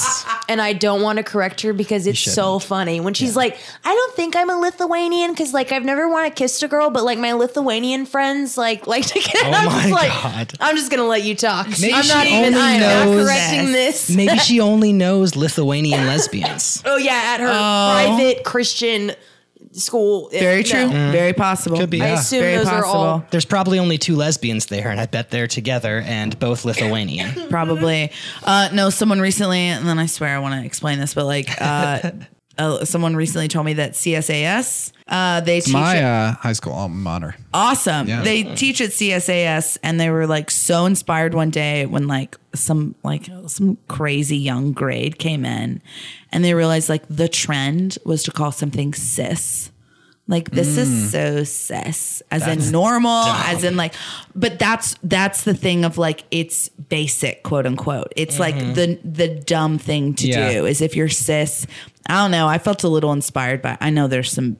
Speaker 1: Lithuanians
Speaker 3: And I don't want to correct her because it's so funny. When she's like, I don't think I'm a Lithuanian because, like, I've never want to kiss a girl, but, like, my Lithuanian friends, like, like to get I'm
Speaker 2: Oh my
Speaker 3: just like,
Speaker 2: God.
Speaker 3: I'm just going to let you talk.
Speaker 2: Maybe
Speaker 3: I'm
Speaker 2: she
Speaker 3: not even,
Speaker 2: only
Speaker 3: I'm
Speaker 2: knows-
Speaker 3: not correcting this.
Speaker 2: Maybe she only knows Lithuanian lesbians.
Speaker 3: Oh, yeah, at her private Christian school.
Speaker 4: Very
Speaker 3: No.
Speaker 4: true. Very possible.
Speaker 2: Could be, I yeah.
Speaker 3: assume those are all-
Speaker 2: There's probably only two lesbians there, and I bet they're together and both Lithuanian.
Speaker 4: probably. Uh, no, someone recently, and then I swear I want to explain this, but like, uh, uh, someone recently told me that CSAS, uh, they teach
Speaker 1: my
Speaker 4: it-
Speaker 1: uh, high school alma mater
Speaker 4: awesome. They teach at CSAS, and they were like so inspired one day when like some like some crazy young grade came in, and they realized like the trend was to call something cis. Like this is so cis, as in normal, as in like, but that's that's the thing of like it's basic, quote unquote. It's like the the dumb thing to
Speaker 1: Yeah.
Speaker 4: do is if you're cis, I don't know. I felt a little inspired by. I know there's some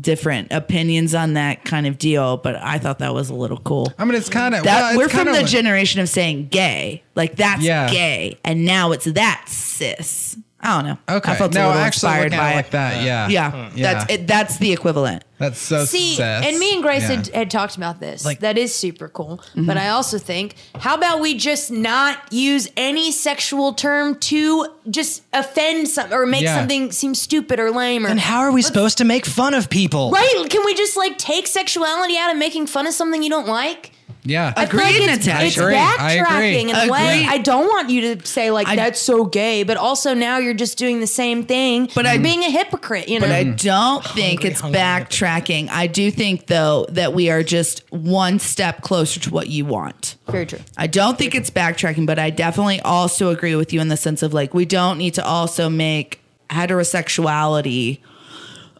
Speaker 4: different opinions on that kind of deal, but I thought that was a little cool.
Speaker 1: I mean, it's kind of
Speaker 4: that
Speaker 1: well, it's
Speaker 4: we're from
Speaker 1: kinda
Speaker 4: the
Speaker 1: like-
Speaker 4: generation of saying gay, like that's
Speaker 1: Yeah.
Speaker 4: gay, and now it's that cis. I don't know.
Speaker 1: Okay,
Speaker 4: I felt
Speaker 1: no,
Speaker 4: a little
Speaker 1: actually
Speaker 4: inspired
Speaker 1: looking at
Speaker 4: by
Speaker 1: it
Speaker 4: it.
Speaker 1: like that. Yeah,
Speaker 4: Yeah, that's it, that's the equivalent.
Speaker 1: That's so.
Speaker 3: See,
Speaker 1: sus.
Speaker 3: and me and Grace
Speaker 1: Yeah.
Speaker 3: had, had talked about this.
Speaker 2: Like-
Speaker 3: that is super cool. But I also think, how about we just not use any sexual term to just offend some or make
Speaker 1: Yeah.
Speaker 3: something seem stupid or lame or
Speaker 2: And how are we supposed to make fun of people?
Speaker 3: right? Can we just like take sexuality out of making fun of something you don't like?
Speaker 1: yeah.
Speaker 3: I feel
Speaker 4: Agreed,
Speaker 3: it's,
Speaker 4: Natasha.
Speaker 3: it's
Speaker 1: Agree. I agree.
Speaker 3: backtracking in a way.
Speaker 4: Agree.
Speaker 3: I don't want you to say like
Speaker 4: I-
Speaker 3: that's so gay, but also now you're just doing the same thing. But
Speaker 4: I-
Speaker 3: I'm being a hypocrite, you know.
Speaker 4: But I
Speaker 1: Mm.
Speaker 4: don't think it's
Speaker 2: hungry.
Speaker 4: backtracking. I do think though that we are just one step closer to what you want.
Speaker 3: Very true.
Speaker 4: I don't think it's backtracking, but I definitely also agree with you in the sense of like we don't need to also make heterosexuality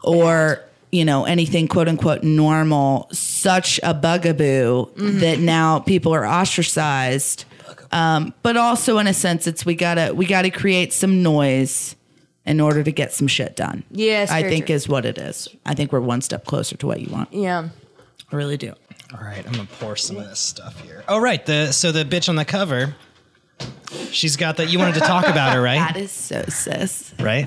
Speaker 4: or you know anything quote unquote normal such a bugaboo that now people are ostracized. Um, but also in a sense, it's we gotta we gotta create some noise in order to get some shit done.
Speaker 3: Yes,
Speaker 4: I
Speaker 3: very
Speaker 4: think
Speaker 3: true.
Speaker 4: is what it is. I think we're one step closer to what you want.
Speaker 3: Yeah.
Speaker 4: I really do.
Speaker 2: All right, I'm gonna pour some of this stuff here. Oh right, the so the bitch on the cover, she's got that. You wanted to talk about her,
Speaker 4: That
Speaker 2: right?
Speaker 4: is so sis.
Speaker 2: Right.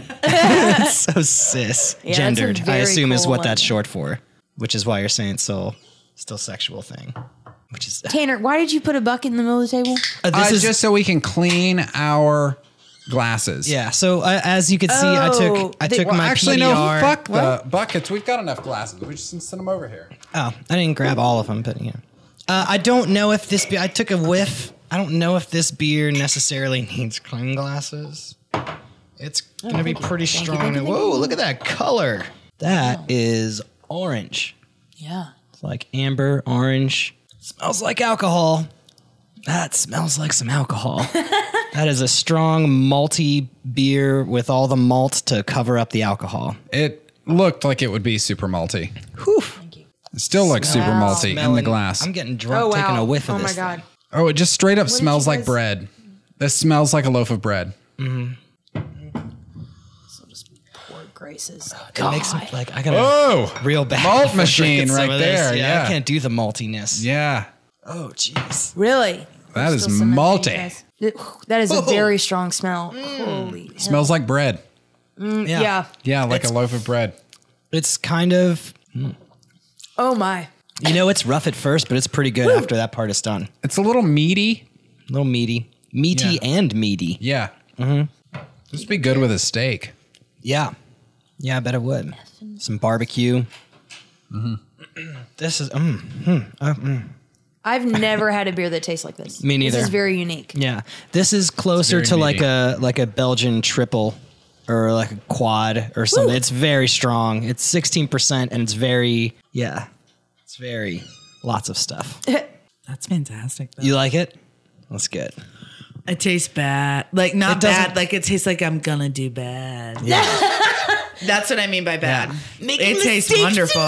Speaker 2: so cis
Speaker 3: a
Speaker 2: gendered, I
Speaker 3: very
Speaker 2: assume is
Speaker 3: cool
Speaker 2: what
Speaker 3: one.
Speaker 2: that's short for, which is why you're saying it's so still sexual thing. Which is
Speaker 3: Tanner, why did you put a bucket in the middle of the table?
Speaker 2: Uh,
Speaker 1: Uh,
Speaker 2: this is
Speaker 1: just so we can clean our glasses.
Speaker 2: yeah. So uh, as you can see, I
Speaker 3: Oh,
Speaker 2: took I
Speaker 3: they-
Speaker 2: took
Speaker 1: Well,
Speaker 2: my
Speaker 1: actually,
Speaker 2: PDR.
Speaker 1: no. Fuck the buckets. We've got enough glasses. We just send them over here.
Speaker 2: Oh, I didn't grab all of them, but yeah. Uh, I don't know if this. Be- I took a whiff. I don't know if this beer necessarily needs clean glasses. It's
Speaker 3: Oh,
Speaker 2: gonna be pretty strong. Whoa! Look at that color.
Speaker 3: Oh.
Speaker 2: That is orange.
Speaker 3: Yeah.
Speaker 2: It's like amber orange. Smells like alcohol. That smells like some alcohol. that is a strong malty beer with all the malt to cover up the alcohol.
Speaker 1: It looked like it would be super malty.
Speaker 2: Whew.
Speaker 1: It still looks super malty in the
Speaker 2: Smelling-
Speaker 1: glass.
Speaker 2: I'm getting drunk taking a whiff of
Speaker 3: oh
Speaker 2: this.
Speaker 3: my god.
Speaker 1: Oh, it just straight up smells
Speaker 3: you
Speaker 1: like
Speaker 3: guys-
Speaker 1: bread. This smells like a loaf of bread.
Speaker 3: Poor Grace's.
Speaker 2: It makes me like I gotta
Speaker 1: Oh,
Speaker 2: real bad
Speaker 1: malt
Speaker 2: for drinking
Speaker 1: machine
Speaker 2: some
Speaker 1: right
Speaker 2: of this.
Speaker 1: there.
Speaker 2: Yeah,
Speaker 1: Yeah.
Speaker 2: I can't do the maltiness.
Speaker 1: yeah.
Speaker 2: Oh, jeez.
Speaker 3: Really?
Speaker 1: That is
Speaker 3: Still cementing you
Speaker 1: malty.
Speaker 3: guys. Th- That is a very strong smell.
Speaker 4: Mm.
Speaker 3: Holy. hell.
Speaker 1: Smells like bread.
Speaker 2: Yeah.
Speaker 3: Mm, Yeah.
Speaker 1: Yeah, like a loaf of bread.
Speaker 2: it's kind of
Speaker 3: Oh my.
Speaker 2: you know it's rough at first, but it's pretty good after that part is done.
Speaker 1: It's a little meaty.
Speaker 2: A little meaty, meaty
Speaker 1: Yeah.
Speaker 2: and meaty.
Speaker 1: Yeah. Mm-hmm. This would be good with a steak.
Speaker 2: Yeah, yeah, I bet it would. Some barbecue.
Speaker 1: Mm-hmm.
Speaker 2: This is mm,
Speaker 3: I've never had a beer that tastes like this.
Speaker 2: Me
Speaker 3: This
Speaker 2: neither.
Speaker 3: is very unique.
Speaker 2: yeah. This is closer
Speaker 1: It's
Speaker 2: to
Speaker 1: very
Speaker 2: like a like a Belgian triple or like a quad or something. It's very strong. It's sixteen percent and it's very yeah. It's very lots of stuff.
Speaker 4: That's fantastic.
Speaker 2: You like it? That's good.
Speaker 4: It tastes bad. Like not
Speaker 2: It doesn't-
Speaker 4: bad. Like it tastes like I'm gonna do bad. That's what I mean by bad. it tastes wonderful.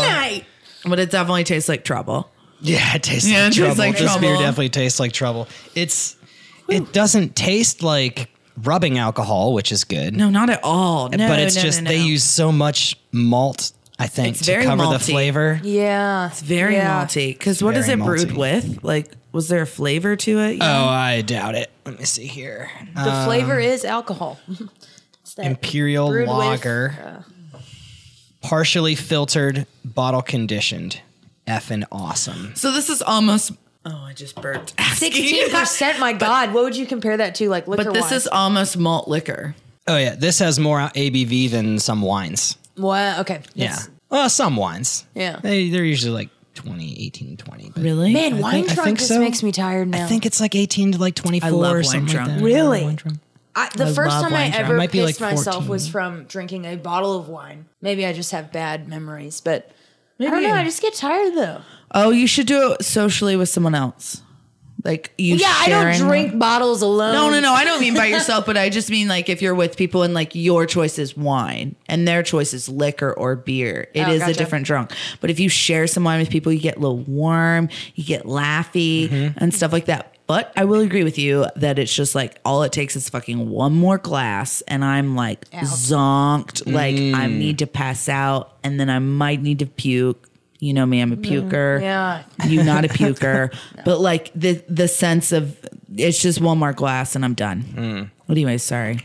Speaker 4: But it definitely tastes like trouble.
Speaker 2: Yeah, it tastes
Speaker 4: Yeah,
Speaker 2: like
Speaker 4: it tastes
Speaker 2: trouble.
Speaker 4: like
Speaker 2: this beer
Speaker 4: trouble.
Speaker 2: definitely tastes like trouble. It's it doesn't taste like rubbing alcohol, which is good.
Speaker 4: No, not at all. No,
Speaker 2: but it's
Speaker 4: no,
Speaker 2: just
Speaker 4: no, no.
Speaker 2: they use so much malt, I think,
Speaker 4: It's
Speaker 2: to
Speaker 4: very
Speaker 2: cover the
Speaker 4: malty.
Speaker 2: flavor.
Speaker 3: Yeah. It's
Speaker 4: very malty. Because what is
Speaker 2: Very
Speaker 4: it brewed
Speaker 2: malty.
Speaker 4: with? Like, was there a flavor to it?
Speaker 2: Oh, I doubt it. Let me see here. Uh,
Speaker 3: The flavor is alcohol. It's that
Speaker 2: Imperial
Speaker 3: brewed with- uh,
Speaker 2: lager, partially filtered, bottle conditioned. Effing awesome.
Speaker 4: So this is almost. Oh, I just burped.
Speaker 3: Sixteen percent. My God, what would you compare that to? Like liquor.
Speaker 4: But this is almost malt liquor.
Speaker 2: Oh yeah, this has more ABV than some wines.
Speaker 3: what? Okay.
Speaker 2: Yeah.
Speaker 3: Yes.
Speaker 2: Well, some wines.
Speaker 3: Yeah.
Speaker 2: They, they're usually like 20, 18, 20. But
Speaker 4: Really?
Speaker 3: Man,
Speaker 2: I
Speaker 3: wine
Speaker 2: think- I
Speaker 3: drunk
Speaker 2: think
Speaker 3: just
Speaker 2: so.
Speaker 3: makes me tired now.
Speaker 2: I think it's like 18 to like 24
Speaker 4: love
Speaker 2: or
Speaker 4: wine
Speaker 2: something
Speaker 4: drunk.
Speaker 2: like that.
Speaker 3: Really?
Speaker 2: Wine drunk.
Speaker 3: I, the first
Speaker 4: love
Speaker 3: time I
Speaker 4: wine drunk.
Speaker 3: ever
Speaker 2: I might be,
Speaker 3: pissed
Speaker 2: like,
Speaker 3: myself
Speaker 2: 14.
Speaker 3: was from drinking a bottle of wine. Maybe I just have bad memories, but I don't know. I just get tired though.
Speaker 4: Oh, you should do it socially with someone else. Like you.
Speaker 3: Yeah, I don't
Speaker 4: sharing-
Speaker 3: drink bottles alone.
Speaker 4: No, no, no. I don't mean by yourself, but I just mean like if you're with people and like your choice is wine and their choice is liquor or beer, It is
Speaker 3: Oh,
Speaker 4: a
Speaker 3: gotcha.
Speaker 4: different drunk.
Speaker 3: Mm-hmm.
Speaker 4: But if you share some wine with people, you get a little warm, you get laughy and stuff like that. But I will agree with you that it's just like all it takes is fucking one more glass, and I'm like zonked. Like I
Speaker 3: Mm.
Speaker 4: need to pass out, and then I might need to puke. You know me, I'm a puker.
Speaker 3: Mm-hmm. Yeah.
Speaker 4: You not a puker. But like the the sense of it's just one more glass and I'm done. Anyway, sorry.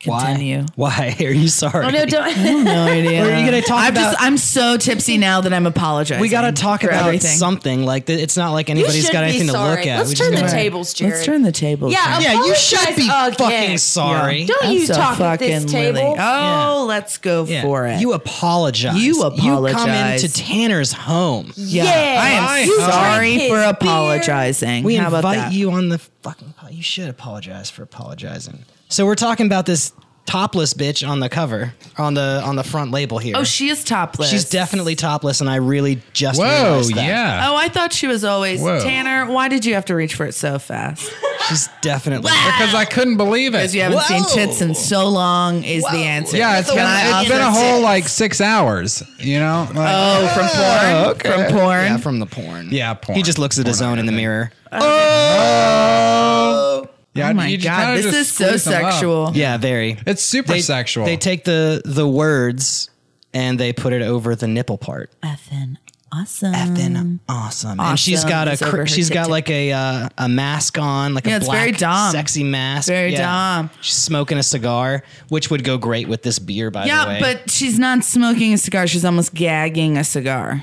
Speaker 4: Continue.
Speaker 2: Hmm. Why? Why are you sorry?
Speaker 3: Oh no, don't.
Speaker 4: No idea.
Speaker 2: What are you gonna talk
Speaker 4: I'm
Speaker 2: about?
Speaker 4: Just, I'm so tipsy now that I'm apologizing.
Speaker 2: we got to talk
Speaker 4: for
Speaker 2: about
Speaker 4: everything.
Speaker 2: something. Like th- it's not like
Speaker 3: you
Speaker 2: anybody's
Speaker 3: should
Speaker 2: got
Speaker 3: be
Speaker 2: anything to
Speaker 3: sorry.
Speaker 2: look at.
Speaker 3: Let's
Speaker 2: We just
Speaker 3: turn the
Speaker 2: gotta-
Speaker 3: tables, Jared.
Speaker 4: Let's turn the table.
Speaker 3: Yeah,
Speaker 2: Yeah, you should be
Speaker 3: Apologize again.
Speaker 2: fucking sorry.
Speaker 3: Don't
Speaker 4: I'm
Speaker 3: you
Speaker 4: so
Speaker 3: talk at this
Speaker 4: fucking willing.
Speaker 3: table.
Speaker 4: Oh, let's go
Speaker 2: Yeah.
Speaker 4: for it.
Speaker 2: You apologize.
Speaker 4: You
Speaker 2: You come
Speaker 4: apologize.
Speaker 2: into Tanner's home.
Speaker 4: yeah.
Speaker 3: Yeah.
Speaker 4: I am
Speaker 3: You
Speaker 4: sorry
Speaker 3: drank his
Speaker 4: for
Speaker 3: beer.
Speaker 4: apologizing.
Speaker 2: We
Speaker 4: How
Speaker 2: invite
Speaker 4: about that?
Speaker 2: you on the fucking. po- You should apologize for apologizing. So we're talking about this topless bitch on the cover, on the on the front label here.
Speaker 4: Oh, she is topless.
Speaker 2: She's definitely topless, and I really just
Speaker 1: Whoa,
Speaker 2: realized that.
Speaker 1: yeah.
Speaker 4: Oh, I thought she was always
Speaker 1: Whoa.
Speaker 4: Tanner. Why did you have to reach for it so fast?
Speaker 2: she's definitely.
Speaker 1: Because I couldn't believe it.
Speaker 4: Because you haven't seen
Speaker 2: Whoa.
Speaker 4: tits in so long is the answer.
Speaker 1: yeah, it's
Speaker 4: Can
Speaker 1: been,
Speaker 4: I
Speaker 1: it's been a
Speaker 4: also-
Speaker 1: whole like six hours, you know? Like,
Speaker 4: Oh, from porn. From porn.
Speaker 2: yeah, from the porn.
Speaker 1: Yeah, porn.
Speaker 2: He just looks at his own in the mirror.
Speaker 1: oh! Yeah,
Speaker 4: oh my
Speaker 1: you just
Speaker 4: god,
Speaker 1: kinda
Speaker 4: this
Speaker 1: just
Speaker 4: is so
Speaker 1: squeeze them up.
Speaker 4: sexual.
Speaker 2: Yeah, very.
Speaker 1: It's super
Speaker 2: they,
Speaker 1: sexual.
Speaker 2: They take the the words and they put it over the nipple part.
Speaker 4: Effing awesome.
Speaker 2: Effing awesome. And she's
Speaker 4: Mm. Awesome
Speaker 2: got a
Speaker 4: is over
Speaker 2: cr-
Speaker 4: her
Speaker 2: she's got
Speaker 4: tit-tit.
Speaker 2: like a uh, a mask on, like
Speaker 4: Yeah,
Speaker 2: a
Speaker 4: it's
Speaker 2: black,
Speaker 4: very dumb.
Speaker 2: sexy mask.
Speaker 4: Very dumb.
Speaker 2: She's smoking a cigar, which would go great with this beer, by the way.
Speaker 4: Yeah, but she's not smoking a cigar. She's almost gagging a cigar.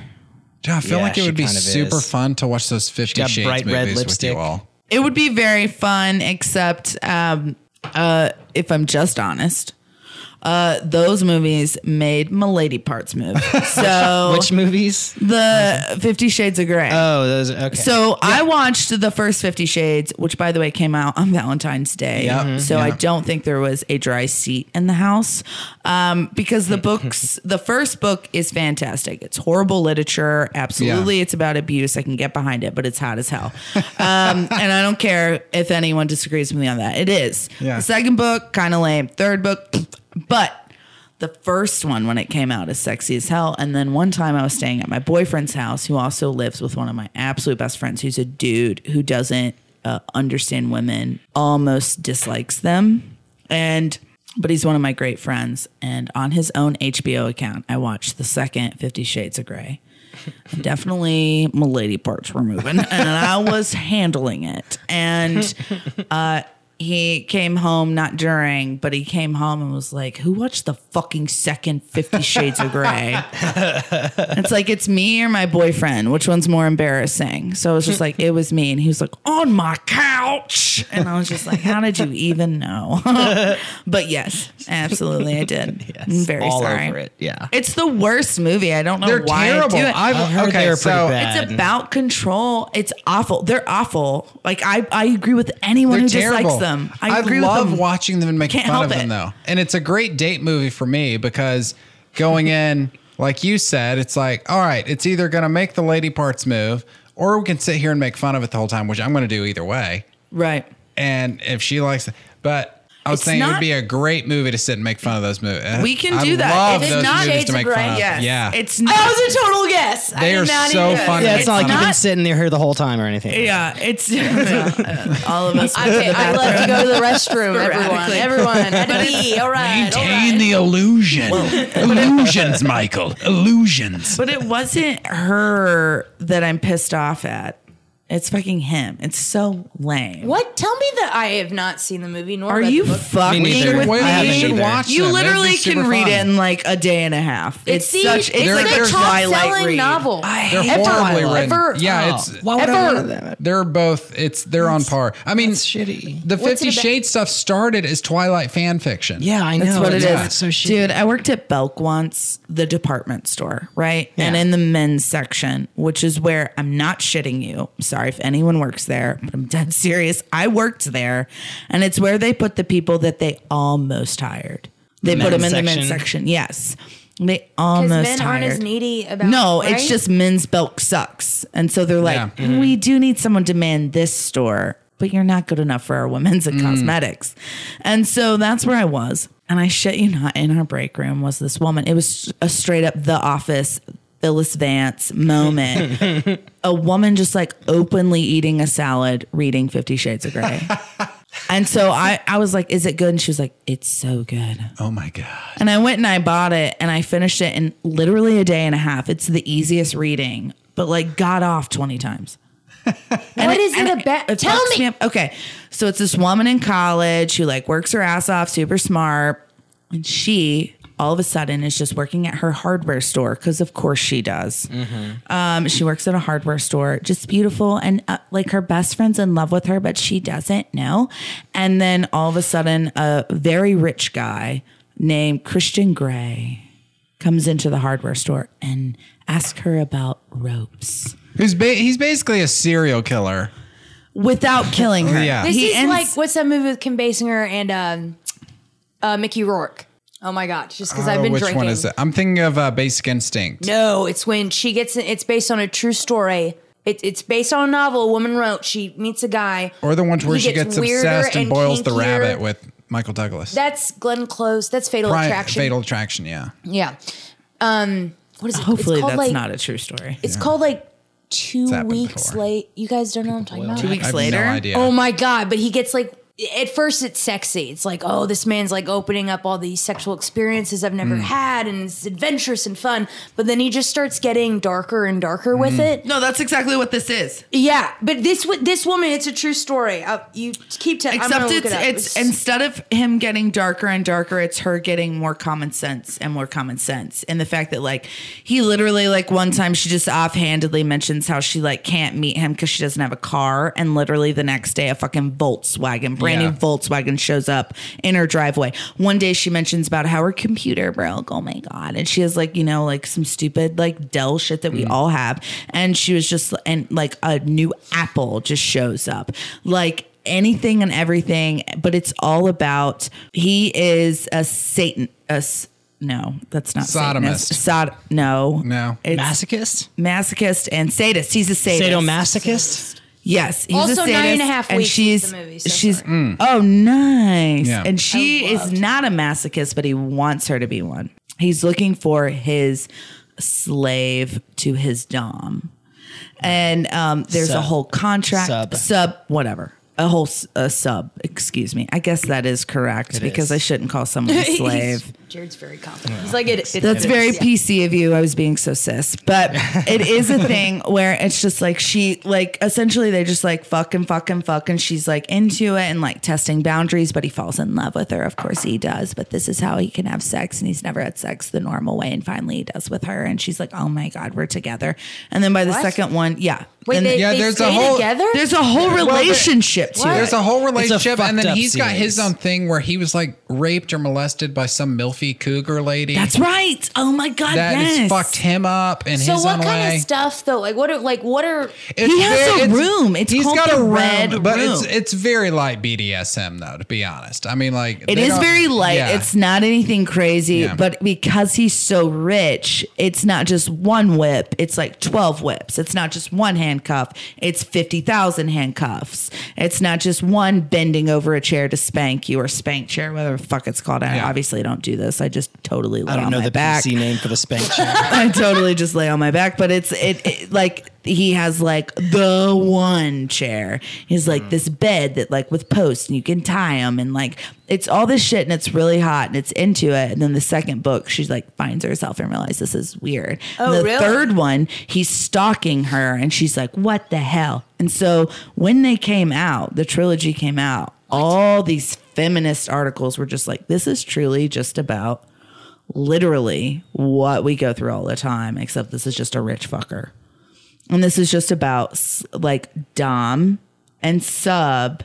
Speaker 1: Yeah, I feel
Speaker 2: Yeah,
Speaker 1: like it
Speaker 2: she
Speaker 1: would be
Speaker 2: kind of
Speaker 1: super
Speaker 2: is.
Speaker 1: fun to watch those Fifty
Speaker 2: got
Speaker 1: Shades
Speaker 2: bright
Speaker 1: movies
Speaker 2: red
Speaker 1: with you
Speaker 2: lipstick.
Speaker 1: all.
Speaker 4: It would be very fun, except um, uh, if I'm just honest, uh, those movies made my lady parts move. So
Speaker 2: which movies?
Speaker 4: the Fifty Shades of Grey.
Speaker 2: Oh, those. Okay.
Speaker 4: So I watched the first Fifty Shades, which by the way came out on Valentine's Day.
Speaker 1: Yep.
Speaker 4: So I
Speaker 1: Yeah.
Speaker 4: don't think there was a dry seat in the house um, because the books, the first book is fantastic. It's horrible literature. Absolutely,
Speaker 1: Yeah.
Speaker 4: it's about abuse. I can get behind it, but it's hot as hell. Um, and I don't care if anyone disagrees with me on that. It is.
Speaker 1: Yeah.
Speaker 4: The second book, kind of lame. Third book, but the first one when it came out is sexy as hell. And then one time I was staying at my boyfriend's house, who also lives with one of my absolute best friends, who's a dude who doesn't uh, understand women, almost dislikes them. And, but he's one of my great friends. And on his own HBO account, I watched the second Fifty Shades of Grey. And Definitely, my lady parts were moving, and I was handling it. And uh, he came home not during, but he came home and was like, "Who watched the fucking second Fifty Shades of Grey?" it's like it's me or my boyfriend. Which one's more embarrassing? So I was just like, it was me, and he was like, on my couch, and I was just like, how did you even know? but yes, absolutely, I did. I'm very
Speaker 2: all
Speaker 4: sorry.
Speaker 2: over it. Yeah.
Speaker 4: It's the worst movie. I don't know
Speaker 1: They're
Speaker 4: why
Speaker 1: terrible.
Speaker 4: I do it.
Speaker 1: I've,
Speaker 2: I've heard
Speaker 1: okay,
Speaker 2: they were pretty
Speaker 1: so
Speaker 2: bad.
Speaker 4: It's about control. It's awful. They're awful. Like I, I agree with anyone
Speaker 1: They're
Speaker 4: who
Speaker 1: terrible.
Speaker 4: dislikes them. I, agree
Speaker 1: love
Speaker 4: with them.
Speaker 1: watching them and making
Speaker 4: Can't
Speaker 1: fun of
Speaker 4: help
Speaker 1: them
Speaker 4: it.
Speaker 1: though. And it's a great date movie for me because going in, like you said, it's like, all right, it's either gonna make the lady parts move, or we can sit here and make fun of it the whole time, which I'm gonna do either way.
Speaker 4: right.
Speaker 1: And if she likes it, but I was
Speaker 4: It's
Speaker 1: saying it would
Speaker 4: not-
Speaker 1: be a great movie to sit and make fun of those movies.
Speaker 4: We can
Speaker 1: I
Speaker 4: do that.
Speaker 1: Love
Speaker 4: If it's
Speaker 1: those
Speaker 4: not
Speaker 1: movies
Speaker 4: Shades
Speaker 1: to
Speaker 4: of
Speaker 1: make fun of.
Speaker 4: Grey, yes.
Speaker 1: Yeah,
Speaker 4: It's
Speaker 3: That
Speaker 4: not.
Speaker 3: was a total guess. I
Speaker 1: They
Speaker 3: did
Speaker 1: are
Speaker 3: not
Speaker 1: so
Speaker 3: even-
Speaker 1: funny.
Speaker 2: yeah, it's, not like you've been
Speaker 4: not-
Speaker 2: sitting near her the whole time or anything.
Speaker 4: Yeah, it's all of us. went to the
Speaker 3: Okay, I
Speaker 4: bathroom.
Speaker 3: love to go to the restroom. everyone,
Speaker 4: Sporadically.
Speaker 3: everyone, had to pee. All right, all right.
Speaker 1: the illusion. illusions, Michael. Illusions.
Speaker 4: But it wasn't her that I'm pissed off at. It's fucking him. It's so lame.
Speaker 3: What? Tell me that I have not seen the movie. Nor
Speaker 4: Are
Speaker 3: read
Speaker 4: you
Speaker 3: The book.
Speaker 4: fucking
Speaker 2: Me neither.
Speaker 4: with
Speaker 2: Wait, I haven't
Speaker 4: me?
Speaker 2: either.
Speaker 4: You
Speaker 1: Them. That'd be
Speaker 4: literally can
Speaker 1: super
Speaker 4: read
Speaker 1: fun.
Speaker 4: it in like a day and a half. It's,
Speaker 3: It's, the,
Speaker 4: such. It's
Speaker 3: it's
Speaker 4: like
Speaker 3: the
Speaker 4: a Twilight
Speaker 3: top-selling
Speaker 4: read.
Speaker 3: novel.
Speaker 1: They're
Speaker 3: Ever.
Speaker 1: horribly written.
Speaker 3: Ever.
Speaker 1: Yeah,
Speaker 2: Oh.
Speaker 1: it's
Speaker 2: Why would I
Speaker 3: Ever.
Speaker 2: want that?
Speaker 1: they're both. It's they're on par. I mean,
Speaker 2: That's shitty.
Speaker 1: The
Speaker 3: What's
Speaker 1: Fifty
Speaker 3: it about?
Speaker 1: Shades stuff started as Twilight fan fiction.
Speaker 2: Oh, Yeah, I know.
Speaker 4: That's what it
Speaker 2: it's
Speaker 4: is.
Speaker 2: not So shitty.
Speaker 4: Dude, I worked at Belk once, the department store, right? And
Speaker 2: Yeah.
Speaker 4: in the men's section, which is where I'm not shitting you. I'm sorry if anyone works there, but I'm dead serious. I worked there, and it's where they put the people that they almost hired. They put them
Speaker 2: men's
Speaker 4: in the men's
Speaker 2: section.
Speaker 4: section. Yes. They
Speaker 3: Because
Speaker 4: almost
Speaker 3: men
Speaker 4: hired.
Speaker 3: aren't as needy about.
Speaker 4: No,
Speaker 3: right?
Speaker 4: it's just men's bulk sucks. And so they're like,
Speaker 1: Yeah.
Speaker 4: we do need someone to man this store, but you're not good enough for our women's and cosmetics. And so that's where I was. And I shit you not, in our break room was this woman. It was a straight up the office Phyllis Vance moment. a woman just like openly eating a salad, reading Fifty Shades of Grey. and so I, I was like, is it good? And she was like, it's so good.
Speaker 1: Oh my god.
Speaker 4: And I went and I bought it and I finished it in literally a day and a half. It's the easiest reading, but like got off 20 times.
Speaker 6: What is it
Speaker 4: It
Speaker 6: about? Tell
Speaker 4: fucks
Speaker 6: me.
Speaker 4: up. Okay. So it's this woman in college who like works her ass off, super smart. And she all of a sudden is just working at her hardware store because of course she does.
Speaker 6: Mm-hmm.
Speaker 4: Um, she works at a hardware store, just beautiful. And uh, like her best friend's in love with her, but she doesn't know. And then all of a sudden, a very rich guy named Christian Gray comes into the hardware store and asks her about ropes
Speaker 1: He's ba- he's basically a serial killer.
Speaker 4: without killing her.
Speaker 1: Yeah.
Speaker 3: This
Speaker 4: He
Speaker 3: is
Speaker 4: ends-
Speaker 3: like what's that movie with Kim Basinger and um, uh, Mickey Rourke? Oh my god! Just because I've
Speaker 1: Oh,
Speaker 3: been
Speaker 1: which
Speaker 3: drinking.
Speaker 1: one is it? I'm thinking of uh, Basic Instinct.
Speaker 3: No, it's when she gets. It's based on a true story. It, it's based on a novel a woman wrote. She meets a guy,
Speaker 1: Or the ones where
Speaker 3: He
Speaker 1: she
Speaker 3: gets
Speaker 1: gets
Speaker 3: weirder
Speaker 1: obsessed and,
Speaker 3: and
Speaker 1: boils the
Speaker 3: kinkier.
Speaker 1: rabbit with Michael Douglas.
Speaker 3: That's Glenn Close. That's Fatal
Speaker 1: Pri-
Speaker 3: Attraction.
Speaker 1: Fatal Attraction, yeah.
Speaker 3: Yeah. Um. What is it?
Speaker 4: Hopefully
Speaker 3: it's
Speaker 4: that's
Speaker 3: called like,
Speaker 4: not a true story.
Speaker 3: It's called like two
Speaker 1: happened
Speaker 3: weeks
Speaker 1: before.
Speaker 3: late. You guys don't know what I'm talking about.
Speaker 4: Two
Speaker 1: I
Speaker 4: weeks
Speaker 1: have
Speaker 4: later.
Speaker 1: no idea.
Speaker 3: Oh my god! But he gets like. At first, it's sexy. It's like, oh, this man's like opening up all these sexual experiences I've
Speaker 4: Mm.
Speaker 3: never had, and it's adventurous and fun. But then he just starts getting darker and darker with it.
Speaker 4: Mm. No, that's exactly what this is.
Speaker 3: Yeah, but this wo- this woman, it's a true story. Uh, you keep telling. I'm
Speaker 4: Except
Speaker 3: gonna look
Speaker 4: it's
Speaker 3: it up.
Speaker 4: it's instead of him getting darker and darker, it's her getting more common sense and more common sense. And the fact that like he literally like one time she just offhandedly mentions how she like can't meet him because she doesn't have a car, and literally the next day a fucking Volkswagen, brand
Speaker 1: Yeah.
Speaker 4: new Volkswagen shows up in her driveway. One day she mentions about how her computer broke. Oh my god! And she has like you know like some stupid like Dell shit that we
Speaker 1: Mm.
Speaker 4: all have. And she was just and like a new Apple just shows up like anything and everything. But it's all about he is a Satan. A, s- no, that's not
Speaker 1: Sodomist.
Speaker 4: Satanist. Sod. No.
Speaker 1: No.
Speaker 4: It's
Speaker 2: Masochist?
Speaker 4: masochist and sadist. He's a sadist.
Speaker 2: Sadomasochist?
Speaker 4: Yes, he's
Speaker 3: Also,
Speaker 4: a sadist,
Speaker 3: Nine and a Half
Speaker 4: and
Speaker 3: Weeks is
Speaker 4: she's
Speaker 3: the movie, so
Speaker 4: she's
Speaker 3: sorry.
Speaker 2: Mm.
Speaker 4: oh nice,
Speaker 1: Yeah.
Speaker 4: and she is not a masochist, but he wants her to be one. He's looking for his slave to his dom, and um, there's a
Speaker 2: Sub.
Speaker 4: whole contract
Speaker 2: Sub.
Speaker 4: sub whatever. A whole s- a sub, excuse me. I guess that is correct because
Speaker 2: is.
Speaker 4: I shouldn't call someone a
Speaker 3: He's-
Speaker 4: slave.
Speaker 3: Jared's very confident. He's like, it. it
Speaker 4: That's
Speaker 3: it
Speaker 4: very
Speaker 3: is.
Speaker 4: PC of you. I was being so cis, but it is a thing where it's just like she, like essentially they just like fuck and fuck and fuck, and she's like into it and like testing boundaries, but he falls in love with her. Of course he does, but this is how he can have sex, and he's never had sex the normal way, and finally he does with her, and she's like, oh my god, we're together. And then by the second one, yeah,
Speaker 3: Wait,
Speaker 4: And
Speaker 3: they,
Speaker 1: Yeah,
Speaker 3: they
Speaker 1: there's a
Speaker 3: stay
Speaker 1: whole-
Speaker 3: together.
Speaker 4: there's a whole relationship to
Speaker 1: There's
Speaker 4: it.
Speaker 1: a whole relationship, and then
Speaker 2: fucked up
Speaker 1: he's got his
Speaker 2: series.
Speaker 1: own thing where he was like raped or molested by some milfy cougar lady.
Speaker 4: That's right. Oh my god,
Speaker 1: that has
Speaker 4: yes.
Speaker 1: fucked him up and
Speaker 3: so
Speaker 1: his
Speaker 3: what
Speaker 1: own
Speaker 3: kind
Speaker 1: way.
Speaker 3: of stuff though? Like what are like what are?
Speaker 1: It's
Speaker 4: He has
Speaker 1: very-
Speaker 4: a room. It's
Speaker 1: he's
Speaker 4: called
Speaker 1: got
Speaker 4: the
Speaker 1: a room,
Speaker 4: Red
Speaker 1: but it's
Speaker 4: Room.
Speaker 1: it's very light BDSM though. To be honest, I mean like
Speaker 4: It
Speaker 1: they
Speaker 4: is
Speaker 1: don't-
Speaker 4: very light.
Speaker 1: yeah.
Speaker 4: It's not anything crazy,
Speaker 1: Yeah.
Speaker 4: but because he's so rich, it's not just one whip. It's like 12 whips. It's not just one handcuff. It's 50,000 handcuffs. It's not just one bending over a chair to spank you or spank chair, whatever the fuck it's called. I
Speaker 1: Yeah.
Speaker 4: obviously don't do this. I just totally lay
Speaker 2: I don't
Speaker 4: on
Speaker 2: know
Speaker 4: my
Speaker 2: the
Speaker 4: back.
Speaker 2: PC name for the spank chair.
Speaker 4: I totally just lay on my back, but it's it, it like he has like the one chair. He's like this bed that like with posts and you can tie them and like it's all this shit and it's really hot and it's into it. And then the second book, she like finds herself and realizes this is weird.
Speaker 3: Oh,
Speaker 4: the
Speaker 3: really?
Speaker 4: third one, he's stalking her and she's like, "What the hell?" And so when they came out, the trilogy came out. All these feminist articles were just like, "This is truly just about." literally what we go through all the time, except this is just a rich fucker. And this is just about s- like Dom and sub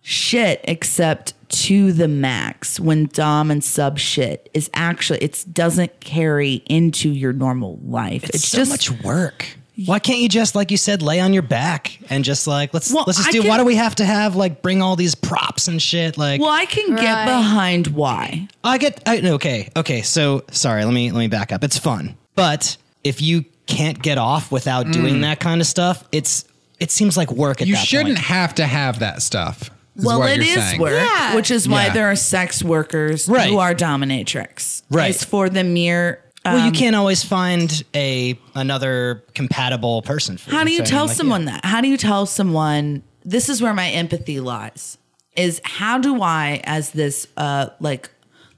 Speaker 4: shit, except to the max when Dom and sub shit is actually, it doesn't carry into your normal life. It's,
Speaker 2: It's so
Speaker 4: just
Speaker 2: much work. Why can't you just, like you said, lay on your back and just like let's
Speaker 4: Well,
Speaker 2: let's just
Speaker 4: I
Speaker 2: do?
Speaker 4: can-
Speaker 2: why do we have to have like bring all these props and shit? Like
Speaker 4: Well, I can get
Speaker 3: Right.
Speaker 4: behind why.
Speaker 2: I get I, okay, okay. So sorry, let me let me back up. It's fun, but if you can't get off without doing
Speaker 4: Mm.
Speaker 2: that kind of stuff, it's it seems like work at
Speaker 1: you
Speaker 2: that point.
Speaker 1: shouldn't have to have that stuff. is
Speaker 4: Well,
Speaker 1: what
Speaker 4: it
Speaker 1: you're
Speaker 4: is
Speaker 1: saying.
Speaker 4: work,
Speaker 3: Yeah.
Speaker 4: which is why
Speaker 1: Yeah.
Speaker 4: there are sex workers
Speaker 2: Right.
Speaker 4: who are dominatrix.
Speaker 2: Right.
Speaker 4: It's for the mere
Speaker 2: well, you can't always find a another compatible person. For
Speaker 4: How do you
Speaker 2: so, I mean,
Speaker 4: tell
Speaker 2: like, yeah.
Speaker 4: someone that? How do you tell someone this is where my empathy lies? Is how do I, as this uh like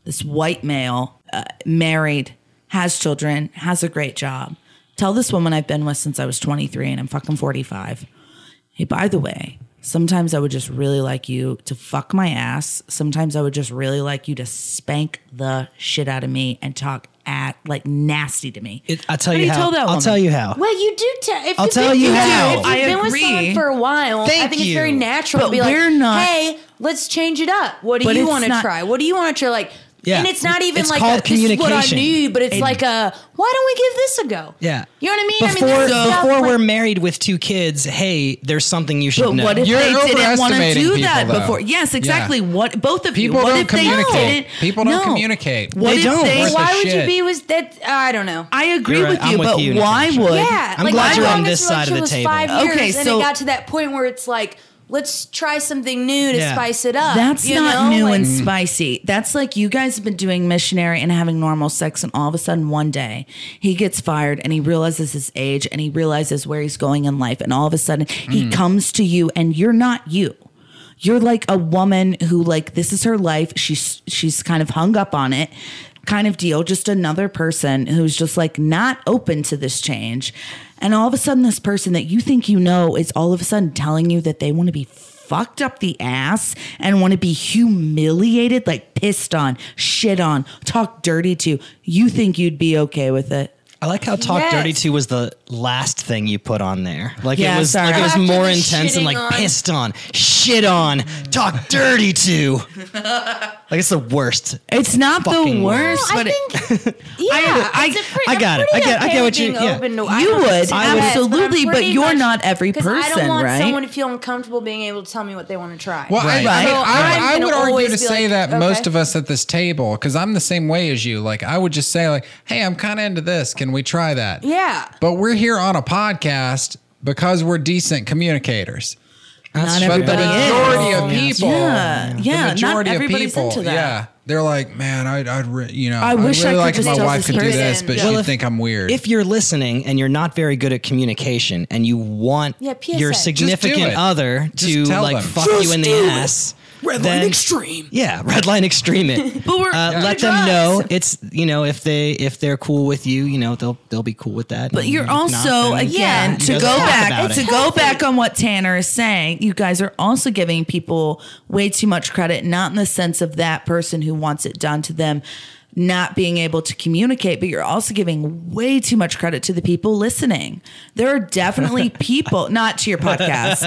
Speaker 4: this white male, uh, married, has children, has a great job, tell this woman I've been with since I was 23 and I'm fucking 45. Hey, by the way, sometimes I would just really like you to fuck my ass. Sometimes I would just really like you to spank the shit out of me and talk at like nasty to me.
Speaker 2: It- I'll tell
Speaker 4: How
Speaker 2: you,
Speaker 4: do you
Speaker 2: how.
Speaker 4: tell that
Speaker 2: I'll
Speaker 4: woman?
Speaker 2: tell you how.
Speaker 3: Well, you do. Te- if
Speaker 2: I'll
Speaker 3: you've
Speaker 2: tell
Speaker 3: been,
Speaker 2: you
Speaker 3: do.
Speaker 2: how.
Speaker 3: If you've
Speaker 4: I
Speaker 3: been with someone
Speaker 4: agree.
Speaker 3: for a while, I
Speaker 2: Thank
Speaker 3: think it's
Speaker 2: you.
Speaker 3: very natural
Speaker 4: But
Speaker 3: to be like,
Speaker 4: we're not-
Speaker 3: "Hey, let's change it up. What do
Speaker 4: But
Speaker 3: you
Speaker 4: it's
Speaker 3: want to
Speaker 4: not-
Speaker 3: try? What do you want to try?" Like,
Speaker 2: Yeah.
Speaker 3: and it's not even
Speaker 2: It's
Speaker 3: like
Speaker 2: called
Speaker 3: a, this is what I
Speaker 2: communication.
Speaker 3: need, but it's like a why don't we give this a go?
Speaker 2: Yeah.
Speaker 3: you know what I mean.
Speaker 2: Before,
Speaker 3: I mean, that's stuff
Speaker 2: before
Speaker 3: like-
Speaker 2: we're married with two kids, hey, there's something you should
Speaker 4: But
Speaker 2: know.
Speaker 4: what if
Speaker 1: You're
Speaker 4: they didn't want to
Speaker 1: overestimating
Speaker 4: do
Speaker 1: people,
Speaker 4: that
Speaker 1: though.
Speaker 4: before? Yes, exactly.
Speaker 1: Yeah.
Speaker 4: What both of
Speaker 1: People
Speaker 4: you? What
Speaker 1: don't
Speaker 4: if they
Speaker 1: communicate.
Speaker 4: didn't?
Speaker 1: People don't
Speaker 4: No.
Speaker 1: communicate.
Speaker 4: What
Speaker 2: They
Speaker 4: if
Speaker 2: don't.
Speaker 4: they?
Speaker 1: Worth
Speaker 3: why
Speaker 1: the
Speaker 3: would
Speaker 1: shit.
Speaker 3: you be with that? I don't know.
Speaker 4: I agree
Speaker 2: You're right.
Speaker 4: with
Speaker 2: I'm
Speaker 4: you,
Speaker 2: with
Speaker 4: but
Speaker 2: you,
Speaker 4: why
Speaker 2: Natasha.
Speaker 4: would?
Speaker 3: Yeah,
Speaker 2: I'm glad
Speaker 3: my
Speaker 2: you're on
Speaker 3: longest
Speaker 2: this side of the
Speaker 3: relationship was
Speaker 2: table.
Speaker 3: Five years,
Speaker 4: Okay,
Speaker 3: and
Speaker 4: so-
Speaker 3: it got to that point where it's like, let's try something new to
Speaker 2: Yeah.
Speaker 3: spice it up.
Speaker 4: That's
Speaker 3: you
Speaker 4: not
Speaker 3: know?
Speaker 4: new
Speaker 3: Like,
Speaker 4: and
Speaker 2: Mm.
Speaker 4: spicy. That's like you guys have been doing missionary and having normal sex, and all of a sudden one day he gets fired and he realizes his age and he realizes where he's going in life, and all of a sudden
Speaker 1: Mm.
Speaker 4: he comes to you and you're not you. You're like a woman who like this is her life. She's she's kind of hung up on it, kind of deal. Just another person who's just like not open to this change, and all of a sudden this person that you think you know is all of a sudden telling you that they want to be fucked up the ass and want to be humiliated, like pissed on, shit on, talked dirty to, you think you'd be okay with it?
Speaker 2: I like how Talk
Speaker 3: Yes.
Speaker 2: Dirty to was the last thing you put on there. Like
Speaker 4: Yeah,
Speaker 2: it was
Speaker 4: sorry.
Speaker 2: like it was
Speaker 3: After the
Speaker 2: more intense and
Speaker 3: shitting
Speaker 2: like
Speaker 3: on.
Speaker 2: pissed on, shit on, talk dirty to. like it's the worst.
Speaker 4: It's not the
Speaker 2: Fucking
Speaker 4: worst,
Speaker 3: I
Speaker 4: but it-
Speaker 3: think, yeah,
Speaker 2: I-
Speaker 3: it's a pre-
Speaker 2: I got
Speaker 3: I'm
Speaker 2: it. I
Speaker 3: pretty
Speaker 2: get- I get
Speaker 3: okay
Speaker 2: what
Speaker 3: with
Speaker 2: you-
Speaker 3: being
Speaker 2: yeah.
Speaker 3: open to- I
Speaker 4: You
Speaker 3: don't
Speaker 2: would.
Speaker 4: would,
Speaker 3: think I'm biased, I'm
Speaker 4: absolutely, but
Speaker 3: pretty
Speaker 4: you're
Speaker 3: much-
Speaker 4: not every
Speaker 3: 'cause I
Speaker 4: person,
Speaker 3: don't want
Speaker 4: right?
Speaker 3: someone to feel uncomfortable being able to tell me what they want to try.
Speaker 1: Well, I, I,
Speaker 4: Right.
Speaker 1: mean, I-
Speaker 3: So
Speaker 1: I
Speaker 3: I'm
Speaker 1: would
Speaker 3: gonna
Speaker 1: argue
Speaker 3: always
Speaker 1: to
Speaker 3: be
Speaker 1: say
Speaker 3: like,
Speaker 1: that
Speaker 3: okay.
Speaker 1: most of us at this table, because I'm the same way as you. Like, I would just say, like, hey, I'm kind of into this. Can we try that?
Speaker 3: Yeah.
Speaker 1: But we're here on a podcast because we're decent communicators.
Speaker 4: not
Speaker 1: But the
Speaker 4: everybody is.
Speaker 1: majority of people,
Speaker 4: Yeah, yeah,
Speaker 1: the majority
Speaker 4: not
Speaker 1: of
Speaker 4: everybody's
Speaker 1: people,
Speaker 4: into that.
Speaker 1: yeah, they're like, man, I'd, I'd re- you know,
Speaker 4: I
Speaker 1: I'd
Speaker 4: wish I
Speaker 1: really
Speaker 4: could
Speaker 1: like if
Speaker 4: just
Speaker 1: my
Speaker 4: tell
Speaker 1: wife
Speaker 4: this
Speaker 1: could do
Speaker 4: person.
Speaker 1: this, but
Speaker 3: Yeah.
Speaker 1: she'd
Speaker 2: Well, if-
Speaker 1: think I'm weird.
Speaker 2: If you're listening and you're not very good at communication and you want
Speaker 3: Yeah, PSA.
Speaker 2: your
Speaker 3: Just do
Speaker 2: significant
Speaker 1: it.
Speaker 2: other
Speaker 1: Just
Speaker 2: to
Speaker 1: tell
Speaker 2: like
Speaker 1: them.
Speaker 2: fuck you in the ass, red line extreme. Yeah, red line extreme it.
Speaker 4: But we're- oh
Speaker 2: uh,
Speaker 4: we're
Speaker 2: let them
Speaker 4: drugs.
Speaker 2: know it's you know if they if they're cool with you, you know they'll they'll be cool with that.
Speaker 4: But
Speaker 2: And
Speaker 4: you're
Speaker 2: if Mm, not,
Speaker 4: also
Speaker 2: then-
Speaker 4: again
Speaker 2: Yeah.
Speaker 4: to
Speaker 2: Just
Speaker 4: go
Speaker 2: talk
Speaker 4: back
Speaker 2: about
Speaker 4: to
Speaker 2: it.
Speaker 4: go back on what Tanner is saying. You guys are also giving people way too much credit, not in the sense of that person who wants it done to them not being able to communicate, but you're also giving way too much credit to the people listening. There are definitely people not to your podcast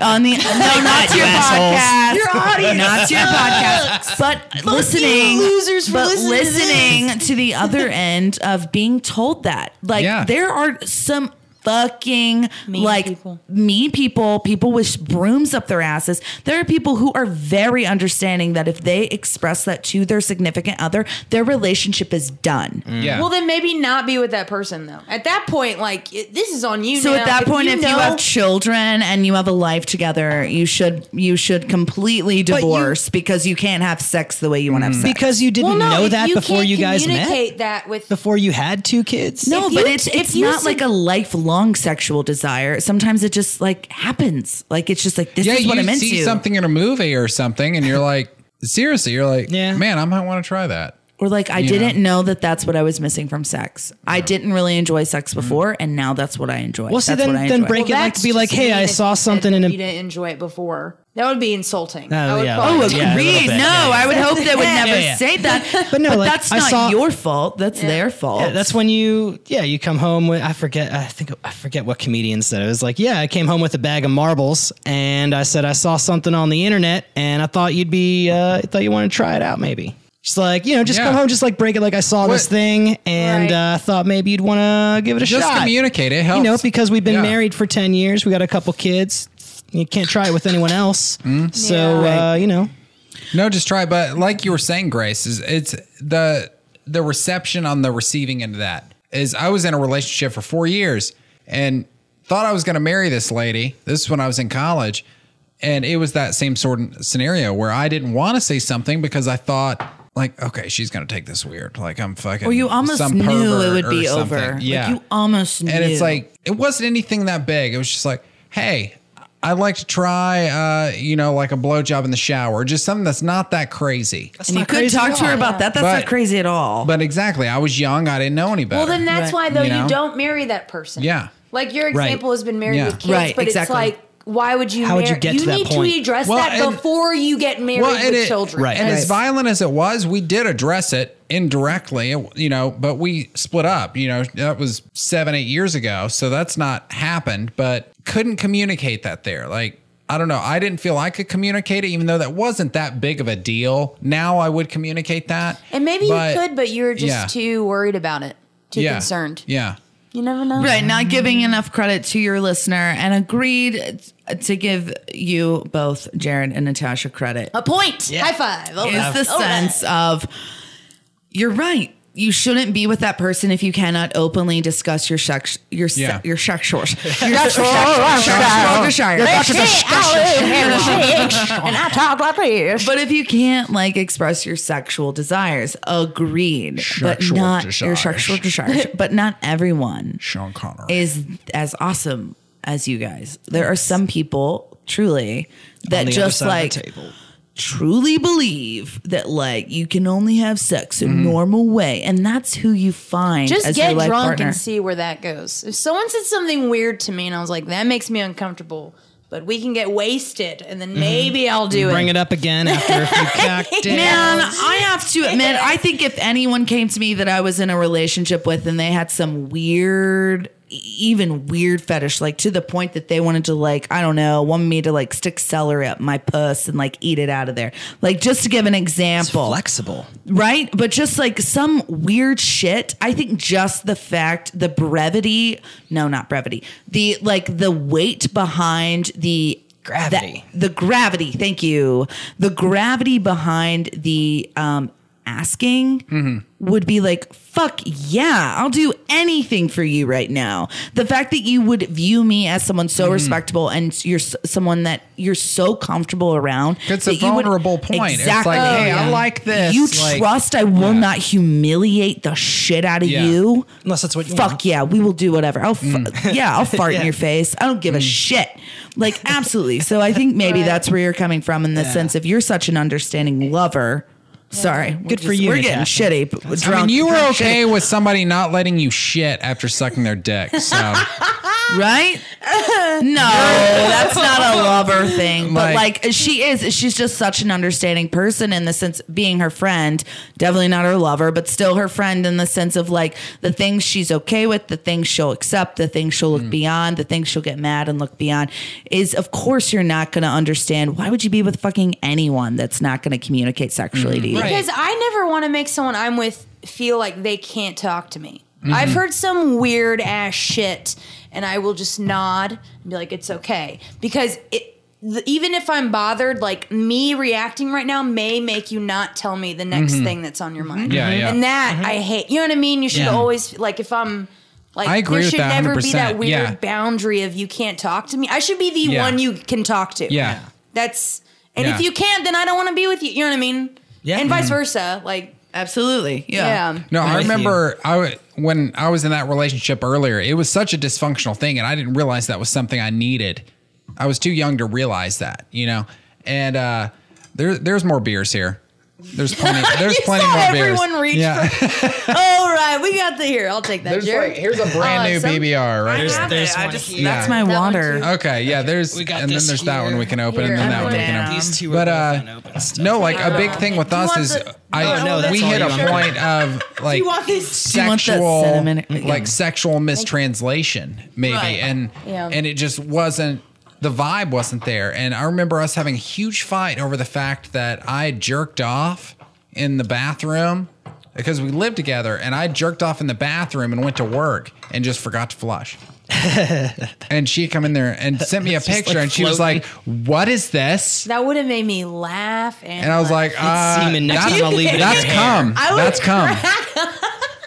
Speaker 4: on the no, not to your
Speaker 2: assholes.
Speaker 4: podcast, your audience, not to your podcast, but listening,
Speaker 3: losers for
Speaker 4: but
Speaker 3: listening to this.
Speaker 4: listening to the other end of being told that. Like
Speaker 1: Yeah.
Speaker 4: there are some fucking
Speaker 3: Mean
Speaker 4: like
Speaker 3: people.
Speaker 4: mean people, people with brooms up their asses. There are people who are very understanding that if they express that to their significant other, their relationship is done.
Speaker 1: yeah,
Speaker 3: Well, then maybe not be with that person though. At that point, like it, this is on you.
Speaker 4: So
Speaker 3: now.
Speaker 4: at that point, if you
Speaker 3: know-
Speaker 4: have children and you have a life together, you should you should completely
Speaker 2: you-
Speaker 4: divorce because you can't have sex the way you want to have sex.
Speaker 2: because you didn't
Speaker 3: well, no,
Speaker 2: know
Speaker 3: if
Speaker 2: that
Speaker 3: you
Speaker 2: before
Speaker 3: can't
Speaker 2: you guys met.
Speaker 3: communicate that with
Speaker 2: Before you had two kids.
Speaker 4: No,
Speaker 3: If
Speaker 4: but
Speaker 3: you-
Speaker 4: it's
Speaker 3: if
Speaker 4: it's
Speaker 3: you
Speaker 4: not
Speaker 3: sug-
Speaker 4: like a lifelong sexual desire. Sometimes it just like happens. Like it's just like this
Speaker 1: yeah,
Speaker 4: is what
Speaker 1: you
Speaker 4: I'm into.
Speaker 1: see something in a movie or something, and you're like, seriously, you're like,
Speaker 2: Yeah.
Speaker 1: man, I might want to try that.
Speaker 4: or like I didn't know that that's what I was missing from sex. I didn't really enjoy sex before, and now that's what I enjoy.
Speaker 2: Well, see,
Speaker 4: That's
Speaker 2: then-
Speaker 4: what I
Speaker 2: then
Speaker 4: enjoy.
Speaker 2: break it.
Speaker 3: Well,
Speaker 2: like
Speaker 3: that's
Speaker 2: to be like,
Speaker 3: just
Speaker 2: "Hey,
Speaker 3: mean
Speaker 2: I
Speaker 3: if
Speaker 2: saw
Speaker 3: you said
Speaker 2: something in
Speaker 3: that
Speaker 2: a-
Speaker 3: You didn't enjoy it before. That would be insulting.
Speaker 2: Oh,
Speaker 3: I would
Speaker 2: yeah.
Speaker 3: call
Speaker 2: Oh,
Speaker 3: it
Speaker 2: okay. Yeah, a little
Speaker 4: Agreed.
Speaker 2: bit,
Speaker 4: no,
Speaker 2: yeah.
Speaker 4: I would hope they would
Speaker 3: Yeah,
Speaker 4: never
Speaker 2: yeah.
Speaker 4: say that.
Speaker 2: But no, like,
Speaker 4: that's
Speaker 2: I
Speaker 4: not
Speaker 2: saw-
Speaker 4: your fault. That's their fault.
Speaker 2: Yeah, that's when you yeah you come home with I forget I think I forget what comedian said it was like yeah I came home with a bag of marbles and I said I saw something on the internet and I thought you'd be uh, I thought you want to try it out maybe just like you know just
Speaker 1: Yeah.
Speaker 2: come home just like break it like I saw this
Speaker 1: What-
Speaker 2: thing and
Speaker 3: Right.
Speaker 2: uh, I thought maybe you'd want to give it a
Speaker 1: Just
Speaker 2: shot
Speaker 1: communicate. It
Speaker 2: you know
Speaker 1: helps.
Speaker 2: because we've been
Speaker 1: Yeah.
Speaker 2: married for ten years we got a couple kids you can't try it with anyone else so
Speaker 4: Yeah.
Speaker 2: uh, you know
Speaker 1: No, just try. But like you were saying, Grace, is it's the the reception on the receiving end of that is I was in a relationship for four years and thought I was going to marry this lady. This is when I was in college, and it was that same sort of scenario where I didn't want to say something because I thought like, okay, she's gonna take this weird. Like I'm fucking.
Speaker 4: Or you almost
Speaker 1: some
Speaker 4: knew it
Speaker 1: pervert
Speaker 4: would
Speaker 1: or
Speaker 4: be
Speaker 1: something.
Speaker 4: over.
Speaker 1: Yeah,
Speaker 4: Like you almost knew.
Speaker 1: and it's like it wasn't anything that big. It was just like, hey, I'd like to try, uh, you know, like a blowjob in the shower, just something that's not that crazy.
Speaker 4: and you could talk to her about that. That's
Speaker 1: But-
Speaker 4: not crazy at all.
Speaker 1: But exactly, I was young. I didn't know any better.
Speaker 3: Well, then that's why though
Speaker 1: You
Speaker 3: you,
Speaker 1: know?
Speaker 3: don't marry that person.
Speaker 1: Yeah.
Speaker 3: Like your example has been married
Speaker 1: Yeah.
Speaker 3: with kids,
Speaker 4: Right,
Speaker 3: but
Speaker 4: exactly.
Speaker 3: it's like why would you?
Speaker 2: How would
Speaker 3: marry-
Speaker 2: you get to that
Speaker 3: need
Speaker 2: point?
Speaker 3: to address
Speaker 1: Well,
Speaker 3: that
Speaker 1: and-
Speaker 3: before you get married with
Speaker 1: and it-
Speaker 3: children.
Speaker 2: Right.
Speaker 1: And as
Speaker 4: Right.
Speaker 1: violent as it was, we did address it indirectly, you know, but we split up. You know, that was seven, eight years ago. So that's not happened, but couldn't communicate that there. Like, I don't know. I didn't feel I could communicate it, even though that wasn't that big of a deal. Now I would communicate that.
Speaker 3: And maybe
Speaker 1: But-
Speaker 3: you could, but you were just
Speaker 1: yeah.
Speaker 3: too worried about it, too
Speaker 1: yeah,
Speaker 3: concerned.
Speaker 1: Yeah.
Speaker 3: You never know.
Speaker 4: Right, not giving enough credit to your listener and agreed to give you both, Jared and Natasha, credit.
Speaker 1: Oh,
Speaker 3: A point. High five. Oh,
Speaker 4: Is the
Speaker 3: oh,
Speaker 4: sense of you're right. You shouldn't be with that person if you cannot openly discuss your sex, your se-
Speaker 1: Yeah.
Speaker 4: your sexual, your sexual desire.
Speaker 3: and I talk like this.
Speaker 4: But if you can't like express your sexual desires, agreed.
Speaker 1: Sexual
Speaker 4: but not your
Speaker 1: desires.
Speaker 4: sexual desires. but not everyone
Speaker 1: Sean Connery.
Speaker 4: is as awesome as you guys. There are some people truly that
Speaker 2: the other
Speaker 4: just
Speaker 2: side of the
Speaker 4: like
Speaker 2: table.
Speaker 4: truly believe that like you can only have sex a normal way, and that's who you find.
Speaker 3: Just
Speaker 4: as your
Speaker 3: get
Speaker 4: life
Speaker 3: drunk
Speaker 4: partner.
Speaker 3: and see where that goes. If someone said something weird to me and I was like, that makes me uncomfortable, but we can get wasted and
Speaker 1: Mm-hmm.
Speaker 3: then maybe I'll do
Speaker 2: Bring
Speaker 3: it.
Speaker 2: it up again after a few cocktails.
Speaker 4: Man, I have to admit, I think if anyone came to me that I was in a relationship with and they had some weird, e, even weird fetish, like to the point that they wanted to, like, I don't know, want me to like stick celery up my puss and like eat it out of there. Like, just to give an example,
Speaker 2: Flexible.
Speaker 4: right? But just like some weird shit. I think just the fact, the brevity, no, not brevity, the like the weight behind the
Speaker 2: Gravity.
Speaker 4: the, the gravity. Thank you. The gravity behind the um, asking
Speaker 1: Mm-hmm.
Speaker 4: would be like, fuck yeah, I'll do anything for you right now. The fact that you would view me as someone so
Speaker 1: Mm-hmm.
Speaker 4: respectable and you're s- someone that you're so comfortable around.
Speaker 1: It's a
Speaker 4: that you would-
Speaker 1: vulnerable point. It's like, hey, I like this.
Speaker 4: You
Speaker 1: Like-
Speaker 4: trust I will not humiliate the shit out of
Speaker 1: Yeah.
Speaker 4: you.
Speaker 2: Unless that's what you
Speaker 4: Fuck
Speaker 2: want.
Speaker 4: yeah, we will do whatever. I'll fu- yeah, Mm. I'll fart in your face. I don't give a shit. Like absolutely. So I think maybe that's where you're coming from in the sense of you're such an understanding lover. Sorry, good
Speaker 2: for you,
Speaker 4: We're
Speaker 2: Natasha.
Speaker 4: getting shitty. But
Speaker 1: I
Speaker 4: drunk.
Speaker 1: mean, you were
Speaker 4: drunk
Speaker 1: okay with somebody not letting you shit after sucking their dick. So,
Speaker 4: shitty, right? No, that's not a lover thing. But
Speaker 1: Like-
Speaker 4: like, she is, she's just such an understanding person in the sense being her friend, definitely not her lover, but still her friend in the sense of like the things she's okay with, the things she'll accept, the things she'll
Speaker 1: Mm.
Speaker 4: look beyond, the things she'll get mad and look beyond. Is of course you're not going to understand why would you be with fucking anyone that's not going to communicate sexually
Speaker 1: Mm.
Speaker 4: to you.
Speaker 3: Because I never want to make someone I'm with feel like they can't talk to me.
Speaker 1: Mm-hmm.
Speaker 3: I've heard some weird ass shit, and I will just nod and be like, "It's okay," because it. th- Even if I'm bothered, like me reacting right now may make you not tell me the next thing that's on your
Speaker 1: Mm-hmm.
Speaker 3: mind.
Speaker 1: Yeah, yeah.
Speaker 3: And that I hate. You know what I mean? You should
Speaker 2: Yeah.
Speaker 3: always like if I'm like
Speaker 1: I agree
Speaker 3: there
Speaker 1: with
Speaker 3: should
Speaker 1: that
Speaker 3: never be that
Speaker 1: 100%,
Speaker 3: weird
Speaker 1: yeah.
Speaker 3: boundary of you can't talk to me. I should be the
Speaker 1: Yeah.
Speaker 3: one you can talk to.
Speaker 1: yeah.
Speaker 3: That's and if
Speaker 1: Yeah.
Speaker 3: you can't, then I don't want to be with you. You know what I mean?
Speaker 2: Yeah.
Speaker 3: And vice versa. Like
Speaker 4: Absolutely.
Speaker 3: yeah.
Speaker 1: Mm-hmm. No, I
Speaker 2: with you.
Speaker 1: remember I w- when I was in that relationship earlier, it was such a dysfunctional thing, and I didn't realize that was something I needed. I was too young to realize that, you know. And uh, there, there's more beers here. There's plenty. There's
Speaker 3: You
Speaker 1: plenty
Speaker 3: saw
Speaker 1: more beers.
Speaker 3: everyone reach
Speaker 1: yeah,
Speaker 3: All right, we got the here. I'll take that.
Speaker 1: there's
Speaker 3: Jared.
Speaker 1: like here's a brand
Speaker 3: Uh,
Speaker 1: new
Speaker 3: some-
Speaker 1: BBR right
Speaker 2: There's,
Speaker 1: here.
Speaker 2: there's
Speaker 4: I
Speaker 2: one
Speaker 4: just-
Speaker 2: here.
Speaker 4: That's my
Speaker 3: That one
Speaker 4: water.
Speaker 3: too.
Speaker 1: Okay, yeah. There's
Speaker 2: We got
Speaker 1: and then
Speaker 2: this
Speaker 1: there's that one
Speaker 2: here.
Speaker 1: we can open,
Speaker 3: Here,
Speaker 1: and then
Speaker 3: I'm
Speaker 1: that one we
Speaker 4: putting
Speaker 1: can
Speaker 4: it
Speaker 1: open.
Speaker 4: down.
Speaker 2: These two
Speaker 1: But,
Speaker 2: are
Speaker 1: uh,
Speaker 2: both unopened stuff.
Speaker 1: No, like a big thing with
Speaker 3: Do you
Speaker 1: us
Speaker 3: want
Speaker 1: is
Speaker 3: the-
Speaker 1: I
Speaker 2: No, no, that's
Speaker 1: we
Speaker 2: all
Speaker 1: hit
Speaker 2: you
Speaker 1: a
Speaker 2: want.
Speaker 1: point of like
Speaker 3: You want this?
Speaker 4: you want that
Speaker 1: sexual
Speaker 4: cinnamon-
Speaker 1: like sexual mistranslation maybe
Speaker 4: Right.
Speaker 1: and
Speaker 3: Yeah.
Speaker 1: and it just wasn't the vibe wasn't there and i remember us having a huge fight over the fact that i jerked off in the bathroom because we lived together and i jerked off in the bathroom and went to work and just forgot to flush and she come in there and sent me a
Speaker 2: like,
Speaker 1: picture and she was
Speaker 2: floating.
Speaker 1: like what is this
Speaker 3: That would have made me laugh. And,
Speaker 1: and i was
Speaker 3: laugh.
Speaker 1: like uh,
Speaker 2: semen next
Speaker 1: that's,
Speaker 2: time I'll leave it in
Speaker 1: that's
Speaker 2: your hair.
Speaker 1: cum
Speaker 3: I would
Speaker 1: that's cum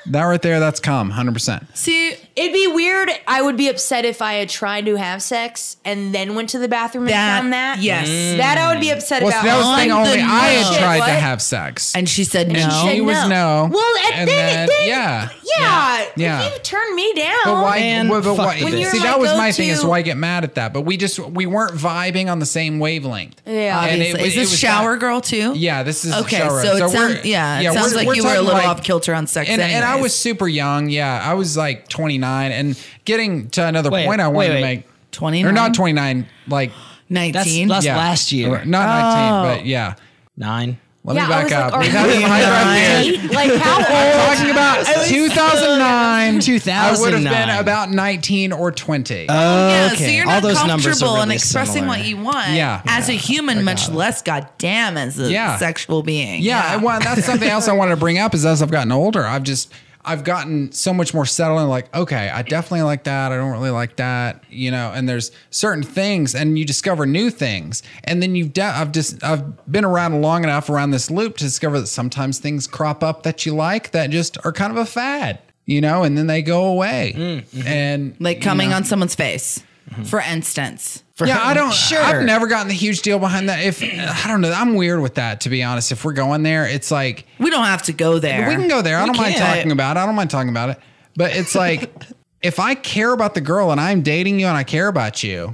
Speaker 1: that right there that's cum 100%
Speaker 4: See,
Speaker 3: It'd be weird. I would be upset if I had tried to have sex and then went to the bathroom and
Speaker 4: That-
Speaker 3: found that.
Speaker 4: yes. Mm.
Speaker 3: That I would be upset
Speaker 1: Well,
Speaker 3: about.
Speaker 1: see, that was the
Speaker 4: I'm
Speaker 1: thing
Speaker 4: the
Speaker 1: only I had
Speaker 3: shit,
Speaker 1: tried
Speaker 3: what?
Speaker 1: to have sex.
Speaker 4: And she said no.
Speaker 1: she
Speaker 3: said
Speaker 1: was no.
Speaker 3: Well, and,
Speaker 1: And then-
Speaker 3: then, then-
Speaker 1: yeah.
Speaker 3: yeah,
Speaker 1: Yeah.
Speaker 3: If you turn me down,
Speaker 1: But why?
Speaker 2: man,
Speaker 1: but- but
Speaker 2: fuck
Speaker 1: why-
Speaker 2: the When bitch. you're
Speaker 1: see,
Speaker 3: my
Speaker 1: that was my thing. Is
Speaker 3: go-to-
Speaker 1: why I get mad at that. But we just we weren't vibing on the same wavelength.
Speaker 3: Yeah.
Speaker 1: And
Speaker 4: Obviously.
Speaker 1: wa-
Speaker 4: Is this
Speaker 1: was
Speaker 4: shower
Speaker 1: that-
Speaker 4: girl too?
Speaker 1: Yeah, this is
Speaker 4: Okay,
Speaker 1: shower.
Speaker 4: so it
Speaker 1: we're-
Speaker 4: sounds yeah, it sounds
Speaker 1: we're-
Speaker 4: like
Speaker 1: we're
Speaker 4: you were a
Speaker 1: talking
Speaker 4: little
Speaker 1: like-
Speaker 4: off kilter on sex.
Speaker 1: And, and I
Speaker 4: anyways.
Speaker 1: was super young. Yeah, I was like 29. And getting to another
Speaker 2: Wait,
Speaker 1: point, I wanted
Speaker 2: wait,
Speaker 1: to
Speaker 2: wait.
Speaker 1: make
Speaker 4: 29?
Speaker 1: or not 29, like
Speaker 2: That's,
Speaker 4: 19.
Speaker 2: that's
Speaker 1: yeah,
Speaker 2: last year.
Speaker 1: Or not
Speaker 4: Oh.
Speaker 1: 19, but yeah.
Speaker 2: Nine.
Speaker 1: Let
Speaker 3: yeah,
Speaker 1: me back
Speaker 3: I was
Speaker 1: up.
Speaker 3: like,
Speaker 1: We've
Speaker 3: are
Speaker 1: had
Speaker 3: we
Speaker 1: some high ground here.
Speaker 3: eight? Like how old?
Speaker 1: Talking about 2009,
Speaker 2: 2009.
Speaker 1: I would have been about 19 or 20.
Speaker 4: yeah, so
Speaker 2: okay.
Speaker 4: you're
Speaker 2: All
Speaker 4: not
Speaker 2: those numbers are
Speaker 4: comfortable in
Speaker 2: really
Speaker 4: expressing
Speaker 2: similar.
Speaker 4: what you want
Speaker 1: Yeah.
Speaker 4: as a
Speaker 1: Yeah,
Speaker 4: human, much less, goddamn, as a
Speaker 1: Yeah.
Speaker 4: sexual being.
Speaker 1: Yeah, I want- that's something else I wanted to bring up is as I've gotten older, I've just I've gotten so much more settled and like, okay, I definitely like that. I don't really like that, you know. And there's certain things, and you discover new things, and then you've de- I've just I've been around long enough around this loop to discover that sometimes things crop up that you like that just are kind of a fad, you know, and then they go away. And
Speaker 4: Like coming on someone's face, for instance.
Speaker 1: yeah, I don't.
Speaker 2: Sure.
Speaker 1: I've never gotten the huge deal behind that. If I don't know, I'm weird with that to be honest. If we're going there, it's like.
Speaker 4: We don't have to go there.
Speaker 1: We can go there. I don't mind
Speaker 2: can.
Speaker 1: talking about it. I don't mind talking about it. But it's like, if I care about the girl and I'm dating you and I care about you,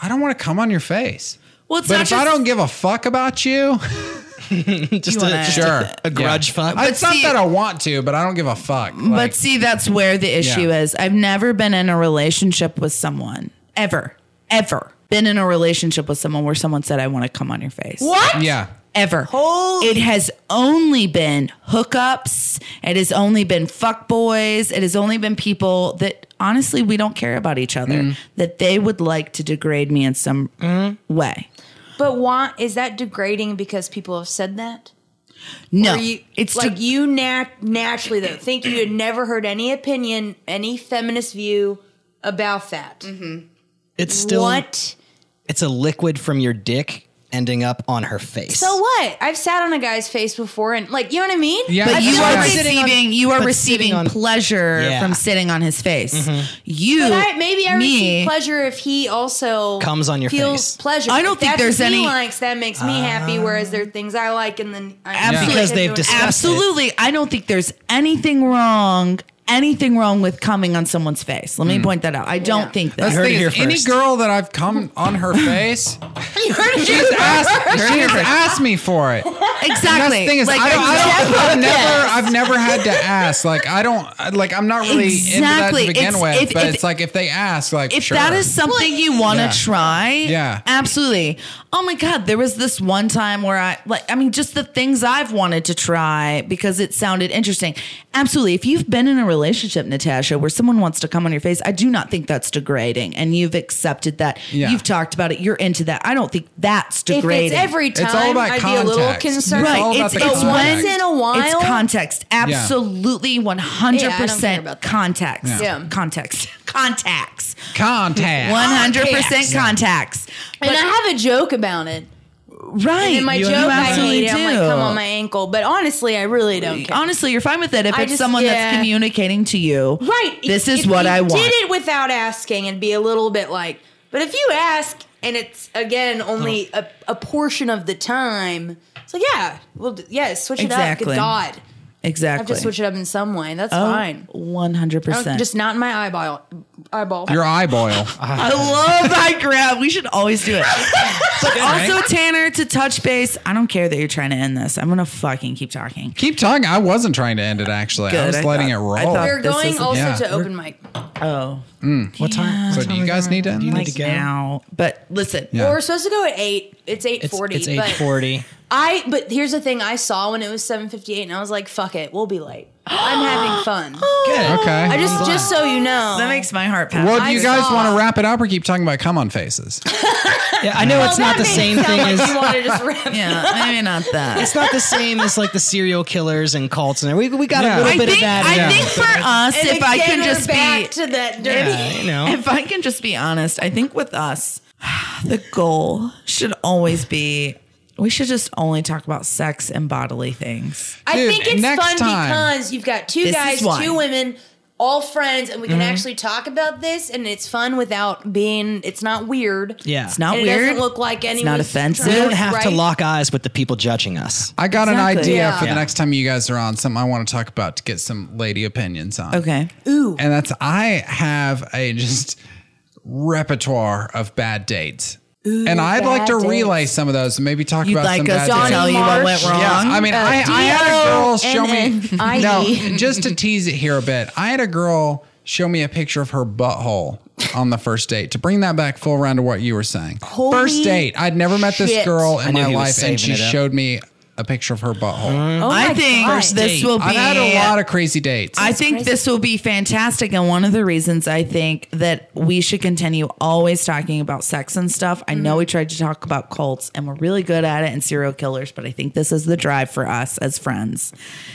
Speaker 1: I don't want to come on your face.
Speaker 4: Well, it's
Speaker 1: but
Speaker 4: not
Speaker 1: if
Speaker 4: just,
Speaker 1: I don't give a fuck about you,
Speaker 2: just
Speaker 4: wanna-
Speaker 2: a, just
Speaker 1: Sure.
Speaker 2: a, a grudge fuck.
Speaker 1: I- it's
Speaker 4: see-
Speaker 1: not that I want to, but I don't give a fuck. Like,
Speaker 4: But see, that's where the issue
Speaker 1: Yeah.
Speaker 4: is. I've never been in a relationship with someone ever, ever been in a relationship with someone where someone said, "I want to come on your face."
Speaker 3: What?
Speaker 1: yeah,
Speaker 4: ever.
Speaker 3: Holy-
Speaker 4: It has only been hookups. It has only been fuck boys. It has only been people that honestly we don't care about each other.
Speaker 3: Mm.
Speaker 4: That they would like to degrade me in some
Speaker 3: Mm-hmm.
Speaker 4: way.
Speaker 3: But why is that degrading? Because people have said that.
Speaker 4: No,
Speaker 3: Or you,
Speaker 4: it's
Speaker 3: it's
Speaker 4: to-
Speaker 3: like you nat- naturally though think you had never heard any opinion, any feminist view about that.
Speaker 2: it's still
Speaker 3: what?
Speaker 2: it's a liquid from your dick ending up on her face.
Speaker 3: So what? I've sat on a guy's face before, and like you know what I mean.
Speaker 1: Yeah.
Speaker 4: But
Speaker 1: I
Speaker 4: you
Speaker 1: feel
Speaker 4: are
Speaker 1: like-
Speaker 4: receiving you are
Speaker 2: but
Speaker 4: receiving
Speaker 2: sitting on-
Speaker 4: pleasure
Speaker 2: Yeah.
Speaker 4: from sitting on his face. You
Speaker 3: Mm-hmm. But I, maybe I
Speaker 4: me,
Speaker 3: receive pleasure if he also
Speaker 2: Comes on your
Speaker 3: feels
Speaker 2: face.
Speaker 3: pleasure.
Speaker 4: I don't
Speaker 3: If
Speaker 4: think
Speaker 3: that's
Speaker 4: there's
Speaker 3: what
Speaker 4: any-
Speaker 3: He likes that makes me happy, whereas there are things I like, and then I
Speaker 4: Absolutely.
Speaker 2: Because they've discussed it.
Speaker 4: Absolutely, I don't think there's anything wrong. Anything wrong with coming on someone's face? Let
Speaker 3: Mm.
Speaker 4: me point that out. I don't think that.
Speaker 1: That's the
Speaker 2: heard it
Speaker 1: thing
Speaker 2: here
Speaker 1: is, any
Speaker 2: first.
Speaker 1: girl that I've come on her face,
Speaker 4: You heard it
Speaker 1: she's asked, she's asked me for it. That's
Speaker 4: Exactly.
Speaker 1: the thing is,
Speaker 4: Like,
Speaker 1: I don't, I
Speaker 4: exactly.
Speaker 1: don't, I've never, I've never had to ask. Like, I don't, like, I'm not really
Speaker 4: Exactly.
Speaker 1: into that to begin
Speaker 4: It's-
Speaker 1: with.
Speaker 4: if-
Speaker 1: but
Speaker 4: if-
Speaker 1: it's like if they ask, like,
Speaker 4: if
Speaker 1: sure.
Speaker 4: that is something you want to
Speaker 1: Yeah.
Speaker 4: try,
Speaker 1: Yeah.
Speaker 4: absolutely. Oh my God, there was this one time where I like, I mean, just the things I've wanted to try because it sounded interesting. Absolutely. If you've been in a relationship, Natasha, where someone wants to come on your face, I do not think that's degrading, and you've accepted that.
Speaker 1: Yeah.
Speaker 4: You've talked about it. You're into that. I don't think that's
Speaker 3: If
Speaker 4: degrading.
Speaker 3: it's every time,
Speaker 1: all about
Speaker 3: I'd be a little
Speaker 1: context.
Speaker 3: concerned.
Speaker 1: It's
Speaker 4: Right.
Speaker 1: all about
Speaker 4: it's
Speaker 1: the
Speaker 4: it's
Speaker 1: context.
Speaker 4: when
Speaker 1: Once
Speaker 3: in a while.
Speaker 4: It's context. Absolutely 100%
Speaker 3: Yeah, I don't care about that.
Speaker 4: context.
Speaker 3: Yeah.
Speaker 4: Context. Contacts.
Speaker 1: contact.
Speaker 4: 100% contacts.
Speaker 3: And I have a joke about it.
Speaker 4: Right.
Speaker 3: And my
Speaker 4: You
Speaker 3: joke, I
Speaker 4: absolutely
Speaker 3: hate it. I'm like, come on my ankle. But honestly, I really don't care.
Speaker 4: Honestly, you're fine with it if
Speaker 3: I
Speaker 4: it's
Speaker 3: just-
Speaker 4: someone that's
Speaker 3: yeah.
Speaker 4: communicating to you.
Speaker 3: Right.
Speaker 4: This
Speaker 3: If
Speaker 4: is what
Speaker 3: you
Speaker 4: I want.
Speaker 3: Did it without asking and be a little bit like, but if you ask and it's again only a, a portion of the time, so yeah, well, d- yeah, switch it up.
Speaker 4: Exactly.
Speaker 3: Good God, I
Speaker 4: Exactly.
Speaker 3: have to switch it up in some way. That's
Speaker 4: Oh,
Speaker 3: fine. Oh,
Speaker 4: 100%.
Speaker 3: Just not in my eyeball. Eyeball.
Speaker 1: Your eyeball.
Speaker 4: I love that grab. We should always do it. But also, Tanner, to touch base, I don't care that you're trying to end this. I'm going to fucking keep talking.
Speaker 1: Keep talking. I wasn't trying to end it actually. I
Speaker 4: Good,
Speaker 1: was
Speaker 4: I
Speaker 1: letting
Speaker 4: thought-
Speaker 1: it roll.
Speaker 4: I thought-
Speaker 3: We're
Speaker 4: This
Speaker 3: going
Speaker 4: isn't-
Speaker 3: also
Speaker 1: yeah.
Speaker 3: to open mic
Speaker 4: Oh,
Speaker 2: what time?
Speaker 1: so do you guys need to end
Speaker 4: like
Speaker 1: this?
Speaker 4: now. But listen,
Speaker 1: Yeah.
Speaker 3: Well, we're supposed to go at eight. It's eight
Speaker 2: It's,
Speaker 3: forty.
Speaker 2: it's eight forty.
Speaker 3: I but here's the thing. I saw when it was seven fifty eight, and I was like, "Fuck it, we'll be late. I'm having fun."
Speaker 4: Oh,
Speaker 1: Okay.
Speaker 3: I just just so you know,
Speaker 4: that makes my heart pound.
Speaker 1: well, do you
Speaker 3: I
Speaker 1: guys
Speaker 3: saw-
Speaker 1: want to wrap it up or keep talking about come on faces?
Speaker 2: Yeah, I know it's
Speaker 3: Well,
Speaker 2: not the
Speaker 3: that made it
Speaker 2: same
Speaker 3: sound
Speaker 2: thing
Speaker 3: like
Speaker 2: as
Speaker 3: you want to just wrap
Speaker 4: yeah, maybe not that.
Speaker 2: it's not the same as like the serial killers and cults and everything. We, we got a little
Speaker 4: I
Speaker 2: bit
Speaker 4: think,
Speaker 2: of that.
Speaker 4: I
Speaker 2: in there.
Speaker 4: think for us,
Speaker 3: And
Speaker 4: if I
Speaker 3: again,
Speaker 4: can
Speaker 3: we're
Speaker 4: just
Speaker 3: back
Speaker 4: be,
Speaker 3: to that dirty.
Speaker 2: Yeah, you know,
Speaker 4: if I can just be honest, I think with us, the goal should always be we should just only talk about sex and bodily things.
Speaker 3: I
Speaker 1: Dude,
Speaker 3: think it's
Speaker 1: next
Speaker 3: fun
Speaker 1: time.
Speaker 3: because you've got two
Speaker 4: This
Speaker 3: guys,
Speaker 4: is why. Mm-hmm.
Speaker 3: two women. all friends and we can actually talk about this and it's fun without being it's not weird.
Speaker 2: Yeah.
Speaker 4: It's not
Speaker 3: And It
Speaker 4: weird.
Speaker 3: doesn't look like anyone.
Speaker 4: not offensive.
Speaker 2: We don't have to
Speaker 3: right?
Speaker 2: lock eyes with the people judging us.
Speaker 1: I got an
Speaker 4: Exactly.
Speaker 1: idea
Speaker 3: Yeah.
Speaker 1: for
Speaker 2: Yeah.
Speaker 1: the next time you guys are on something I want to talk about to get some lady opinions on.
Speaker 4: Okay.
Speaker 3: Ooh.
Speaker 1: And that's I have a just repertoire of bad dates. and I'd like to
Speaker 3: bad
Speaker 1: relay some of those and maybe talk
Speaker 4: You'd
Speaker 1: about some
Speaker 4: like
Speaker 1: bad
Speaker 4: us to
Speaker 1: dates.
Speaker 4: tell you what went wrong?
Speaker 1: Yeah, I
Speaker 3: Uh,
Speaker 1: mean, I, I had a girl show me.
Speaker 6: D-O-N-N-I-E.
Speaker 1: No, just to tease it here a bit, I had a girl show me a picture of her butthole on the first date. To bring that back full round to what you were saying, first date, I'd never met this
Speaker 3: shit.
Speaker 1: girl in
Speaker 2: knew
Speaker 1: my
Speaker 2: he was
Speaker 1: life, and she
Speaker 2: saving it up.
Speaker 1: showed me a picture of her butthole.
Speaker 3: Oh
Speaker 4: I
Speaker 3: my
Speaker 4: think
Speaker 3: God.
Speaker 4: this will be.
Speaker 1: I've had a lot of crazy dates.
Speaker 4: I think this will be fantastic. And one of the reasons I think that we should continue always talking about sex and stuff. I
Speaker 3: Mm-hmm.
Speaker 4: know we tried to talk about cults and we're really good at it and serial killers, but I think this is the drive for us as friends.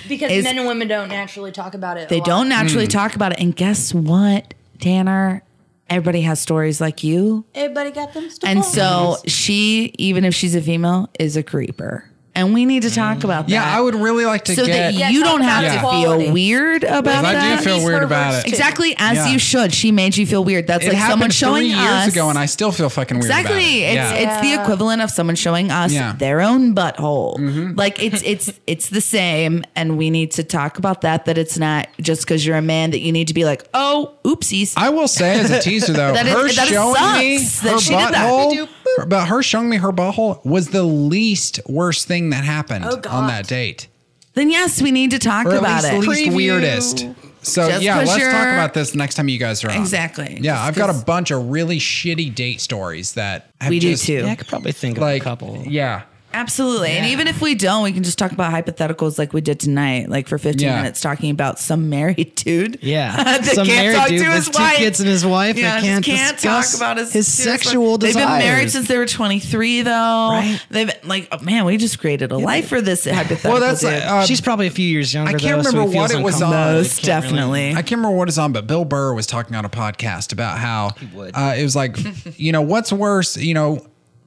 Speaker 3: because
Speaker 4: is-
Speaker 3: men and women don't naturally talk about it. a
Speaker 4: They
Speaker 3: lot.
Speaker 4: don't
Speaker 1: Mm.
Speaker 4: naturally talk about it. And guess what, Tanner? Everybody has stories like you.
Speaker 3: Everybody got them. Stories.
Speaker 4: And so she, even if she's a female, is a creeper. And we need to talk about that.
Speaker 1: yeah, I would really like to
Speaker 4: so
Speaker 1: get.
Speaker 4: that
Speaker 3: Mm. Yeah,
Speaker 4: you
Speaker 3: talk
Speaker 4: don't have
Speaker 1: about
Speaker 4: to
Speaker 3: quality.
Speaker 4: feel weird about
Speaker 1: I do
Speaker 4: that.
Speaker 1: feel
Speaker 3: These
Speaker 1: weird about
Speaker 3: perverts
Speaker 1: it.
Speaker 3: too.
Speaker 4: Exactly as
Speaker 1: Yeah.
Speaker 4: you should. She made you feel weird. That's
Speaker 1: it
Speaker 4: like someone
Speaker 1: happened
Speaker 4: showing
Speaker 1: three years
Speaker 4: us
Speaker 1: ago, and I still feel fucking weird. about
Speaker 4: exactly.
Speaker 1: it.
Speaker 4: It's
Speaker 1: Yeah.
Speaker 4: it's the equivalent of someone showing us
Speaker 1: Yeah. Mm-hmm.
Speaker 4: their own butthole. Like it's it's it's the same, and we need to talk about that. That it's not just because you're a man that you need to be like, oh, oopsies.
Speaker 1: I will say as a teaser though,
Speaker 4: That is-
Speaker 1: her
Speaker 4: that
Speaker 1: showing me
Speaker 4: sucks
Speaker 1: her
Speaker 4: that she did that.
Speaker 1: butthole, her- but her showing me her butthole was the least worst thing that happened
Speaker 3: Oh, God.
Speaker 1: on that date,
Speaker 4: then yes, we need to talk
Speaker 1: or at
Speaker 4: about
Speaker 1: least
Speaker 4: it.
Speaker 1: least
Speaker 2: Preview.
Speaker 1: weirdest. So
Speaker 4: Just
Speaker 1: yeah,
Speaker 4: 'cause
Speaker 1: let's talk
Speaker 4: you're-
Speaker 1: about this next time you guys are on.
Speaker 4: Exactly.
Speaker 1: Yeah,
Speaker 4: Just
Speaker 1: I've got a
Speaker 4: 'cause-
Speaker 1: bunch of really shitty date stories that have
Speaker 4: We do
Speaker 1: just,
Speaker 4: too.
Speaker 2: Yeah, I could probably think of
Speaker 1: Like
Speaker 2: a couple.
Speaker 1: Yeah.
Speaker 4: Absolutely. And even if we don't, we can just talk about hypotheticals like we did tonight, like for 15
Speaker 1: Yeah.
Speaker 4: minutes talking about some married dude.
Speaker 2: Yeah.
Speaker 4: that
Speaker 2: Some
Speaker 4: can't
Speaker 2: married
Speaker 4: talk
Speaker 2: dude
Speaker 4: to
Speaker 2: with
Speaker 4: his
Speaker 2: two
Speaker 4: wife.
Speaker 2: kids and his wife
Speaker 4: Yeah,
Speaker 2: that
Speaker 4: just
Speaker 2: can't
Speaker 4: can't
Speaker 2: discuss
Speaker 4: talk about his,
Speaker 2: his
Speaker 4: to wife.
Speaker 2: sexual
Speaker 4: They've been married
Speaker 2: desires.
Speaker 4: since they were 23, though. They've been like, oh, man, we just created a life for this hypothetical.
Speaker 1: Well, that's
Speaker 2: oh,
Speaker 4: dude.
Speaker 1: like, uh,
Speaker 2: She's probably a few years younger.
Speaker 1: I can't
Speaker 2: though, so
Speaker 1: remember
Speaker 2: he
Speaker 1: what
Speaker 2: feels
Speaker 1: it was on.
Speaker 2: uncomfortable.
Speaker 4: most definitely.
Speaker 1: I can't remember what it's on, but Bill Burr was talking on a podcast about how
Speaker 2: would.
Speaker 1: Uh, it was like, you know, what's worse, you know,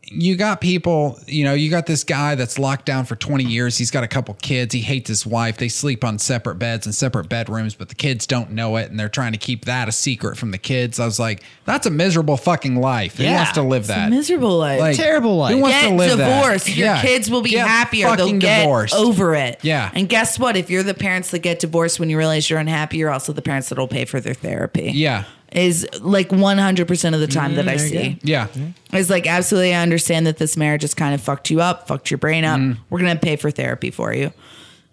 Speaker 1: you got people, you know, you got this guy that's locked down for 20 years. He's got a couple kids. He hates his wife. They sleep on separate beds and separate bedrooms, but the kids don't know it. And they're trying to keep that a secret from the kids. I was like, that's a miserable fucking life. Who
Speaker 2: Yeah.
Speaker 1: wants to live that?
Speaker 4: miserable life.
Speaker 1: Like,
Speaker 2: Terrible life.
Speaker 1: Who wants
Speaker 4: Get
Speaker 1: to live that?
Speaker 4: divorced. Your
Speaker 1: Yeah.
Speaker 4: kids will be
Speaker 1: Get
Speaker 4: happier. They'll
Speaker 1: fucking
Speaker 4: get over it.
Speaker 1: Yeah.
Speaker 4: And guess what? If you're the parents that get divorced when you realize you're unhappy, you're also the parents that'll pay for their therapy.
Speaker 1: Yeah. Mm,
Speaker 4: Is like 100% of the time that I see.
Speaker 1: Yeah.
Speaker 4: It's like, absolutely, I understand that this marriage has kind of fucked you up, fucked your brain up.
Speaker 1: Mm-hmm.
Speaker 4: We're going to pay for therapy for you.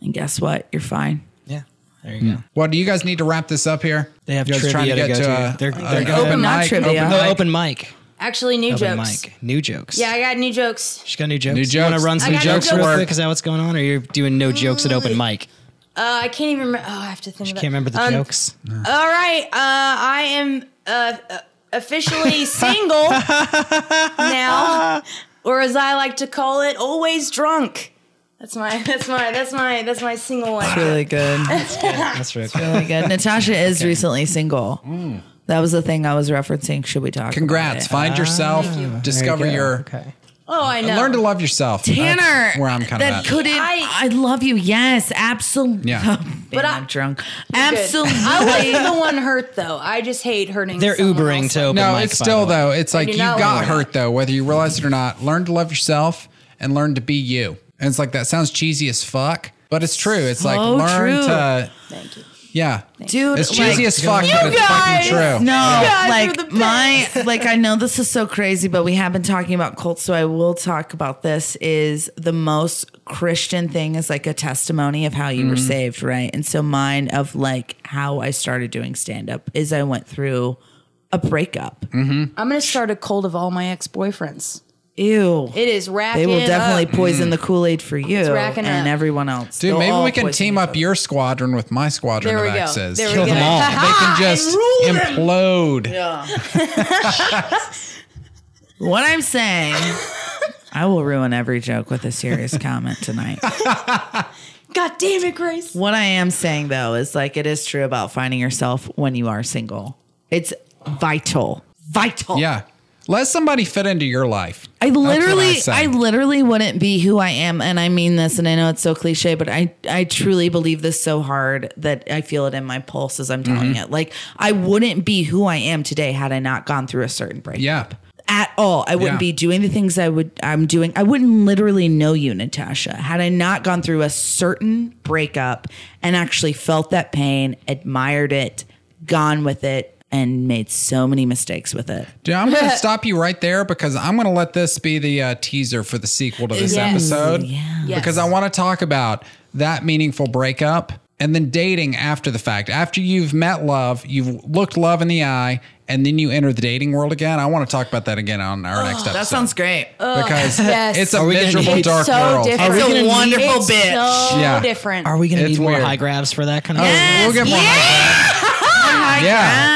Speaker 4: And guess what? You're fine.
Speaker 2: Yeah. There you go.
Speaker 1: Well, do you guys need to wrap this up here?
Speaker 2: They have
Speaker 1: you guys trying to
Speaker 2: trivia
Speaker 1: get
Speaker 2: to go
Speaker 1: to,
Speaker 2: to.
Speaker 1: a-
Speaker 2: They're-
Speaker 1: a-
Speaker 2: they're
Speaker 1: an
Speaker 2: gonna-
Speaker 1: open
Speaker 4: Not
Speaker 1: mic.
Speaker 4: trivia.
Speaker 1: Open
Speaker 4: Yeah.
Speaker 2: No,
Speaker 1: mic.
Speaker 2: open mic.
Speaker 3: actually, new
Speaker 2: Open
Speaker 3: jokes.
Speaker 2: mic. New jokes.
Speaker 3: Yeah, I got new jokes.
Speaker 2: She's got new jokes.
Speaker 1: New
Speaker 2: You want
Speaker 1: jokes.
Speaker 2: to run
Speaker 1: I
Speaker 2: some
Speaker 3: got new
Speaker 2: jokes
Speaker 3: jokes.
Speaker 2: real
Speaker 1: Work.
Speaker 2: quick? Is that what's going on? Or you're doing no jokes at open mic?
Speaker 3: Uh, I can't even remember. Oh, I have to think. About
Speaker 2: Can't remember the
Speaker 3: Um,
Speaker 2: jokes.
Speaker 3: All right, uh, I am uh, uh, officially single now, or as I like to call it, always drunk. That's my. That's my. That's my. That's my single one.
Speaker 4: Really good.
Speaker 2: That's real quick.
Speaker 4: really good. Natasha is recently single. That was the thing I was referencing. Should we talk?
Speaker 1: Mm. Congrats.
Speaker 4: About it?
Speaker 2: Ah,
Speaker 1: Find yourself. Discover your.
Speaker 2: Okay.
Speaker 3: Oh, I know.
Speaker 1: Learn to love yourself.
Speaker 4: Tanner,
Speaker 1: That's where I'm kind of
Speaker 4: that
Speaker 1: at.
Speaker 4: couldn't. I,
Speaker 3: I-
Speaker 4: love you. Yes, absolutely.
Speaker 1: Yeah.
Speaker 4: but
Speaker 3: I-
Speaker 4: I'm drunk.
Speaker 3: Good.
Speaker 4: Absolutely.
Speaker 3: I wasn't the one hurt though. I just hate hurting.
Speaker 2: They're
Speaker 3: someone
Speaker 2: Ubering
Speaker 3: else.
Speaker 2: to open
Speaker 1: no,
Speaker 2: mic.
Speaker 1: it's
Speaker 2: by the
Speaker 1: still
Speaker 2: way.
Speaker 1: though. It's like
Speaker 3: do
Speaker 1: you
Speaker 3: not
Speaker 1: got
Speaker 3: want that.
Speaker 1: hurt though, whether you realize it or not. Learn to love yourself and learn to be you. And it's like that sounds cheesy as fuck, but it's true. It's like
Speaker 4: So
Speaker 1: learn
Speaker 4: true.
Speaker 1: to.
Speaker 3: Thank you.
Speaker 1: Yeah,
Speaker 4: Dude,
Speaker 1: it's
Speaker 4: like-
Speaker 1: cheesy as fuck, but it's fucking
Speaker 3: guys!
Speaker 1: true.
Speaker 4: No,
Speaker 3: guys are the
Speaker 4: like my like I know this is so crazy, but we have been talking about cults, so I will talk about this. Is the most Christian thing is like a testimony of how you
Speaker 1: Mm-hmm.
Speaker 4: were saved, right? And so mine of like how I started doing stand up is I went through a breakup.
Speaker 1: Mm.
Speaker 3: I'm gonna start a cold of all my ex boyfriends.
Speaker 4: Ew.
Speaker 3: It is racking.
Speaker 4: they will
Speaker 3: up.
Speaker 4: definitely poison the Kool Aid for you
Speaker 3: racking
Speaker 4: and
Speaker 3: up.
Speaker 4: everyone else.
Speaker 1: Mm. Dude,
Speaker 4: They'll
Speaker 1: maybe
Speaker 4: all
Speaker 1: we can
Speaker 4: poison
Speaker 1: team
Speaker 4: you.
Speaker 1: up your squadron with my squadron
Speaker 3: There we
Speaker 1: of
Speaker 3: go.
Speaker 1: exes.
Speaker 3: There we
Speaker 1: Kill
Speaker 3: go.
Speaker 1: them all. they can just implode.
Speaker 4: What I'm saying, I will ruin every joke with a serious comment tonight.
Speaker 3: God damn it, Grace.
Speaker 4: What I am saying though is like it is true about finding yourself when you are single. It's vital. Vital.
Speaker 1: Yeah. Let somebody fit into your life.
Speaker 9: I
Speaker 1: That's what
Speaker 9: literally,
Speaker 1: say.
Speaker 9: I, literally wouldn't be who I am, and I mean this, and I know it's so cliche, but I, I truly believe this so hard that I feel it in my pulse as I'm telling
Speaker 1: Mm-hmm.
Speaker 9: it. Like I wouldn't be who I am today had I not gone through a certain breakup.
Speaker 1: yeah.
Speaker 9: at all. I wouldn't be
Speaker 1: Yeah.
Speaker 9: doing the things I would I'm doing. I wouldn't literally know you, Natasha, had I not gone through a certain breakup and actually felt that pain, admired it, gone with it, and made so many mistakes with it.
Speaker 1: Dude, I'm going to stop you right there because I'm going to let this be the uh, teaser for the sequel to this
Speaker 3: Yes.
Speaker 1: episode.
Speaker 3: Yes.
Speaker 1: Because I want to talk about that meaningful breakup and then dating after the fact. After you've met love, you've looked love in the eye, and then you enter the dating world again. I want to talk about that again on our next episode.
Speaker 4: That sounds great.
Speaker 1: because
Speaker 3: yes.
Speaker 1: it's a
Speaker 2: we gonna
Speaker 1: miserable
Speaker 2: need-
Speaker 1: dark
Speaker 3: so
Speaker 1: world.
Speaker 3: different.
Speaker 4: It's a wonderful
Speaker 3: it's
Speaker 4: bitch.
Speaker 3: So
Speaker 1: Yeah.
Speaker 3: different.
Speaker 2: Are we going to
Speaker 1: It's
Speaker 2: need more
Speaker 1: weird.
Speaker 2: high grabs for that kind of?
Speaker 1: We'll get more.
Speaker 4: Oh
Speaker 1: Yeah.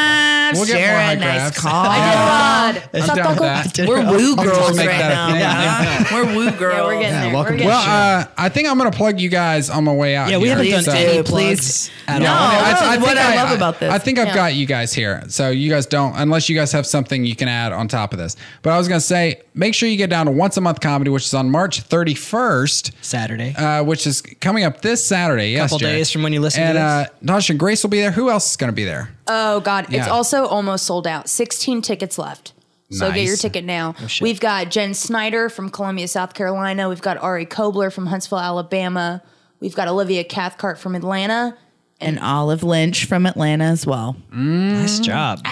Speaker 4: We'll
Speaker 1: We'll get more high grabs.
Speaker 4: nice call.
Speaker 3: Oh God.
Speaker 1: I'm down with that.
Speaker 4: We're woo
Speaker 1: just
Speaker 4: girls
Speaker 1: make
Speaker 4: right
Speaker 1: that a
Speaker 4: now.
Speaker 1: thing.
Speaker 4: huh? We're woo girls.
Speaker 3: Yeah, we're getting there.
Speaker 2: welcome to
Speaker 3: we're
Speaker 2: the
Speaker 3: getting there.
Speaker 1: Well, uh, I think I'm going to plug you guys on my way out.
Speaker 2: Yeah, we
Speaker 1: here.
Speaker 2: haven't
Speaker 4: Please
Speaker 2: done
Speaker 4: do,
Speaker 2: any
Speaker 4: please.
Speaker 2: plugs at
Speaker 4: No.
Speaker 2: all.
Speaker 4: that's
Speaker 1: I
Speaker 4: what
Speaker 1: think
Speaker 4: I love about this.
Speaker 1: I think I've got you guys here. So you guys don't, unless you guys have something you can add on top of this. But I was going to say, make sure you get down to Once a Month Comedy, which is on March 31st,
Speaker 2: Saturday.
Speaker 4: Mm-hmm.
Speaker 1: uh, which is coming up this Saturday. Yes,
Speaker 2: Couple
Speaker 1: Jared.
Speaker 2: days from when you listen to
Speaker 1: And uh,
Speaker 2: this.
Speaker 1: Natasha and Grace will be there. Who else is going to be there?
Speaker 3: Oh God, it's
Speaker 1: Yeah.
Speaker 3: also almost sold out. Sixteen tickets left. So get
Speaker 1: Nice.
Speaker 3: your ticket now.
Speaker 2: Oh,
Speaker 3: We've got Jen Snyder from Columbia, South Carolina. We've got Ari Kobler from Huntsville, Alabama. We've got Olivia Cathcart from Atlanta.
Speaker 9: And Olive Lynch from Atlanta as well.
Speaker 2: nice job.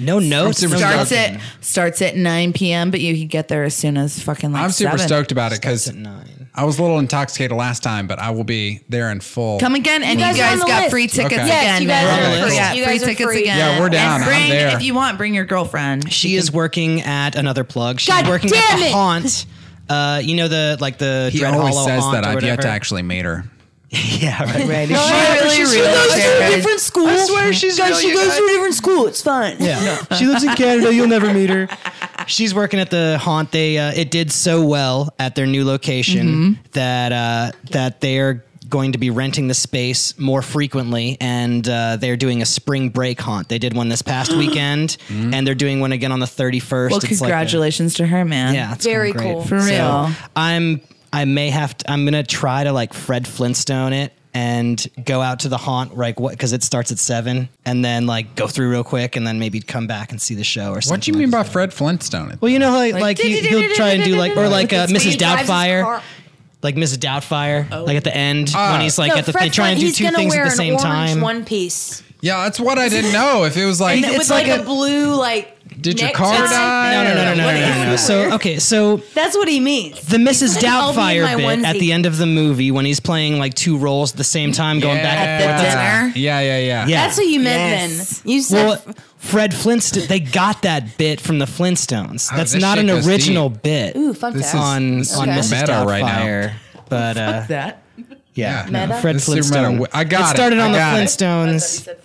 Speaker 2: No notes.
Speaker 1: Super
Speaker 2: no
Speaker 1: Start
Speaker 9: Starts
Speaker 2: nothing.
Speaker 9: at starts at 9 p.m., but you can get there as soon as fucking like
Speaker 1: I'm super
Speaker 9: seven.
Speaker 1: stoked about it
Speaker 2: Starts
Speaker 1: because
Speaker 2: at nine.
Speaker 1: I was a little intoxicated last time, but I will be there in full.
Speaker 9: Come again, and you
Speaker 3: guys
Speaker 9: guys,
Speaker 3: are on the
Speaker 9: got
Speaker 3: list.
Speaker 9: free tickets
Speaker 1: Okay.
Speaker 9: again.
Speaker 3: Yes, you guys
Speaker 1: are
Speaker 9: man.
Speaker 1: on the list.
Speaker 9: Yeah,
Speaker 3: You
Speaker 9: free
Speaker 3: guys are
Speaker 9: tickets
Speaker 3: free.
Speaker 9: again.
Speaker 1: Yeah, we're down.
Speaker 9: And
Speaker 1: I'm
Speaker 9: bring,
Speaker 1: there.
Speaker 9: if you want, bring your girlfriend.
Speaker 2: She is working at another plug. She's
Speaker 3: God
Speaker 2: working
Speaker 3: damn
Speaker 2: at the
Speaker 3: it.
Speaker 2: haunt. Uh, you know the like the
Speaker 1: he
Speaker 2: Dread
Speaker 1: always
Speaker 2: Hollow
Speaker 1: says
Speaker 2: haunt
Speaker 1: that.
Speaker 2: or
Speaker 1: I've yet
Speaker 2: whatever.
Speaker 1: to actually meet her.
Speaker 2: Yeah, right.
Speaker 9: Right. She really, really cares.
Speaker 3: school. I swear
Speaker 2: she's really
Speaker 3: she
Speaker 2: a
Speaker 3: goes
Speaker 2: guy.
Speaker 3: to a different school. It's fine.
Speaker 2: Yeah. she lives in Canada. You'll never meet her. She's working at the haunt. They uh, it did so well at their new location
Speaker 3: Mm-hmm.
Speaker 2: that uh, that they're going to be renting the space more frequently, and uh, they're doing a spring break haunt. They did one this past weekend, and they're doing one again on the thirty first.
Speaker 9: Well, congratulations to her, man.
Speaker 2: yeah, it's
Speaker 3: Very
Speaker 2: going great.
Speaker 3: cool.
Speaker 9: For real.
Speaker 2: I'm I may have to, I'm gonna try to like Fred Flintstone it and go out to the haunt like what because it starts at seven and then like go through real quick and then maybe come back and see the show or something.
Speaker 1: What do you mean by Fred Flintstone?
Speaker 2: Well, you know, like like he, he'll try and do like or like uh, Mrs. Doubtfire, like Mrs. Doubtfire, like at the end
Speaker 1: Ah.
Speaker 2: when he's like
Speaker 3: Oh. No,
Speaker 2: at the
Speaker 3: Fred
Speaker 2: thing, trying to do
Speaker 3: he's
Speaker 2: two
Speaker 3: gonna
Speaker 2: things
Speaker 3: wear
Speaker 2: at the
Speaker 3: an
Speaker 2: same
Speaker 3: orange
Speaker 2: time.
Speaker 3: One piece
Speaker 1: yeah, that's what I didn't know. If it was like,
Speaker 3: with like, a, blue like.
Speaker 1: Did your
Speaker 3: neck
Speaker 1: car
Speaker 3: tie.
Speaker 1: die?
Speaker 2: no, no, no, no, no,
Speaker 3: What
Speaker 2: no,
Speaker 3: is
Speaker 2: no, no.
Speaker 3: it?
Speaker 2: So okay, so
Speaker 3: That's what he means.
Speaker 2: the Mrs.
Speaker 3: I'll be in my
Speaker 2: Doubtfire bit at
Speaker 3: onesie.
Speaker 2: the end of the movie when he's playing like two roles at the same time, going back and forth. That's-
Speaker 1: yeah.
Speaker 4: dinner?
Speaker 1: Yeah, yeah, yeah.
Speaker 2: Yeah.
Speaker 3: That's what you meant
Speaker 4: Yes.
Speaker 3: then. You said
Speaker 2: Well, Fred Flintstone. They got that bit from the Flintstones.
Speaker 1: Oh,
Speaker 2: That's
Speaker 1: this
Speaker 2: not
Speaker 1: shit
Speaker 2: an
Speaker 1: goes
Speaker 2: original bit
Speaker 3: Ooh, fun
Speaker 1: This
Speaker 3: fact.
Speaker 1: is-
Speaker 2: on
Speaker 1: this is
Speaker 2: on Mrs.
Speaker 1: meta right now.
Speaker 2: Doubtfire. But uh,
Speaker 4: That.
Speaker 1: Yeah.
Speaker 2: yeah, no,
Speaker 3: Meta?
Speaker 2: Fred
Speaker 1: This is super
Speaker 2: Flintstone.
Speaker 1: meta. I got it.
Speaker 2: it. Started
Speaker 1: I
Speaker 2: on the
Speaker 1: got it.
Speaker 2: Flintstones.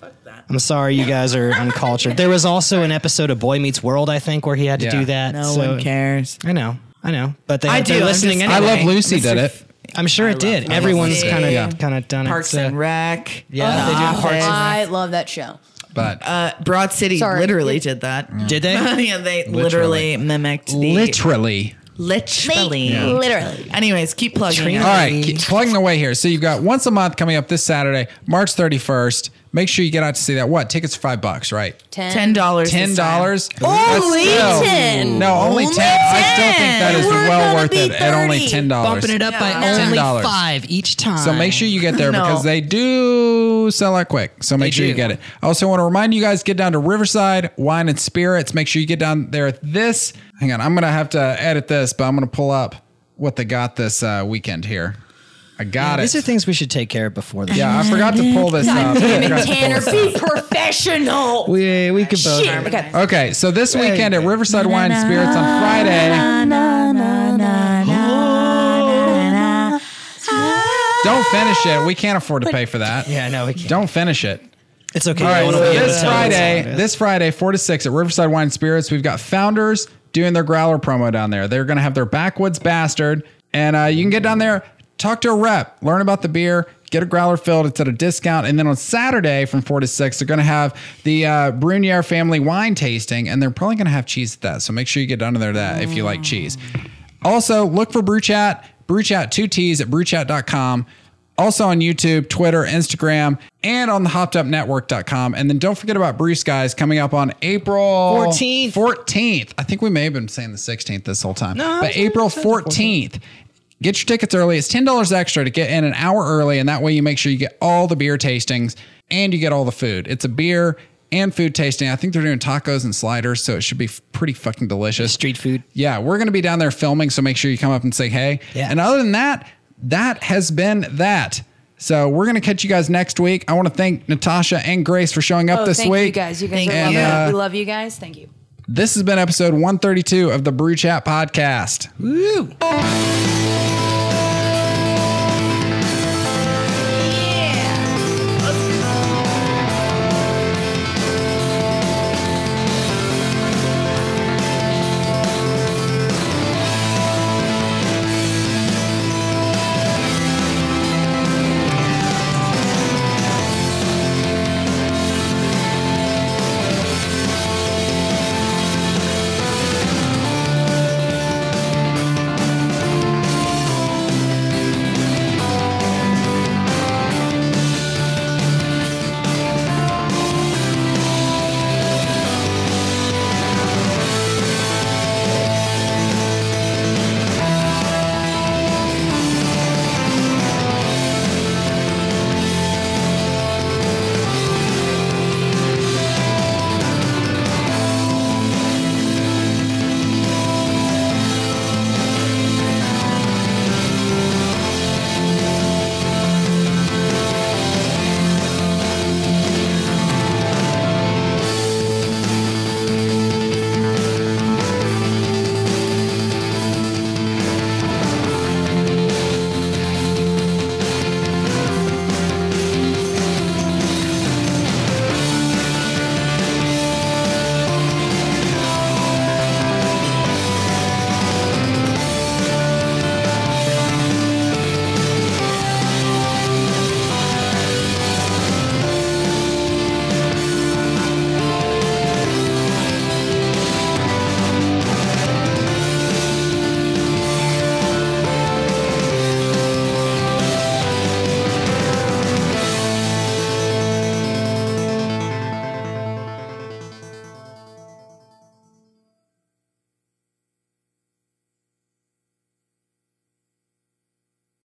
Speaker 2: I'm sorry, you guys are uncultured. There was also an episode of Boy Meets World, I think, where he had to
Speaker 1: Yeah.
Speaker 2: do that.
Speaker 9: No
Speaker 2: so-
Speaker 9: one cares.
Speaker 2: I know, I know, but they,
Speaker 4: I do,
Speaker 2: they're
Speaker 4: I'm
Speaker 2: listening
Speaker 4: just-
Speaker 1: I
Speaker 2: anyway.
Speaker 1: love Lucy did it.
Speaker 2: I'm sure it did. Everyone's
Speaker 4: Lucy.
Speaker 2: kind of
Speaker 1: Yeah.
Speaker 2: kind of done
Speaker 4: Parks
Speaker 2: it. so-
Speaker 4: and Rec.
Speaker 2: yeah, they do Parks and
Speaker 3: I love that show.
Speaker 1: But
Speaker 2: Uh,
Speaker 9: Uh,
Speaker 4: Broad City
Speaker 3: Sorry.
Speaker 4: literally did that.
Speaker 2: Did they?
Speaker 4: yeah, they
Speaker 1: Literally.
Speaker 4: literally, mimicked the
Speaker 1: literally.
Speaker 4: literally.
Speaker 3: Literally.
Speaker 4: Anyways, keep plugging.
Speaker 2: Trina.
Speaker 1: All right, keep plugging away here. So you've got once a month coming up this Saturday, March 31st. Make sure you get out to see that. What? Tickets are five bucks, right?
Speaker 3: Ten.
Speaker 9: Ten dollars.
Speaker 1: Ten dollars.
Speaker 3: Only ten.
Speaker 1: No, only,
Speaker 9: Only
Speaker 1: ten. I still think that is
Speaker 3: We're
Speaker 1: well
Speaker 3: gonna
Speaker 1: worth
Speaker 3: be
Speaker 1: it at only
Speaker 3: 30.
Speaker 1: ten dollars.
Speaker 2: Bumping it up by
Speaker 1: Yeah.
Speaker 2: only
Speaker 1: $10.
Speaker 2: five each time.
Speaker 1: So make sure you get there
Speaker 4: No.
Speaker 1: because they do sell out quick. So make
Speaker 2: They
Speaker 1: sure you
Speaker 2: do.
Speaker 1: get it. I also want to remind you guys get down to Riverside Wine and Spirits. Make sure you get down there at this. Hang on, I'm gonna have to edit this, but I'm gonna pull up what they got this uh, weekend here. I got
Speaker 2: These
Speaker 1: it.
Speaker 2: are things we should take care of before this.
Speaker 1: yeah, I forgot to pull this up.
Speaker 3: Tanner, be professional.
Speaker 2: We, we could both.
Speaker 3: Shit. Okay.
Speaker 1: Okay, so this weekend at Riverside Wine and Spirits on Friday. Don't finish it. We can't afford to pay for that.
Speaker 2: Yeah, no, we can't.
Speaker 1: Don't finish it.
Speaker 2: It's okay.
Speaker 1: All right,
Speaker 2: No one
Speaker 1: so
Speaker 2: will be able
Speaker 1: this
Speaker 2: to tell us
Speaker 1: Friday,
Speaker 2: what it is.
Speaker 1: this Friday, four to six at Riverside Wine and Spirits, we've got founders doing their growler promo down there. They're going to have their backwoods bastard, and uh, you can get down there. Talk to a rep, learn about the beer, get a growler filled. It's at a discount. And then on Saturday from 4 to 6, they're going to have the uh, Brunier family wine tasting, and they're probably going to have cheese at that. So make sure you get down to there that if you like cheese. Also, look for Brew Chat, Brew Chat 2Ts at brewchat.com. Also on YouTube, Twitter, Instagram, and on the hoppedupnetwork.com. And then don't forget about Bruce Guys coming up on April
Speaker 2: 14th.
Speaker 1: 14th. I think we may have been saying the 16th this whole time. but April 14th. Get your tickets early. It's $10 extra to get in an hour early. And that way you make sure you get all the beer tastings and you get all the food. It's a beer and food tasting. I think they're doing tacos and sliders. So it should be f- pretty fucking delicious.
Speaker 2: Street food.
Speaker 1: Yeah, we're going to be down there filming, so make sure you come up and say hey.
Speaker 2: Yeah.
Speaker 1: And other than that, that has been that. So we're going to catch you guys next week. I want to thank Natasha and Grace for showing up
Speaker 3: Oh,
Speaker 1: this
Speaker 3: thank
Speaker 1: week.
Speaker 3: you guys. You guys are
Speaker 1: And,
Speaker 3: lovely.
Speaker 1: uh,
Speaker 3: we love you guys. Thank you.
Speaker 1: This has been episode 132 of the Brew Chat podcast.